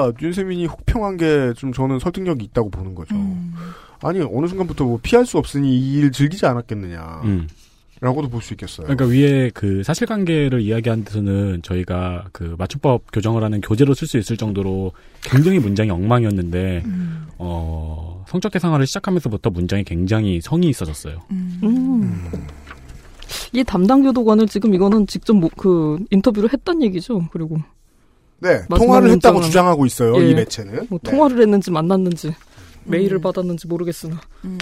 그니까 윤세민이 혹평한 게 좀 저는 설득력이 있다고 보는 거죠.
음.
아니 어느 순간부터 뭐 피할 수 없으니 이 일 즐기지 않았겠느냐라고도
음.
볼 수 있겠어요.
그러니까 위에 그 사실관계를 이야기한 데서는 저희가 그 맞춤법 교정을 하는 교재로 쓸 수 있을 정도로 굉장히 문장이 엉망이었는데 어, 성적 대상화를 시작하면서부터 문장이 굉장히 성이 있어졌어요.
음. 이 담당 교도관을 지금 이거는 직접 뭐, 그 인터뷰를 했단 얘기죠 그리고
네
마지막
통화를 했다고
문장은-
주장하고 있어요
예.
이 매체는.
뭐
네. 음.
통화를 했는지 만났는지 메일을 받았는지 모르겠으나
음.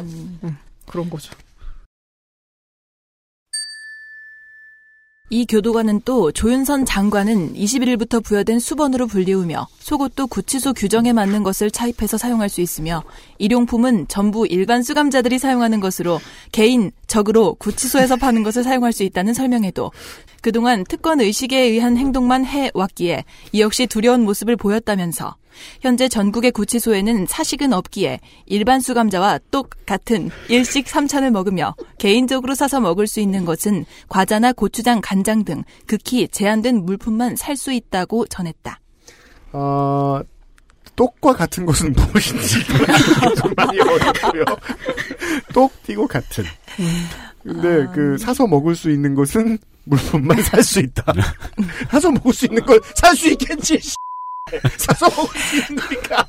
그런 거죠.
이 교도관은 또 조윤선 장관은 21일부터 부여된 수번으로 불리우며 속옷도 구치소 규정에 맞는 것을 차입해서 사용할 수 있으며 일용품은 전부 일반 수감자들이 사용하는 것으로 개인 적으로 구치소에서 파는 것을 사용할 수 있다는 설명에도 그동안 특권 의식에 의한 행동만 해왔기에 이 역시 두려운 모습을 보였다면서 현재 전국의 구치소에는 사식은 없기에 일반 수감자와 똑같은 일식 삼찬을 먹으며 개인적으로 사서 먹을 수 있는 것은 과자나 고추장, 간장 등 극히 제한된 물품만 살 수 있다고 전했다.
아, 똑과 같은 것은 무엇인지 정말 어렵고요. 똑 띠고 같은. 근데 그 사서 먹을 수 있는 것은 물품만 살 수 있다. 사서 먹을 수 있는 걸 살 수 있겠지. 씨. 사서 먹을 수 있는 거니까.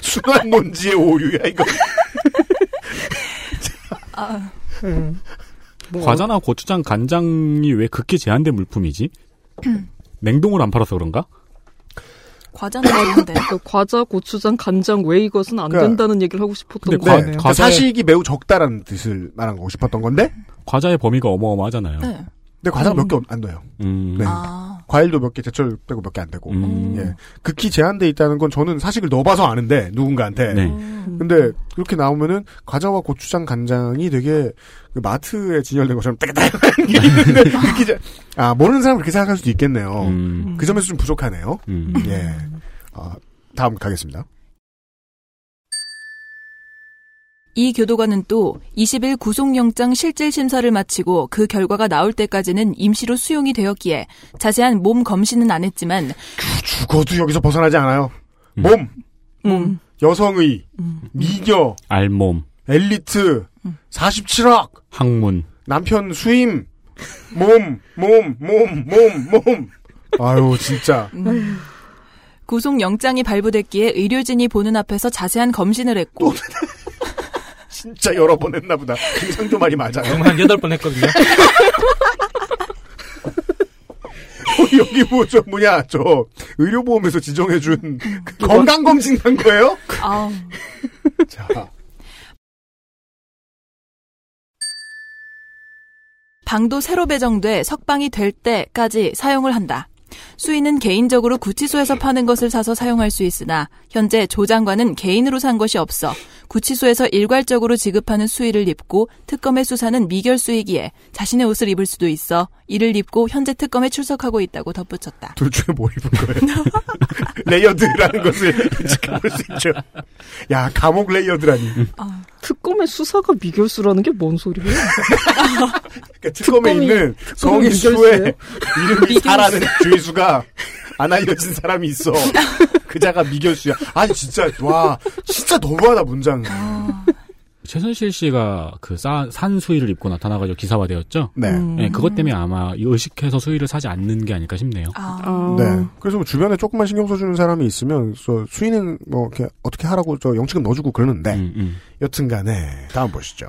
순환 논지의 오류야 이거.
예. 뭐
과자나 고추장, 간장이 왜 극히 제한된 물품이지? 냉동을 안 팔아서 그런가?
과자는 어려운데.
그 과자, 고추장, 간장 외 이것은 안
그러니까-
된다는 얘기를 하고 싶었던
네,
거예요.
그러니까 사식이 매우 적다라는 뜻을 말한 거고 싶었던 건데.
과자의 범위가 어마어마하잖아요.
네. 아,
근데 과자가 몇 개 안 돼요.
음. 네.
네. 과일도 몇 개 제철되고 몇 개 안 되고. 예. 극히 제한돼 있다는 건 저는 사식을 넣어봐서 아는데 누군가한테.
네.
근데 그렇게 나오면은 과자와 고추장 간장이 되게 그 마트에 진열된 것처럼 따끈따끈한 게 있는데 극히 제... 아 모르는 사람 그렇게 생각할 수도 있겠네요.
음.
그 점에서 좀 부족하네요. 예. 아, 다음 가겠습니다.
이 교도관은 또 20일 구속영장 실질 심사를 마치고 그 결과가 나올 때까지는 임시로 수용이 되었기에 자세한 몸 검신은 안 했지만
죽어도 여기서 벗어나지 않아요. 몸,
음.
음.
몸
여성의, 미녀,
알몸,
엘리트, 47억,
항문.
남편 수임, 몸, 몸, 몸, 몸, 몸. 아유 진짜.
구속영장이 발부됐기에 의료진이 보는 앞에서 자세한 검신을 했고
진짜 여러 번 했나 보다. 그 김상조 말이 맞아요.
한 여덟 번 했거든요.
어, 여기 뭐 저 뭐냐 저 의료보험에서 지정해준 그 건강검진 한 거예요?
아우.
자,
방도 새로 배정돼 석방이 될 때까지 사용을 한다. 수인은 개인적으로 구치소에서 파는 것을 사서 사용할 수 있으나 현재 조 장관은 개인으로 산 것이 없어 구치소에서 일괄적으로 지급하는 수의를 입고 특검의 수사는 미결 수이기에 자신의 옷을 입을 수도 있어 이를 입고 현재 특검에 출석하고 있다고 덧붙였다.
둘 중에 뭐 입은 거예요? *laughs* 레이어드라는 것을 지켜볼 수 있죠. 야 감옥 레이어드라니.
특검의 수사가 미결수라는 게 뭔 소리예요?
그러니까 특검에
특검이-
있는 성인
특검이
수의
미결수예요?
이름이 사라는 죄수가 안 알려진 사람이 있어. 그자가 미결수야. 아니 진짜 와 진짜 너무하다 문장.
최순실 씨가 그 산 수의를 입고 나타나가지고 기사화 되었죠?
네.
음.
네, 그것 때문에 아마 의식해서 수의를 사지 않는 게 아닐까 싶네요.
네. 그래서 뭐 주변에 조금만 신경 써주는 사람이 있으면 저 수인은 뭐 이렇게 어떻게 하라고 저 영치금 넣어주고 그러는데
음,
여튼간에 다음 보시죠.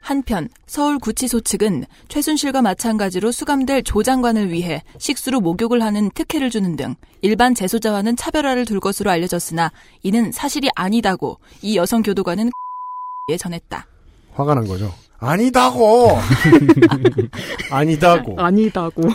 한편 서울구치소 측은 최순실과 마찬가지로 수감될 조 장관을 위해 식수로 목욕을 하는 특혜를 주는 등 일반 재소자와는 차별화를 둘 것으로 알려졌으나 이는 사실이 아니다고 이 여성 교도관은 *laughs* 에 전했다.
화가 난 거죠.
*laughs*
아니다고. 아니다고.
뭐.
아니다고.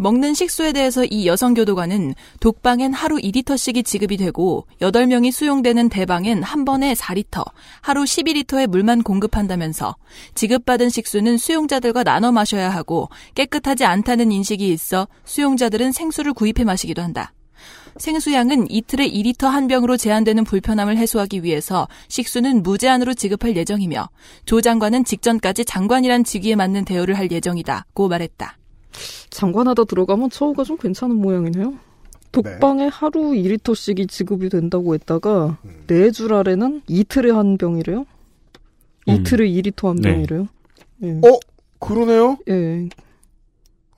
먹는 식수에 대해서 이 여성 교도관은 독방엔 하루 2리터씩이 지급이 되고 8명이 수용되는 대방엔 한 번에 4리터, 하루 12리터의 물만 공급한다면서 지급받은 식수는 수용자들과 나눠 마셔야 하고 깨끗하지 않다는 인식이 있어 수용자들은 생수를 구입해 마시기도 한다. 생수량은 이틀에 2리터 한 병으로 제한되는 불편함을 해소하기 위해서 식수는 무제한으로 지급할 예정이며 조 장관은 직전까지 장관이란 직위에 맞는 대우를 할 예정이다고 말했다.
장관하다 들어가면 처우가 좀 괜찮은 모양이네요. 독방에
네.
하루 2리터씩이 지급이 된다고 했다가
음.
네 줄 아래는 이틀에 한 병이래요.
음.
이틀에 2리터 한
네.
병이래요. 예.
어? 그러네요.
예.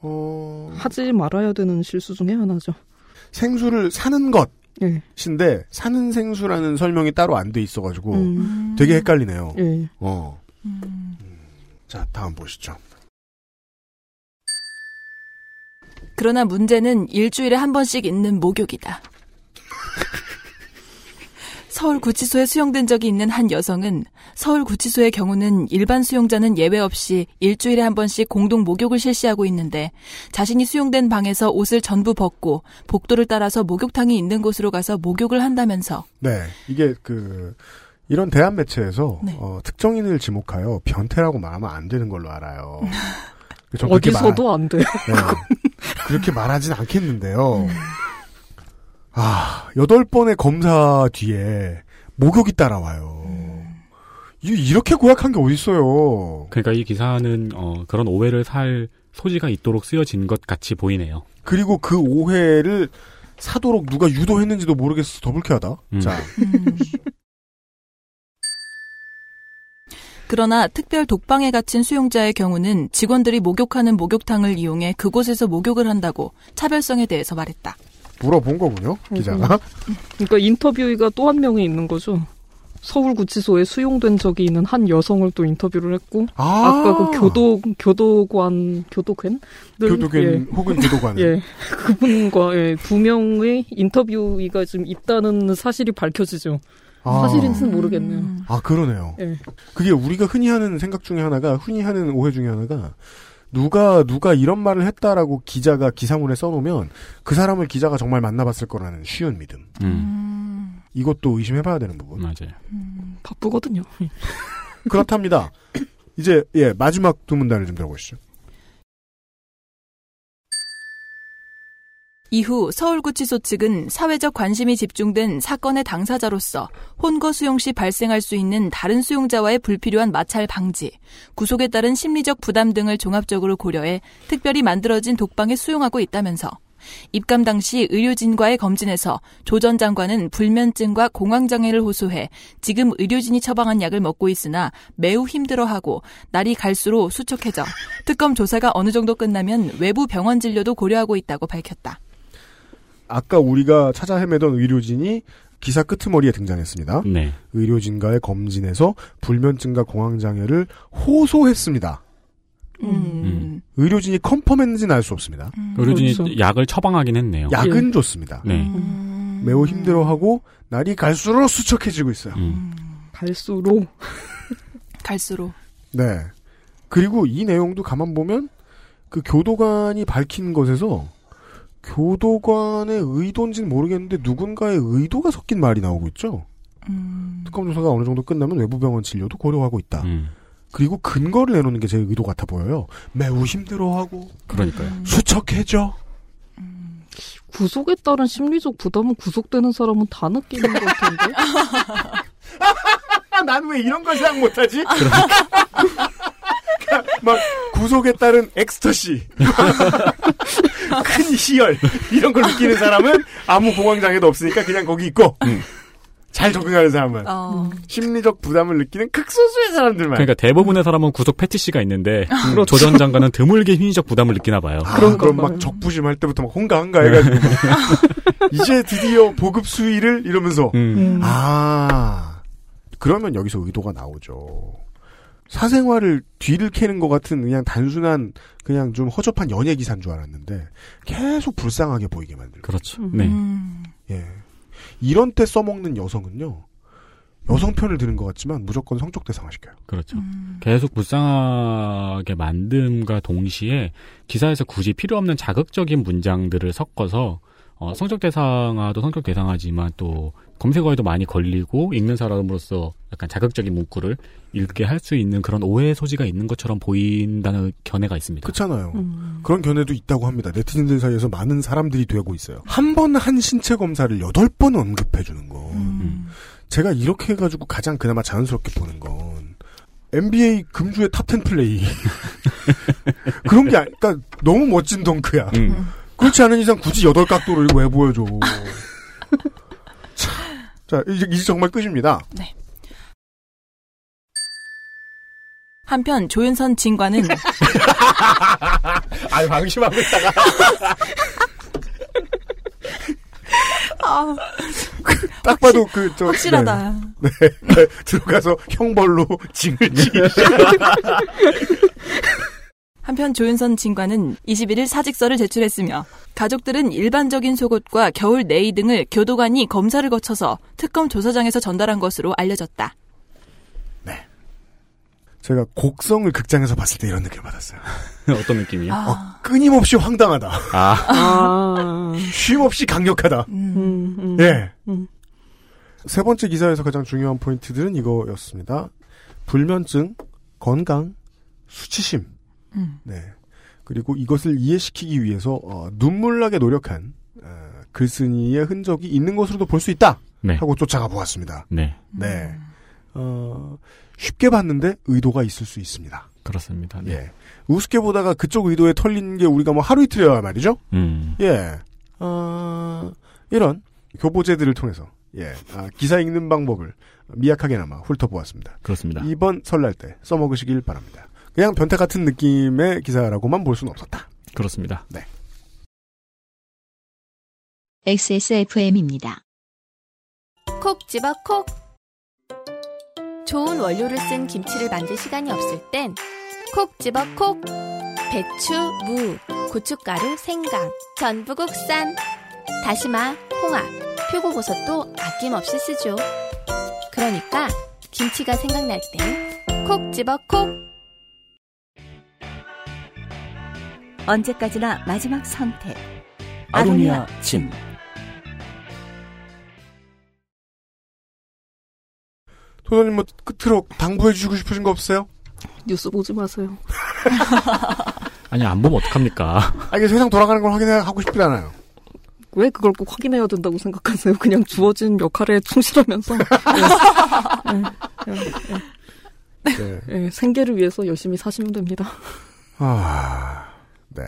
어,
하지 말아야 되는 실수 중에 하나죠.
생수를 사는 것.
예.
인데 사는 생수라는 설명이 따로 안 돼 있어가지고
음.
되게 헷갈리네요.
예.
어.
음.
자 다음 보시죠.
그러나 문제는 일주일에 한 번씩 있는 목욕이다. *laughs* 서울구치소에 수용된 적이 있는 한 여성은 서울구치소의 경우는 일반 수용자는 예외 없이 일주일에 한 번씩 공동 목욕을 실시하고 있는데 자신이 수용된 방에서 옷을 전부 벗고 복도를 따라서 목욕탕이 있는 곳으로 가서 목욕을 한다면서
네, 이게 그 이런 대한 매체에서
네.
어, 특정인을 지목하여
*laughs*
변태라고 말하면 안 되는 걸로 알아요. 전 그렇게
어디서도 안 돼요.
말- 네. *laughs* 그렇게 말하진 않겠는데요.
네.
아, 여덟 번의 검사 뒤에 목욕이 따라와요.
네.
이- 이렇게 고약한 게 어딨어요.
그러니까 이 기사는 어, 그런 오해를 살 소지가 있도록 쓰여진 것 같이 보이네요.
그리고 그 오해를 사도록 누가 유도했는지도 모르겠어. 더 불쾌하다.
음.
자,
*laughs* 그러나 특별 독방에 갇힌 수용자의 경우는 직원들이 목욕하는 목욕탕을 이용해 그곳에서 목욕을 한다고 차별성에 대해서 말했다.
물어본 거군요, 기자가.
그러니까 인터뷰가 또 한 명이 있는 거죠. 서울구치소에 수용된 적이 있는 한 여성을 또 인터뷰를 했고
아.
까그 교도 교도관 교도관
교도관 혹은 교도관.
예 *laughs* 그분과 예, 두 명의 인터뷰가 좀 있다는 사실이 밝혀지죠.
아.
사실인지는 모르겠네요.
아, 그러네요.
예.
그게 우리가 흔히 하는 생각 중에 하나가, 흔히 하는 오해 중에 하나가, 누가, 누가 이런 말을 했다라고 기자가 기사문에 써놓으면, 그 사람을 기자가 정말 만나봤을 거라는 쉬운 믿음. 이것도 의심해봐야 되는 부분.
맞아요.
음.
바쁘거든요.
그렇답니다. 이제, 예, 마지막 두 문단을 좀 들어보시죠.
이후 서울구치소 측은 사회적 관심이 집중된 사건의 당사자로서 혼거 수용 시 발생할 수 있는 다른 수용자와의 불필요한 마찰 방지, 구속에 따른 심리적 부담 등을 종합적으로 고려해 특별히 만들어진 독방에 수용하고 있다면서 입감 당시 의료진과의 검진에서 조 전 장관은 불면증과 공황장애를 호소해 지금 의료진이 처방한 약을 먹고 있으나 매우 힘들어하고 날이 갈수록 수척해져 특검 조사가 어느 정도 끝나면 외부 병원 진료도 고려하고 있다고 밝혔다.
아까 우리가 찾아 헤매던 의료진이 기사 끄트머리에 등장했습니다.
네.
의료진과의 검진에서 불면증과 공황장애를 호소했습니다.
음.
음.
의료진이 컨펌했는지는 알 수 없습니다.
의료진이 약을 처방하긴 했네요.
약은 좋습니다.
네.
음.
매우 힘들어하고 날이 갈수록 수척해지고 있어요.
음.
음.
갈수록
갈수록
네. 그리고 이 내용도 가만 보면 그 교도관이 밝힌 것에서 교도관의 의도인지는 모르겠는데 누군가의 의도가 섞인 말이 나오고 있죠. 특검 조사가 어느 정도 끝나면 외부 병원 진료도 고려하고
음.
있다. 그리고 근거를 내놓는 게 제 의도 같아 보여요. 매우 힘들어하고
그러니까요.
음. 수척해져.
구속에 따른 심리적 부담은 구속되는 사람은 다 느끼는 것 같은데.
난 왜 이런 걸 생각 못하지?
아.
그러니까 막 구속에 따른 엑스터시, 큰 시열 이런 걸 느끼는 사람은 아무 공황 장애도 없으니까 그냥 거기 있고
음.
잘 적응하는 사람은
어.
심리적 부담을 느끼는 극소수의 사람들만.
그러니까 대부분의 사람은 구속 패티시가 있는데
그렇죠.
조 전 장관은 드물게 *laughs* 심리적 부담을 느끼나 봐요.
아, 그럼 막 적부심 할 때부터 막 혼가 한가 해가지고
네.
막 이제 드디어 보급 수위를 이러면서
음.
아 그러면 여기서 의도가 나오죠. 사생활을 뒤를 캐는 것 같은 그냥 단순한 그냥 좀 허접한 연예 기사인 줄 알았는데 계속 불쌍하게 보이게 만들고
그렇죠. 네.
예 이런 때 써먹는 여성은요 여성 편을 드는 것 같지만 무조건 성적 대상화시켜요.
그렇죠.
음.
계속 불쌍하게 만듦과 동시에 기사에서 굳이 필요 없는 자극적인 문장들을 섞어서 어, 성적 대상화도 성적 대상화지만 또 검색어에도 많이 걸리고 읽는 사람으로서 약간 자극적인 문구를 읽게 할 수 있는 그런 오해 소지가 있는 것처럼 보인다는 견해가 있습니다.
그렇잖아요. 그런 견해도 있다고 합니다. 네티즌들 사이에서 많은 사람들이 되고 있어요. 한 번 한 신체 검사를 여덟 번 언급해 주는 건
음.
제가 이렇게 해가지고 가장 그나마 자연스럽게 보는 건 NBA 금주의 탑10 플레이 *laughs* 그런 게 아니, 그러니까 너무 멋진 덩크야.
음.
음.
그렇지 않은 이상 굳이 여덟 각도를 왜 보여줘? 참. 자 이제, 이제 정말 끝입니다.
한편
*laughs*
조윤선 진관은
아니 방심하고 있다가
아,
딱 봐도 그 저
확실하다.
네. 네. 들어가서 형벌로 징을 지.
네.
한편 조윤선 진관은 21일 사직서를 제출했으며 가족들은 일반적인 속옷과 겨울 내의 등을 교도관이 검사를 거쳐서 특검 조사장에서 전달한 것으로 알려졌다.
제가 곡성을 극장에서 봤을 때 이런 느낌을 *laughs* 받았어요.
어떤 느낌이요?
아.
어, 끊임없이 황당하다.
*laughs* 아.
쉼없이 강력하다.
음,
예. 세 번째 기사에서 가장 중요한 포인트들은 이거였습니다. 불면증, 건강, 수치심. 네. 그리고 이것을 이해시키기 위해서 어, 눈물나게 노력한 어, 글쓴이의 흔적이 있는 것으로도 볼 수 있다
네.
하고 쫓아가 보았습니다.
네.
네.
음.
어, 쉽게 봤는데 의도가 있을 수 있습니다.
그렇습니다. 네.
예. 우습게 보다가 그쪽 의도에 털린 게 우리가 뭐 하루 이틀이야 말이죠.
음.
예. 어, 이런 교보제들을 통해서 예. 아, 기사 읽는 방법을 미약하게나마 훑어보았습니다.
그렇습니다.
이번 설날 때 써먹으시길 바랍니다. 그냥 변태 같은 느낌의 기사라고만 볼 수는 없었다.
그렇습니다.
네.
XSFM입니다.
콕 집어 콕. 좋은 원료를 쓴 김치를 만들 시간이 없을 땐 콕 집어 콕. 배추, 무, 고춧가루, 생강, 전부 국산. 다시마, 홍합, 표고버섯도 아낌없이 쓰죠. 그러니까 김치가 생각날 땐 콕 집어 콕.
언제까지나 마지막 선택.
아로니아 침.
도선님 뭐 끝으로 당부해 주시고 싶으신 거 없어요?
뉴스 보지 마세요.
아니 안 보면 어떡합니까?
아, 이게 세상 돌아가는 걸 확인하고 싶지 않아요.
왜 그걸 꼭 확인해야 된다고 생각하세요? *laughs* 그냥 주어진 역할에 *laughs* 충실하면서 예. 예,
네.
예. 예, 생계를 위해서 열심히 사시면 됩니다.
아, 네.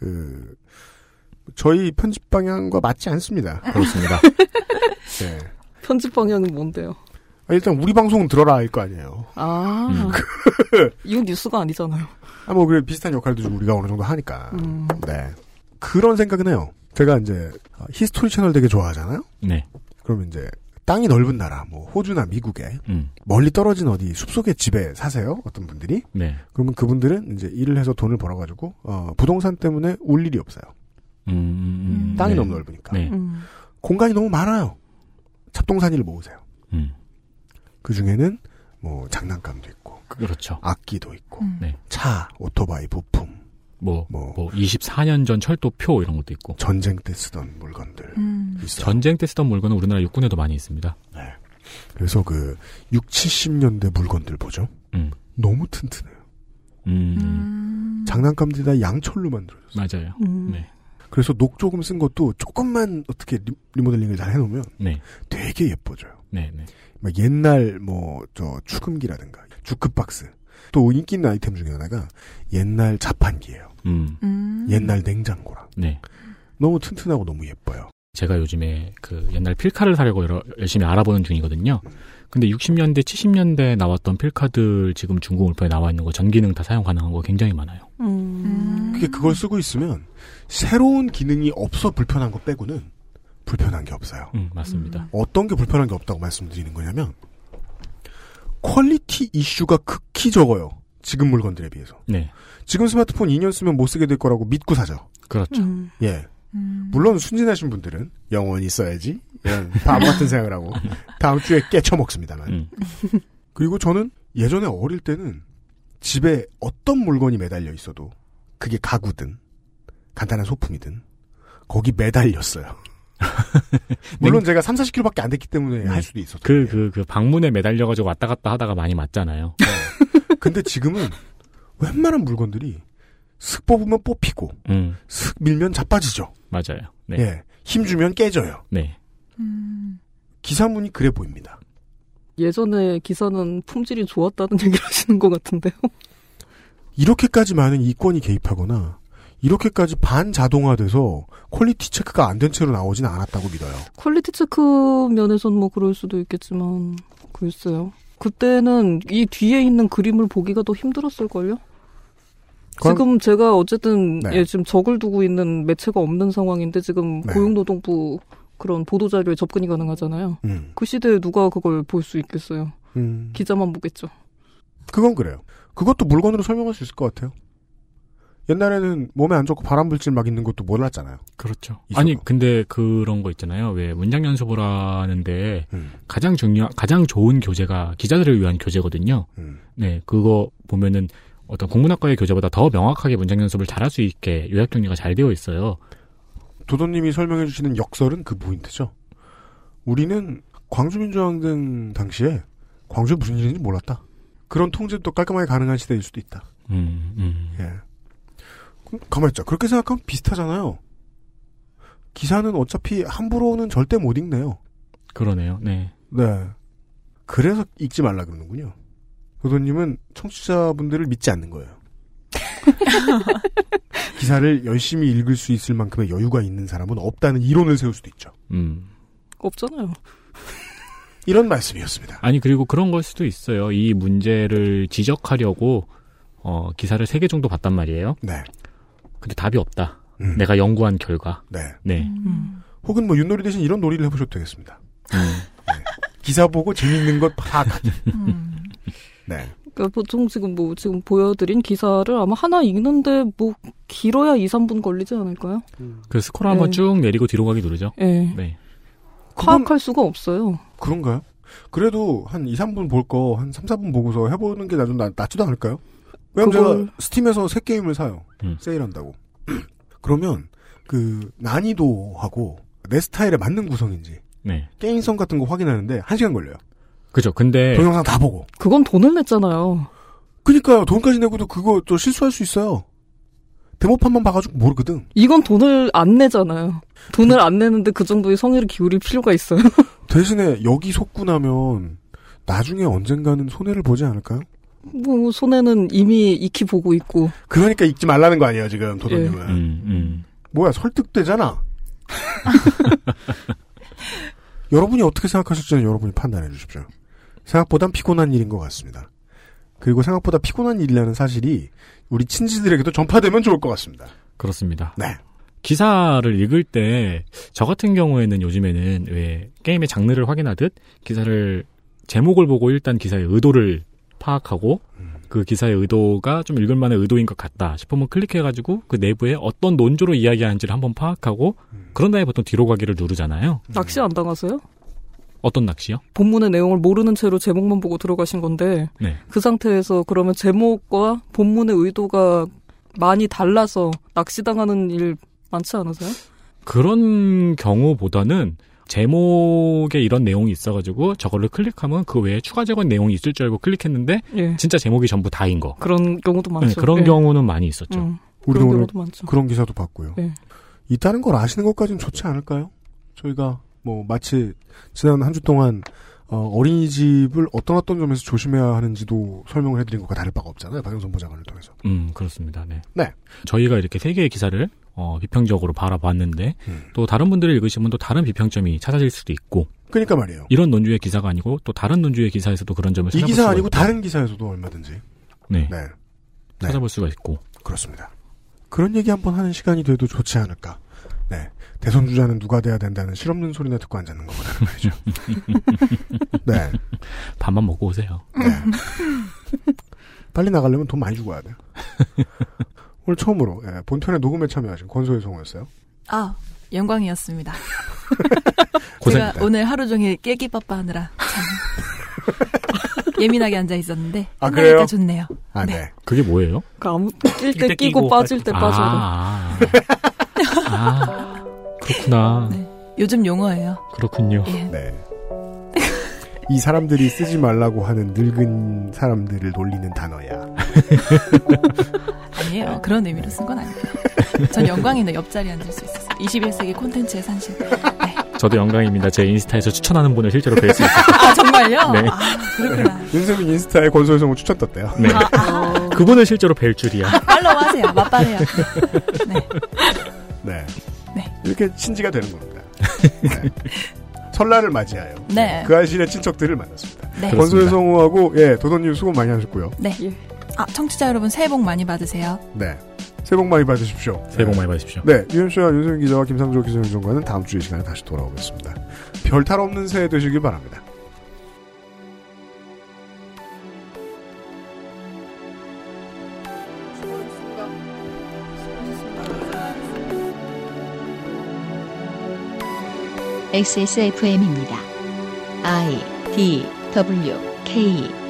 그, 저희 편집 방향과 맞지 않습니다.
그렇습니다.
네.
편집 방향은 뭔데요?
아, 일단 우리 방송은 들어라 일 거 아니에요.
아, 이거 뉴스가 아니잖아요.
아, 뭐, 그래, 비슷한 역할도 좀 우리가 어느 정도 하니까.
음.
네. 그런 생각은 해요. 제가 이제, 아, 히스토리 채널 되게 좋아하잖아요?
네.
그러면 이제, 땅이 넓은 나라, 뭐, 호주나 미국에,
음.
멀리 떨어진 어디 숲속의 집에 사세요? 어떤 분들이?
네.
그러면 그분들은 이제 일을 해서 돈을 벌어가지고, 어, 부동산 때문에 울 일이 없어요.
음, 음, 음.
땅이
네.
너무 넓으니까.
네.
음.
공간이 너무 많아요. 잡동사니를 모으세요.
음.
그 중에는 뭐 장난감도 있고,
그렇죠.
악기도 있고,
네.
차, 오토바이, 부품,
뭐, 뭐, 24년 전 철도표 이런 것도 있고.
전쟁 때 쓰던 물건들.
전쟁 때 쓰던 물건은 우리나라 육군에도 많이 있습니다.
그래서 그 6, 70년대 물건들 보죠.
음.
너무 튼튼해요.
음.
장난감들이 다 양철로 만들어졌어요.
맞아요.
음.
네.
그래서 녹 조금 쓴 것도 조금만 어떻게 리, 모델링을잘 해놓으면
네.
되게 예뻐져요.
네, 네.
막 옛날 뭐 저 축음기라든가 주크박스 또 인기 있는 아이템 중에 하나가 옛날 자판기예요.
음.
옛날 냉장고랑
네.
너무 튼튼하고 너무 예뻐요.
제가 요즘에 그 옛날 필카를 사려고 여러- 열심히 알아보는 중이거든요. 근데 60년대, 70년대에 나왔던 필카들 지금 중고 물품에 나와 있는 거 전기능 다 사용 가능한 거 굉장히 많아요.
음.
음.
그게 그걸 쓰고 있으면 새로운 기능이 없어 불편한 거 빼고는 불편한 게 없어요.
음, 맞습니다.
어떤 게 불편한 게 없다고 말씀드리는 거냐면 퀄리티 이슈가 극히 적어요. 지금 물건들에 비해서.
네.
지금 스마트폰 2년 쓰면 못 쓰게 될 거라고 믿고 사죠.
그렇죠.
음.
예. 물론 순진하신 분들은 영원히 써야지 이런 바보 같은 생각을 하고 다음 주에 깨쳐 먹습니다만.
음.
그리고 저는 예전에 어릴 때는 집에 어떤 물건이 매달려 있어도 그게 가구든 간단한 소품이든 거기
*laughs*
매달렸어요. 물론 제가 3, 40kg밖에 안 됐기 때문에 할 수도 있었어요.
그, 그, 그 방문에 매달려가지고 왔다 갔다 하다가 많이 맞잖아요.
근데 지금은 웬만한 물건들이 슥 뽑으면 뽑히고
음,
슥 밀면 자빠지죠.
맞아요. 네.
예. 힘 주면 깨져요.
네.
음.
기사문이 그래 보입니다.
예전에 기사는 품질이 좋았다는 *laughs* 얘기를 하시는 것 같은데요.
이렇게까지 많은 이권이 개입하거나 이렇게까지 반자동화돼서 퀄리티 체크가 안 된 채로 나오지는 않았다고 믿어요.
퀄리티 체크 면에서는 뭐 그럴 수도 있겠지만 글쎄요. 그때는 이 뒤에 있는 그림을 보기가 더 힘들었을걸요?
그럼-
지금 제가 어쨌든
네.
예, 지금 적을 두고 있는 매체가 없는 상황인데 지금
네.
고용노동부 그런 보도자료에 접근이 가능하잖아요.
음.
그 시대에 누가 그걸 볼 수 있겠어요?
음.
기자만 보겠죠.
그건 그래요. 그것도 물건으로 설명할 수 있을 것 같아요. 옛날에는 몸에 안 좋고 바람 불질 막 있는 것도 몰랐잖아요.
그렇죠.
있어도.
아니, 근데 그런 거 있잖아요. 왜 문장 연습을 하는데 가장 중요, 가장 좋은 교재가 기자들을 위한 교재거든요.
음.
네, 그거 보면은 어떤 국문학과의 교재보다 더 명확하게 문장 연습을 잘할 수 있게 요약 정리가 잘 되어 있어요.
도도님이 설명해 주시는 역설은 그 포인트죠. 우리는 광주민주항쟁 당시에 광주에 무슨 일인지 몰랐다. 그런 통제도 깔끔하게 가능한 시대일 수도 있다.
음, 음.
예. 그럼 가만 있자. 그렇게 생각하면 비슷하잖아요. 기사는 어차피 함부로는 절대 못 읽네요.
그러네요. 네.
네. 그래서 읽지 말라 그러는군요. 교도님은 청취자분들을 믿지 않는 거예요. 기사를 열심히 읽을 수 있을 만큼의 여유가 있는 사람은 없다는 이론을 세울 수도 있죠.
음.
없잖아요.
이런 말씀이었습니다.
아니 그리고 그런 걸 수도 있어요. 이 문제를 지적하려고 어, 기사를 세 개 정도 봤단 말이에요.
네.
근데 답이 없다. 내가 연구한 결과.
네.
음.
네.
혹은 뭐 윷놀이 대신 이런 놀이를 해보셔도 되겠습니다. 네. 기사 보고 재밌는 것 파악하기. 네.
그러니까 보통 지금 뭐 지금 보여드린 기사를 아마 하나 읽는데 뭐 길어야 2, 3분 걸리지 않을까요?
그 스코어 한번
네.
쭉 내리고 뒤로 가기 누르죠.
네.
네.
파악할 수가 없어요.
그런가요? 그래도 한 2, 3분 볼 거 한 3, 4분 보고서 해보는 게 나좀 낫지도 않을까요? 왜냐면
그걸-
제가 스팀에서 새 게임을 사요. 세일한다고. *clears throat* 그러면 그 난이도하고 내 스타일에 맞는 구성인지
네.
게임성 같은 거 확인하는데 1시간 걸려요.
그죠. 근데
동영상 다 보고.
그건 돈을 냈잖아요.
그니까요. 돈까지 내고도 그거 저 실수할 수 있어요. 데모판만 봐가지고 모르거든.
이건 돈을 안 내잖아요. 돈을 안 내는데 그 정도의 성의를 기울일 필요가 있어요. *laughs*
대신에 여기 속고 나면 나중에 언젠가는 손해를 보지 않을까요?
뭐 손에는 이미 익히 보고 있고
그러니까 읽지 말라는 거 아니에요, 지금 도도님은.
음.
뭐야, 설득되잖아. *laughs* 여러분이 어떻게 생각하실지는 여러분이 판단해 주십시오. 생각보단 피곤한 일인 것 같습니다. 그리고 생각보다 피곤한 일이라는 사실이 우리 친지들에게도 전파되면 좋을 것 같습니다.
음.
그렇습니다.
네.
기사를 읽을 때 저 같은 경우에는 요즘에는 왜 게임의 장르를 확인하듯 기사를 제목을 보고 일단 기사의 의도를 파악하고 그 기사의 의도가 좀 읽을 만한 의도인 것 같다 싶으면 클릭해가지고 그 내부에 어떤 논조로 이야기하는지를 한번 파악하고 그런 다음에 보통 뒤로 가기를 누르잖아요.
낚시 안 당하세요?
어떤 낚시요?
본문의 내용을 모르는 채로 제목만 보고 들어가신 건데
네.
그 상태에서 그러면 제목과 본문의 의도가 많이 달라서 낚시당하는 일 많지 않으세요?
그런 경우보다는 제목에 이런 내용이 있어가지고 저거를 클릭하면 그 외에 추가 적은 내용이 있을 줄 알고 클릭했는데
예.
진짜 제목이 전부 다인 거.
그런 경우도 많죠.
네, 그런
예.
경우는 많이 있었죠.
음,
우리
그런
오늘
경우도 많죠.
그런 기사도 봤고요.
네.
있다는 걸 아시는 것까지는 좋지 않을까요? 저희가 뭐 마치 지난 한 주 동안 어, 린이집을 어떤 어떤 점에서 조심해야 하는지도 설명을 해드린 것과 다를 바가 없잖아요. 박영선 보좌관을 통해서.
음, 그렇습니다. 네.
네.
저희가 이렇게 세 개의 기사를 어, 비평적으로 바라봤는데
음.
또 다른 분들이 읽으시면 또 다른 비평점이 찾아질 수도 있고
그러니까 말이에요.
이런 논주의 기사가 아니고 또 다른 논주의 기사에서도 그런 점을
이
찾아볼
기사
수가
아니고
있고.
다른 기사에서도 얼마든지
네.
네.
찾아볼 수가 있고
그렇습니다. 그런 얘기 한번 하는 시간이 돼도 좋지 않을까. 네. 대선 주자는 누가 돼야 된다는 실없는 소리나 듣고 앉는 거보다는 말이죠. *laughs* 네.
밥만 먹고 오세요.
빨리 나가려면 돈 많이 주고 와야 돼요. 오늘 처음으로 예, 본편의 녹음에 참여하신 권소희 성우였어요.
아, 영광이었습니다.
고생했다.
제가 오늘 하루 종일 깨기 빠빠하느라 참 *laughs* 예민하게 앉아 있었는데
아,
생각하니까
그래요?
좋네요.
아, 네.
그게 뭐예요?
그 아무 낄때 끼고 네, 빠질 때 빠져야
아, 아. 아, 그렇구나.
네.
요즘 용어예요.
그렇군요.
네. 이 사람들이 쓰지 말라고 하는 늙은 사람들을 놀리는 단어야.
아니에요. 그런 의미로 쓴 건 아니에요. 전 영광이네 옆자리에 앉을 수 있어서 21세기 콘텐츠의 산실. 네.
저도 영광입니다. 제 인스타에서 추천하는 분을 실제로 뵐 수
*laughs*
있어요.
아 정말요?
네.
그렇구나.
윤세민 인스타에 권소희 성우 추천 떴대요.
네. 그분을 실제로 뵐
아,
줄이야.
네.
팔로우 하세요. 맞바래요.
네. 이렇게 친지가 되는 겁니다. 네. 설날을 맞이하여
네.
그 아실의 친척들을 만났습니다.
네.
권소희 성우하고 예 도도님 수고 많이 하셨고요.
네. 아 청취자 여러분 새해 복 많이 받으세요.
네. 새해 복 많이 받으십시오.
새해 복 많이 받으십시오.
네, 유현수와 윤소윤 기자와 김상조 기자님과는 다음 주 이 시간에 다시 돌아오겠습니다. 별탈 없는 새해 되시길 바랍니다.
XSFM입니다. I D W K